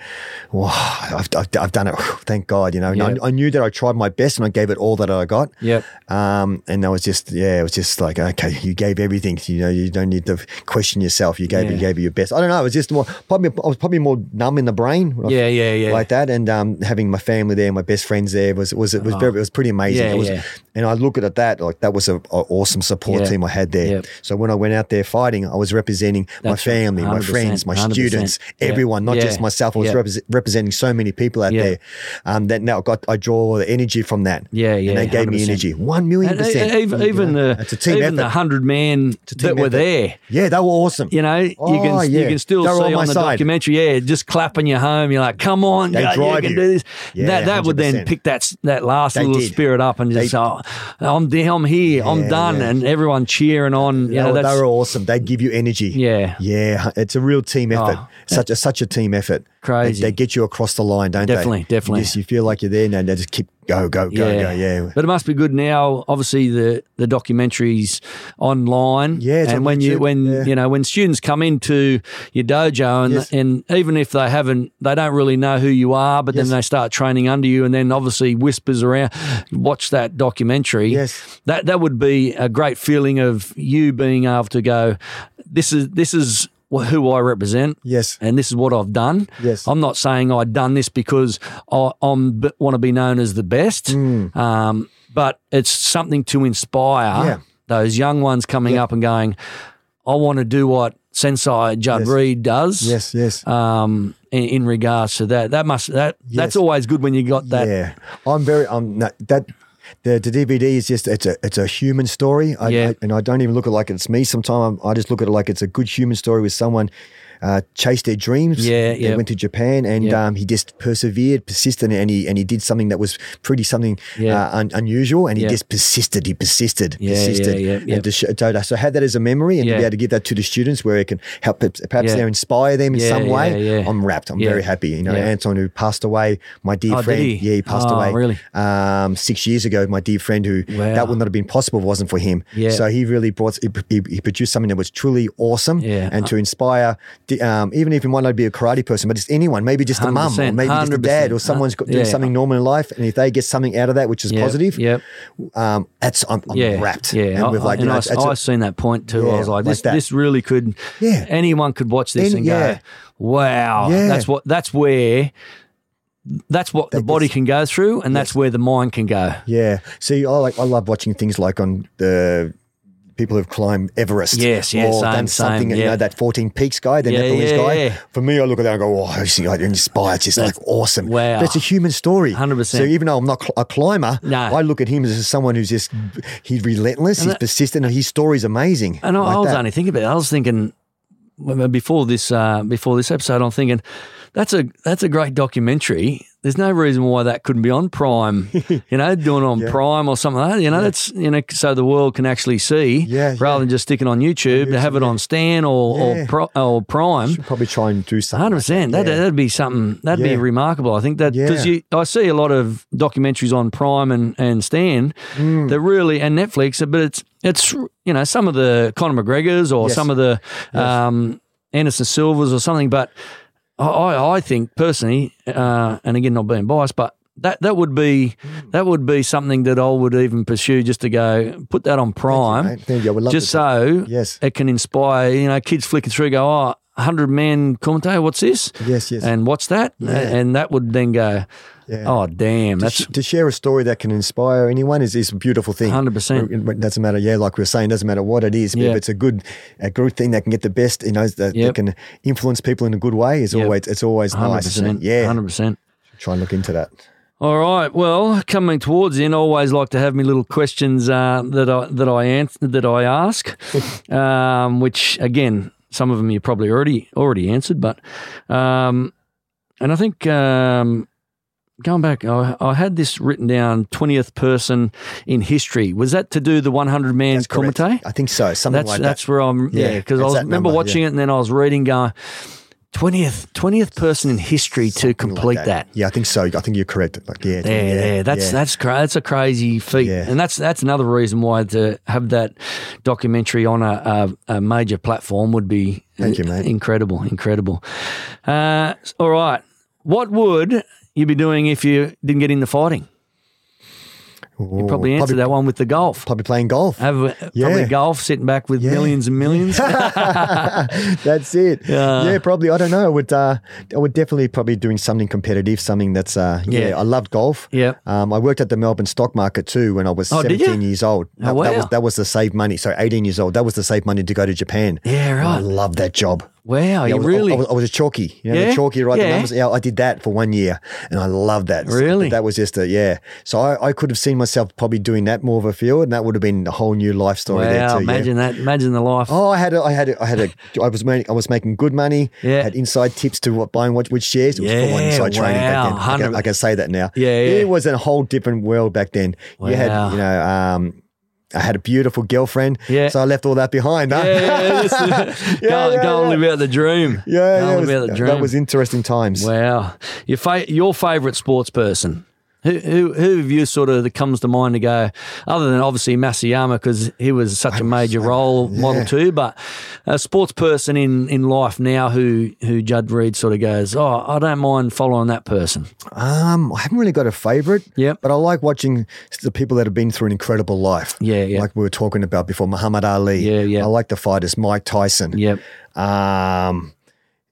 Speaker 2: wow, I've, I've, I've done it. Thank God, you know. And
Speaker 1: Yeah.
Speaker 2: I, I knew that I tried my best and I gave it all that I got.
Speaker 1: Yep.
Speaker 2: Um, and I was just yeah, it was just like okay, you gave everything. You know, you don't need to question yourself. You gave
Speaker 1: Yeah.
Speaker 2: you gave it your best. I don't know. It was just more probably I was probably more numb in the brain. when I
Speaker 1: Yeah, yeah, yeah.
Speaker 2: like that. And um, having my family there, my best friends there was was it was very, it was pretty amazing.
Speaker 1: Uh-huh. Yeah,
Speaker 2: it was,
Speaker 1: yeah.
Speaker 2: And I look at that like that was a, a awesome support
Speaker 1: Yeah.
Speaker 2: team I had there.
Speaker 1: Yep.
Speaker 2: So when I went out there fighting, I was representing
Speaker 1: That's
Speaker 2: my
Speaker 1: right.
Speaker 2: family, my
Speaker 1: 100%,
Speaker 2: friends, my
Speaker 1: 100%.
Speaker 2: students,
Speaker 1: Yeah.
Speaker 2: everyone, not
Speaker 1: Yeah.
Speaker 2: just myself. I was
Speaker 1: Yeah.
Speaker 2: represent, representing so many people out
Speaker 1: Yeah.
Speaker 2: there. Um, that now I got I draw the energy from that.
Speaker 1: Yeah, yeah,
Speaker 2: And they gave me
Speaker 1: 100%.
Speaker 2: energy, one million
Speaker 1: And e-
Speaker 2: percent.
Speaker 1: e- even,
Speaker 2: You
Speaker 1: even
Speaker 2: know,
Speaker 1: the
Speaker 2: it's a team
Speaker 1: even the
Speaker 2: effort.
Speaker 1: hundred man
Speaker 2: team
Speaker 1: that were
Speaker 2: effort.
Speaker 1: there.
Speaker 2: yeah, they were awesome.
Speaker 1: You know, you
Speaker 2: Oh,
Speaker 1: can you
Speaker 2: yeah.
Speaker 1: can still
Speaker 2: They're on
Speaker 1: see
Speaker 2: my
Speaker 1: on the
Speaker 2: side.
Speaker 1: documentary, yeah, just clapping you home. You're like, come on,
Speaker 2: They
Speaker 1: go, you
Speaker 2: drive
Speaker 1: can
Speaker 2: you.
Speaker 1: do this.
Speaker 2: Yeah,
Speaker 1: that that would then
Speaker 2: 100%.
Speaker 1: pick that s- that last
Speaker 2: They
Speaker 1: little
Speaker 2: did.
Speaker 1: spirit up and just
Speaker 2: They-
Speaker 1: oh, I'm I'm here. I'm
Speaker 2: Yeah,
Speaker 1: done.
Speaker 2: yeah.
Speaker 1: And everyone cheering on. You
Speaker 2: Yeah,
Speaker 1: know,
Speaker 2: they
Speaker 1: that's
Speaker 2: were awesome. They give you energy.
Speaker 1: Yeah.
Speaker 2: yeah. It's a real team effort.
Speaker 1: Oh,
Speaker 2: such a such a team effort.
Speaker 1: Crazy.
Speaker 2: They, they get you across the line, don't
Speaker 1: Definitely,
Speaker 2: they?
Speaker 1: definitely.
Speaker 2: You, just, you feel like you're there, and they just keep go, go, go, go. Yeah,
Speaker 1: But it must be good now. Obviously, the the documentaries online.
Speaker 2: Yeah, it's
Speaker 1: and
Speaker 2: on
Speaker 1: when you
Speaker 2: YouTube,
Speaker 1: when
Speaker 2: yeah.
Speaker 1: you know when students come into your dojo and
Speaker 2: Yes.
Speaker 1: and even if they haven't, they don't really know who you are, but
Speaker 2: Yes.
Speaker 1: then they start training under you, and then obviously whispers around, watch that documentary.
Speaker 2: Yes.
Speaker 1: that that would be a great feeling of you being able to go. This is this is wh- who I represent
Speaker 2: yes,
Speaker 1: and this is what I've done.
Speaker 2: Yes.
Speaker 1: I'm not saying I've done this because I I'm, b- want to be known as the best, um, but it's something to inspire
Speaker 2: Hmm. Yeah.
Speaker 1: those young ones coming up and going, I want to do what Sensei Judd
Speaker 2: Yes.
Speaker 1: Reed does.
Speaker 2: yes, yes.
Speaker 1: Um, in, in regards to that, that must that that's
Speaker 2: Yes.
Speaker 1: always good when you got that.
Speaker 2: yeah, I'm very. I'm not, that. The, the DVD is just it's a it's a human story. I,
Speaker 1: Yeah.
Speaker 2: I- and I don't even look at it like it's me. Sometimes I'm, I just look at it like it's a good human story with someone uh, chased their dreams.
Speaker 1: Yeah,
Speaker 2: they
Speaker 1: yeah.
Speaker 2: went to Japan and
Speaker 1: Yeah.
Speaker 2: um, he just persevered, persisted, and he and he did something that was pretty something
Speaker 1: Yeah.
Speaker 2: uh, un, unusual, and he
Speaker 1: Yeah.
Speaker 2: just persisted. He persisted,
Speaker 1: Yeah, yeah,
Speaker 2: persisted.
Speaker 1: yeah, yeah.
Speaker 2: And to show, to, so have that as a memory, and
Speaker 1: Yeah.
Speaker 2: to be able to give that to the students where it can help perhaps
Speaker 1: Yeah.
Speaker 2: they inspire them in
Speaker 1: Yeah,
Speaker 2: some
Speaker 1: yeah,
Speaker 2: way.
Speaker 1: yeah.
Speaker 2: I'm wrapped. I'm
Speaker 1: Yeah.
Speaker 2: very happy. You know,
Speaker 1: Yeah.
Speaker 2: Anton who passed away, my dear
Speaker 1: Oh, did
Speaker 2: friend.
Speaker 1: he?
Speaker 2: Yeah, he passed
Speaker 1: Oh,
Speaker 2: away.
Speaker 1: really?
Speaker 2: Um, six years ago, my dear friend, who
Speaker 1: Wow.
Speaker 2: that would not have been possible if it wasn't for him.
Speaker 1: Yeah.
Speaker 2: So he really brought, he, he, he produced something that was truly awesome
Speaker 1: Yeah.
Speaker 2: and to inspire, the, um, even if it might not be a karate person, but just anyone, maybe just a mum or
Speaker 1: 100%,
Speaker 2: maybe just a dad or
Speaker 1: 100%,
Speaker 2: someone's got, doing
Speaker 1: yeah.
Speaker 2: something normal in life. And if they get something out of that, which is
Speaker 1: Yep,
Speaker 2: positive,
Speaker 1: Yep.
Speaker 2: um, that's, I'm, I'm
Speaker 1: yeah,
Speaker 2: wrapped.
Speaker 1: Yeah,
Speaker 2: And
Speaker 1: I-
Speaker 2: with like,
Speaker 1: and
Speaker 2: you know,
Speaker 1: I,
Speaker 2: it's- it's
Speaker 1: I
Speaker 2: a-
Speaker 1: seen that point too. I
Speaker 2: Yeah,
Speaker 1: was like,
Speaker 2: like
Speaker 1: this,
Speaker 2: that.
Speaker 1: this really could.
Speaker 2: Yeah.
Speaker 1: anyone could watch this
Speaker 2: Any-
Speaker 1: and
Speaker 2: yeah.
Speaker 1: go, wow,
Speaker 2: Yeah.
Speaker 1: that's what that's where. That's what the
Speaker 2: That
Speaker 1: body
Speaker 2: gets-
Speaker 1: can go through, and that's where the mind can go.
Speaker 2: Yeah. See, I like I love watching things like on the people who've climbed Everest.
Speaker 1: Yes, yes,
Speaker 2: or
Speaker 1: same,
Speaker 2: done
Speaker 1: same,
Speaker 2: something. You
Speaker 1: yeah.
Speaker 2: know that fourteen peaks guy, the
Speaker 1: Yeah,
Speaker 2: Nepalese
Speaker 1: yeah,
Speaker 2: guy.
Speaker 1: yeah.
Speaker 2: For me, I look at that and go, "Oh, he's like inspired. It's just like awesome.
Speaker 1: wow.
Speaker 2: But it's a human story.
Speaker 1: 100%.
Speaker 2: So even though I'm not cl- a climber,
Speaker 1: No.
Speaker 2: I look at him as someone who's just he's relentless, he's persistent, and his story's amazing.
Speaker 1: And I,
Speaker 2: Like
Speaker 1: I was
Speaker 2: that.
Speaker 1: only thinking about. It. I was thinking well, before this uh, before this episode, I'm thinking that's a that's a great documentary. There's no reason why that couldn't be on Prime, you know, doing it on Prime or something like that. You know, that's you know, so the world can actually see,
Speaker 2: Yeah,
Speaker 1: rather than just sticking on YouTube. to have it on Stan or
Speaker 2: Yeah.
Speaker 1: or, Pro, or Prime.
Speaker 2: should probably try and do something.
Speaker 1: Hundred percent. That
Speaker 2: Yeah.
Speaker 1: that'd be something. That'd be
Speaker 2: Yeah.
Speaker 1: remarkable. I think that because
Speaker 2: Yeah.
Speaker 1: you, I see a lot of documentaries on Prime and and Stan.
Speaker 2: Mm.
Speaker 1: They're really and Netflix, but it's it's you know some of the Conor McGregor's or
Speaker 2: Yes.
Speaker 1: some of the um, Anderson Silvers or something. But I- I I think personally, uh, and again not being biased, but. That, that would be
Speaker 2: Mm.
Speaker 1: that would be something that I would even pursue just to go put that on Prime
Speaker 2: Right? Thank you. I would love
Speaker 1: just
Speaker 2: to.
Speaker 1: so
Speaker 2: Yes.
Speaker 1: it can inspire you know kids flicking through go oh 100 men commentator what's this
Speaker 2: Yes, yes.
Speaker 1: and what's that and that would then go
Speaker 2: Yeah.
Speaker 1: oh damn that's
Speaker 2: to share a story that can inspire anyone is, is a beautiful thing.
Speaker 1: 100%.
Speaker 2: It- It doesn't matter, yeah, like we were saying, doesn't matter what it is. But
Speaker 1: Yeah.
Speaker 2: if it's a good, a good thing that can get the best, you know, that,
Speaker 1: Yep.
Speaker 2: that can influence people in a good way is
Speaker 1: Yep.
Speaker 2: always it's always nice, isn't
Speaker 1: 100%
Speaker 2: it? Yeah,
Speaker 1: 100%
Speaker 2: try and look into that.
Speaker 1: all right. Well, coming towards the end, I always like to have me little questions uh, that I that I answer, that I ask, um, which again, some of them you probably already already answered, but um, and I think um, going back, I, I had this written down twentieth person in history. Was that to do the one hundred man
Speaker 2: correct.
Speaker 1: Kumite?
Speaker 2: I think so. Something
Speaker 1: That's
Speaker 2: like
Speaker 1: that's
Speaker 2: that.
Speaker 1: where I'm. Yeah,
Speaker 2: Yeah,
Speaker 1: because I
Speaker 2: it's
Speaker 1: was,
Speaker 2: that
Speaker 1: remember
Speaker 2: number,
Speaker 1: watching it, and then I was reading going twentieth twentieth person in history to
Speaker 2: Something like
Speaker 1: complete that.
Speaker 2: Yeah, I think so. I think you're correct. Like, yeah,
Speaker 1: Yeah,
Speaker 2: yeah,
Speaker 1: yeah, that's
Speaker 2: yeah.
Speaker 1: that's cra- that's a crazy feat,
Speaker 2: Yeah.
Speaker 1: and that's that's another reason why to have that documentary on a, a, a major platform would be
Speaker 2: Thank you, mate.
Speaker 1: incredible, incredible. Uh, s- all right, what would you be doing if you didn't get into fighting?
Speaker 2: Ooh,
Speaker 1: Probably answer that one with the golf.
Speaker 2: Probably playing golf.
Speaker 1: Have a, probably
Speaker 2: Yeah.
Speaker 1: golf, sitting back with millions and millions.
Speaker 2: That's it. yeah, probably. I don't know. I would. Uh, I would definitely probably doing something competitive, something that's. Uh, yeah.
Speaker 1: Yeah.
Speaker 2: I loved golf.
Speaker 1: Yeah.
Speaker 2: Um, I worked at the Melbourne stock market too when I was
Speaker 1: Oh, did you?
Speaker 2: seventeen years old. That,
Speaker 1: wow.
Speaker 2: that was that was the save money. So eighteen years old. That was the save money to go to Japan.
Speaker 1: Yeah,
Speaker 2: And I
Speaker 1: right.
Speaker 2: love that job.
Speaker 1: Wow,
Speaker 2: Yeah, I
Speaker 1: you
Speaker 2: was,
Speaker 1: really?
Speaker 2: I, was, I was a chalky. You know,
Speaker 1: Yeah?
Speaker 2: the chalky, right?
Speaker 1: Yeah.
Speaker 2: The numbers. Yeah, I did that for one year, and I loved that.
Speaker 1: Really?
Speaker 2: that was just a yeah. So I, I could have seen myself probably doing that more of a field, and that would have been a whole new life story there
Speaker 1: wow,
Speaker 2: too. yeah.
Speaker 1: imagine that. Imagine the life.
Speaker 2: Oh, I had, a, I had, a, I had a, I was making, I was making good money.
Speaker 1: Yeah.
Speaker 2: had inside tips to what buying what which shares. It was full on
Speaker 1: Yeah,
Speaker 2: inside trading
Speaker 1: wow,
Speaker 2: back then. I can,
Speaker 1: 100
Speaker 2: I can say that now.
Speaker 1: Yeah, yeah.
Speaker 2: it was a whole different world back then. You
Speaker 1: Wow.
Speaker 2: had, you know, um, I had a beautiful girlfriend.
Speaker 1: Yeah.
Speaker 2: so I left all that behind. Huh?
Speaker 1: yeah, yeah, that's the-
Speaker 2: Yeah,
Speaker 1: go,
Speaker 2: yeah,
Speaker 1: go
Speaker 2: yeah.
Speaker 1: and live out the dream. go
Speaker 2: Yeah, yeah, it
Speaker 1: and
Speaker 2: was-
Speaker 1: live out the dream.
Speaker 2: that was interesting times.
Speaker 1: wow. Your fa- your favourite sports person. Who, who, who have you sort of that comes to mind to go, other than obviously Masayama because he was such a major role model too, but a sports person in, in life now who who Judd Reed sort of goes, oh, I don't mind following that person.
Speaker 2: Um, I haven't really got a favorite.
Speaker 1: Yep.
Speaker 2: But I like watching the people that have been through an incredible life.
Speaker 1: Yeah, yeah.
Speaker 2: Like we were talking about before, Muhammad Ali.
Speaker 1: Yeah, yeah.
Speaker 2: I like the fighters, Mike Tyson.
Speaker 1: Yep.
Speaker 2: Um,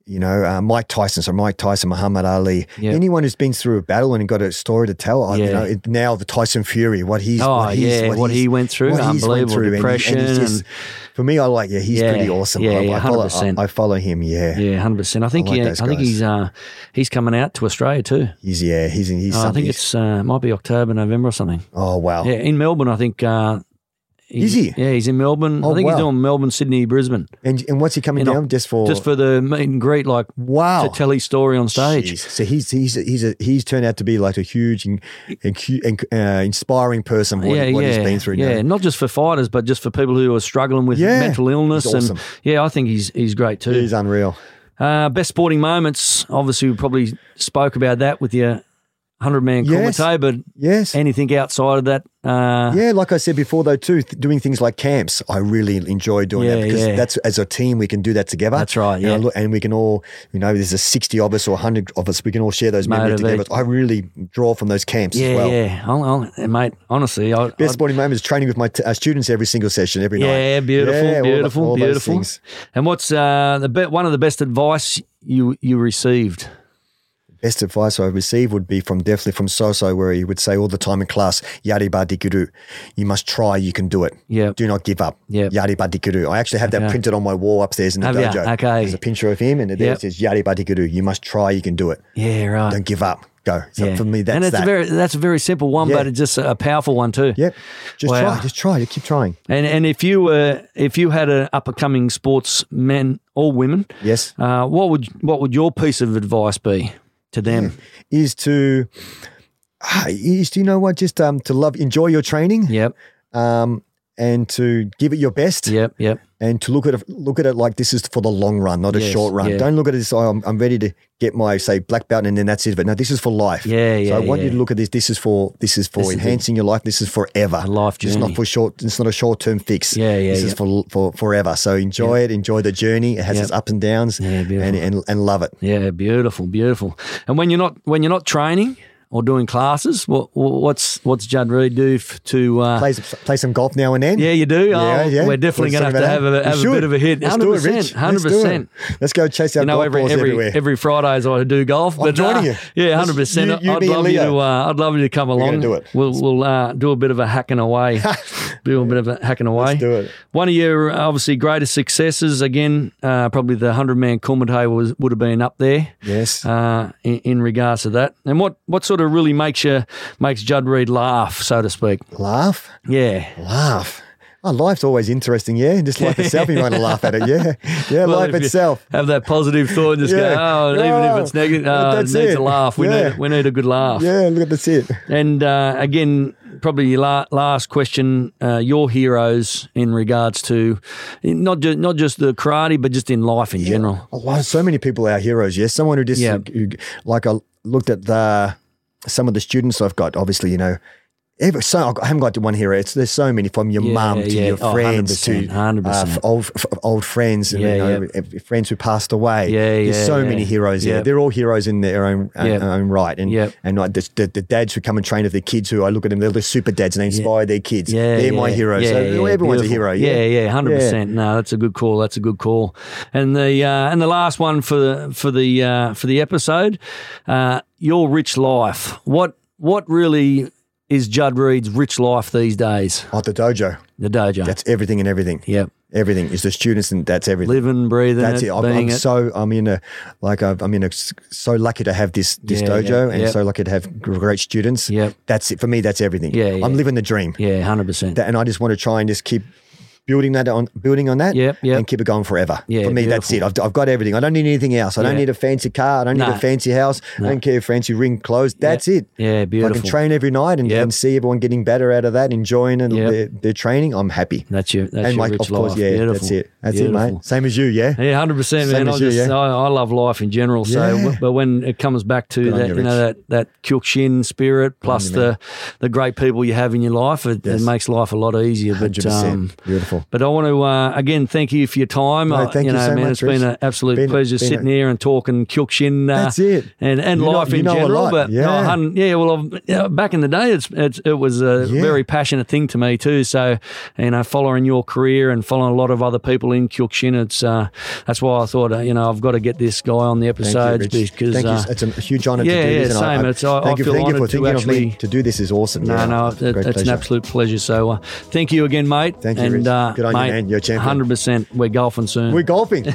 Speaker 2: you know, uh, Mike Tyson. So Mike Tyson, Muhammad Ali.
Speaker 1: Yeah.
Speaker 2: Anyone who's been through a battle and got a story to tell. I
Speaker 1: Yeah.
Speaker 2: You know, it, now the Tyson Fury, what he's,
Speaker 1: Oh,
Speaker 2: what he's,
Speaker 1: yeah, what
Speaker 2: he's-
Speaker 1: he went through,
Speaker 2: what he's
Speaker 1: unbelievable
Speaker 2: and he- and he's
Speaker 1: depression
Speaker 2: just-
Speaker 1: and-
Speaker 2: for me, I like. Yeah, he's
Speaker 1: Yeah,
Speaker 2: pretty awesome.
Speaker 1: yeah,
Speaker 2: I,
Speaker 1: yeah,
Speaker 2: I follow.
Speaker 1: 100%.
Speaker 2: I, I follow him. Yeah.
Speaker 1: Yeah, hundred percent. I think
Speaker 2: like
Speaker 1: yeah, I
Speaker 2: those
Speaker 1: think
Speaker 2: guys.
Speaker 1: he's uh, he's coming out to Australia too.
Speaker 2: He's yeah. He's he's.
Speaker 1: Uh, I
Speaker 2: something-
Speaker 1: think it's uh, might be October, November or something.
Speaker 2: Oh wow.
Speaker 1: Yeah, in Melbourne, I think. Uh, he's-
Speaker 2: Is he?
Speaker 1: Yeah, he's in Melbourne. I
Speaker 2: Oh,
Speaker 1: think he's
Speaker 2: wow.
Speaker 1: doing Melbourne, Sydney, Brisbane,
Speaker 2: And and what's he coming
Speaker 1: You know,
Speaker 2: down just for?
Speaker 1: just for the meet and greet, like
Speaker 2: wow.
Speaker 1: to tell his story on stage.
Speaker 2: Oh. Jeez. So he's he's he's a, he's turned out to be like a huge and, and, cu- and uh, inspiring person. What,
Speaker 1: yeah,
Speaker 2: what
Speaker 1: yeah,
Speaker 2: he's been through.
Speaker 1: yeah.
Speaker 2: now.
Speaker 1: Not just for fighters, but just for people who are struggling with
Speaker 2: Yeah,
Speaker 1: mental illness.
Speaker 2: he's awesome.
Speaker 1: And yeah, I think he's he's great too.
Speaker 2: he's unreal.
Speaker 1: Uh, best sporting moments. Obviously, we probably spoke about that with your hundred man
Speaker 2: Yes.
Speaker 1: kumite, but
Speaker 2: Yes.
Speaker 1: anything outside of that. Uh,
Speaker 2: yeah, like I said before, though, too, th- doing things like camps, I really enjoy doing
Speaker 1: Yeah,
Speaker 2: that because
Speaker 1: yeah.
Speaker 2: that's as a team we can do that together.
Speaker 1: That's right,
Speaker 2: And I
Speaker 1: yeah.
Speaker 2: look- and we can all, you know, there's a sixty of us or hundred of us, we can all share those memories
Speaker 1: Motivate.
Speaker 2: together. I really draw from those camps
Speaker 1: Yeah,
Speaker 2: as well.
Speaker 1: yeah. I'll, I'll, eh, mate, honestly, I,
Speaker 2: Best
Speaker 1: I-
Speaker 2: sporting moment is training with my t- uh, students every single session, every night.
Speaker 1: yeah, beautiful,
Speaker 2: Yeah, all tho-
Speaker 1: beautiful,
Speaker 2: all those
Speaker 1: beautiful.
Speaker 2: things.
Speaker 1: And what's uh, the be- one of the best advice you you received?
Speaker 2: Best advice I received would be from definitely from Soso, where he would say all the time in class, "Yariba dikuru," you must try, you can do it.
Speaker 1: Yep.
Speaker 2: Do not give up.
Speaker 1: Yep.
Speaker 2: Yariba dikuru. I actually have
Speaker 1: Okay.
Speaker 2: that printed on my wall upstairs in the
Speaker 1: Have ya?
Speaker 2: dojo.
Speaker 1: Okay.
Speaker 2: There's a picture of him, and there
Speaker 1: Yep.
Speaker 2: it says "Yariba dikuru." You must try, you can do it.
Speaker 1: Yeah, right.
Speaker 2: Don't give up. Go. So
Speaker 1: yeah.
Speaker 2: for me, that's
Speaker 1: and it's
Speaker 2: that.
Speaker 1: a very that's a very simple one,
Speaker 2: Yeah.
Speaker 1: but it's just a powerful one too.
Speaker 2: yep. Just
Speaker 1: Wow.
Speaker 2: try. Just try. Just keep trying.
Speaker 1: And and if you were if you had an up and coming sports men or women,
Speaker 2: Yes.
Speaker 1: uh, what would what would your piece of advice be to them?
Speaker 2: Is to. ah, Is you know what? Just um to love, enjoy your training,
Speaker 1: Yep,
Speaker 2: um, and to give it your best.
Speaker 1: yep, yep.
Speaker 2: and to look at it, look at it like this is for the long run, not
Speaker 1: Yes,
Speaker 2: a short run.
Speaker 1: yeah.
Speaker 2: Don't look at it as oh, I'm, I'm ready to get my say black belt and then that's it. But no, this is for life.
Speaker 1: Yeah, yeah,
Speaker 2: So I want
Speaker 1: yeah.
Speaker 2: you to look at this. This is for this is for
Speaker 1: This is
Speaker 2: enhancing your life. This is forever.
Speaker 1: A life
Speaker 2: It's
Speaker 1: journey.
Speaker 2: not for short. It's not a short term fix.
Speaker 1: Yeah, yeah,
Speaker 2: This is
Speaker 1: yeah.
Speaker 2: for for forever. So enjoy it. Enjoy the journey. It has
Speaker 1: Yeah.
Speaker 2: its ups and downs.
Speaker 1: Yeah, beautiful.
Speaker 2: and, and and love it.
Speaker 1: Yeah, beautiful, beautiful. And when you're not when you're not training or doing classes, what what's what's Judd Reed do f- to? Uh,
Speaker 2: Play some, play some golf now and then.
Speaker 1: yeah, you do.
Speaker 2: Yeah,
Speaker 1: oh,
Speaker 2: yeah.
Speaker 1: We're definitely going
Speaker 2: Wanna
Speaker 1: to have
Speaker 2: talk
Speaker 1: to have a,
Speaker 2: about that? We
Speaker 1: have a
Speaker 2: should.
Speaker 1: bit of a hit.
Speaker 2: Let's
Speaker 1: Hundred
Speaker 2: do it,
Speaker 1: percent,
Speaker 2: Rich.
Speaker 1: hundred
Speaker 2: Let's do
Speaker 1: percent.
Speaker 2: it. Let's go chase our
Speaker 1: You know,
Speaker 2: golf
Speaker 1: every
Speaker 2: balls
Speaker 1: every,
Speaker 2: everywhere.
Speaker 1: every Fridays I do golf. I'm
Speaker 2: joining you.
Speaker 1: Yeah,
Speaker 2: Let's-
Speaker 1: hundred percent.
Speaker 2: you-
Speaker 1: I'd
Speaker 2: you,
Speaker 1: love
Speaker 2: me,
Speaker 1: you
Speaker 2: and
Speaker 1: to.
Speaker 2: Leo.
Speaker 1: Uh, I'd love you to come along.
Speaker 2: do it.
Speaker 1: We'll we'll uh, do a bit of a hacking away. do a bit of a hacking away.
Speaker 2: do it.
Speaker 1: One of your uh, obviously greatest successes again, uh, probably the hundred man Kumite was would have been up there
Speaker 2: yes.
Speaker 1: uh, in, in regards to that. And what, what sort of really makes you makes Judd Reed laugh, so to speak?
Speaker 2: Laugh.
Speaker 1: Yeah,
Speaker 2: Laugh. Oh, life's always interesting, yeah. Just life itself, you want to laugh at it, yeah. Yeah,
Speaker 1: Well,
Speaker 2: life
Speaker 1: if you
Speaker 2: itself.
Speaker 1: Have that positive thought and just
Speaker 2: Yeah.
Speaker 1: go, oh, even if it's
Speaker 2: Yeah.
Speaker 1: negative,
Speaker 2: Well,
Speaker 1: oh, it
Speaker 2: that's
Speaker 1: needs a
Speaker 2: it.
Speaker 1: laugh. We
Speaker 2: Yeah.
Speaker 1: need we need a good laugh.
Speaker 2: Yeah, look at that's it.
Speaker 1: And uh, again, probably your la- last question: uh, your heroes in regards to not ju- not just the karate, but just in life in general.
Speaker 2: A lot, Oh, so many people are heroes, yes. Someone who just,
Speaker 1: Yeah.
Speaker 2: who- like, I looked at the some of the students I've got, obviously, you know. Ever, so I haven't got to one hero. It's there's so many from your
Speaker 1: Yeah,
Speaker 2: mum to
Speaker 1: yeah.
Speaker 2: your
Speaker 1: Oh,
Speaker 2: friends
Speaker 1: 100%,
Speaker 2: to
Speaker 1: 100%.
Speaker 2: f- old f- old friends, and,
Speaker 1: Yeah,
Speaker 2: you know, f- friends who passed away.
Speaker 1: Yeah,
Speaker 2: There's
Speaker 1: yeah,
Speaker 2: so
Speaker 1: yeah.
Speaker 2: many heroes.
Speaker 1: Yeah.
Speaker 2: Yeah, they're all heroes in their own uh,
Speaker 1: Yeah.
Speaker 2: own right. And
Speaker 1: Yeah.
Speaker 2: and like the, the, the dads who come and train with their kids, who I look at them, they're the super dads, and they inspire their kids.
Speaker 1: Yeah,
Speaker 2: they're
Speaker 1: yeah,
Speaker 2: my heroes.
Speaker 1: Yeah,
Speaker 2: so
Speaker 1: yeah,
Speaker 2: everyone's
Speaker 1: beautiful.
Speaker 2: a hero. Yeah,
Speaker 1: yeah, hundred percent. No, that's a good call. That's a good call. And the uh, and the last one for the for the uh, for the episode, uh, your rich life. What what really is Judd Reed's rich life these days?
Speaker 2: Oh, the dojo.
Speaker 1: The dojo.
Speaker 2: That's everything and everything.
Speaker 1: yep.
Speaker 2: Everything is the students, and that's everything.
Speaker 1: Living, breathing,
Speaker 2: That's
Speaker 1: it,
Speaker 2: it. I'm,
Speaker 1: being
Speaker 2: I'm
Speaker 1: it.
Speaker 2: so I'm in a like I've, I'm in a s- so lucky to have this this
Speaker 1: Yeah, yeah,
Speaker 2: dojo and
Speaker 1: yeah.
Speaker 2: so lucky to have gr- great students.
Speaker 1: Yep.
Speaker 2: That's it for me. That's everything.
Speaker 1: Yeah, yeah.
Speaker 2: I'm living the dream,
Speaker 1: yeah, hundred percent.
Speaker 2: That- and I just want to try and just keep building that on building on that.
Speaker 1: Yep, yep.
Speaker 2: and keep it going forever.
Speaker 1: Yeah,
Speaker 2: for me, that's it.
Speaker 1: beautiful.
Speaker 2: I've, I've got everything. I don't need anything else. I don't
Speaker 1: Yeah.
Speaker 2: need a fancy car. I don't need
Speaker 1: Nah.
Speaker 2: a fancy house. I don't care if fancy ring clothes. That's it.
Speaker 1: Yeah,
Speaker 2: If I
Speaker 1: beautiful.
Speaker 2: can train every night and,
Speaker 1: Yep.
Speaker 2: and see everyone getting better out of that, enjoying and
Speaker 1: Yep.
Speaker 2: their, their training. I'm happy.
Speaker 1: that's your that's
Speaker 2: and
Speaker 1: your
Speaker 2: like,
Speaker 1: rich
Speaker 2: of course,
Speaker 1: life.
Speaker 2: yeah,
Speaker 1: Beautiful.
Speaker 2: that's it. That's it,
Speaker 1: Beautiful.
Speaker 2: mate. Same as you, yeah.
Speaker 1: Yeah, hundred percent,
Speaker 2: Same
Speaker 1: man. I
Speaker 2: as you,
Speaker 1: just
Speaker 2: yeah.
Speaker 1: I, I love life in general. So,
Speaker 2: Yeah.
Speaker 1: but when it comes back to
Speaker 2: on
Speaker 1: that,
Speaker 2: you,
Speaker 1: you know, that that Kyokushin spirit plus
Speaker 2: you,
Speaker 1: the the great people you have in your life, it, it
Speaker 2: Yes.
Speaker 1: makes life a lot easier. But
Speaker 2: 100%.
Speaker 1: um,
Speaker 2: Beautiful.
Speaker 1: but I want to uh, again thank you for your time.
Speaker 2: No,
Speaker 1: I-
Speaker 2: thank
Speaker 1: you
Speaker 2: you
Speaker 1: know,
Speaker 2: so
Speaker 1: man,
Speaker 2: much,
Speaker 1: it's been
Speaker 2: Rich.
Speaker 1: an absolute
Speaker 2: Been a-
Speaker 1: pleasure
Speaker 2: been a-
Speaker 1: sitting here and talking Kyokushin. Uh,
Speaker 2: That's it.
Speaker 1: and and
Speaker 2: You know-
Speaker 1: life
Speaker 2: you
Speaker 1: in
Speaker 2: know a
Speaker 1: general.
Speaker 2: lot,
Speaker 1: But no,
Speaker 2: yeah.
Speaker 1: I hadn't- yeah, well, I've, yeah, back in the day, it's, it's it was a
Speaker 2: Yeah.
Speaker 1: very passionate thing to me too. So you know, following your career and following a lot of other people in Kyokushin, it's uh, that's why I thought uh, you know I've got to get this guy on the episodes
Speaker 2: Thank you, Rich.
Speaker 1: because.
Speaker 2: Thank you.
Speaker 1: uh,
Speaker 2: It's a huge honour
Speaker 1: yeah,
Speaker 2: to do
Speaker 1: yeah,
Speaker 2: this.
Speaker 1: same. It's- I- I
Speaker 2: thank you,
Speaker 1: feel
Speaker 2: thank you for
Speaker 1: honoured to
Speaker 2: thinking of
Speaker 1: actually-
Speaker 2: me to do this. is awesome.
Speaker 1: no,
Speaker 2: yeah,
Speaker 1: no,
Speaker 2: it's
Speaker 1: it,
Speaker 2: a
Speaker 1: it's
Speaker 2: great
Speaker 1: an
Speaker 2: pleasure.
Speaker 1: absolute pleasure. So, uh, thank you again, mate.
Speaker 2: Thank you,
Speaker 1: and,
Speaker 2: Rich.
Speaker 1: Uh,
Speaker 2: Good on you,
Speaker 1: mate,
Speaker 2: man. You're a champion.
Speaker 1: Hundred percent. We're golfing soon.
Speaker 2: We're golfing.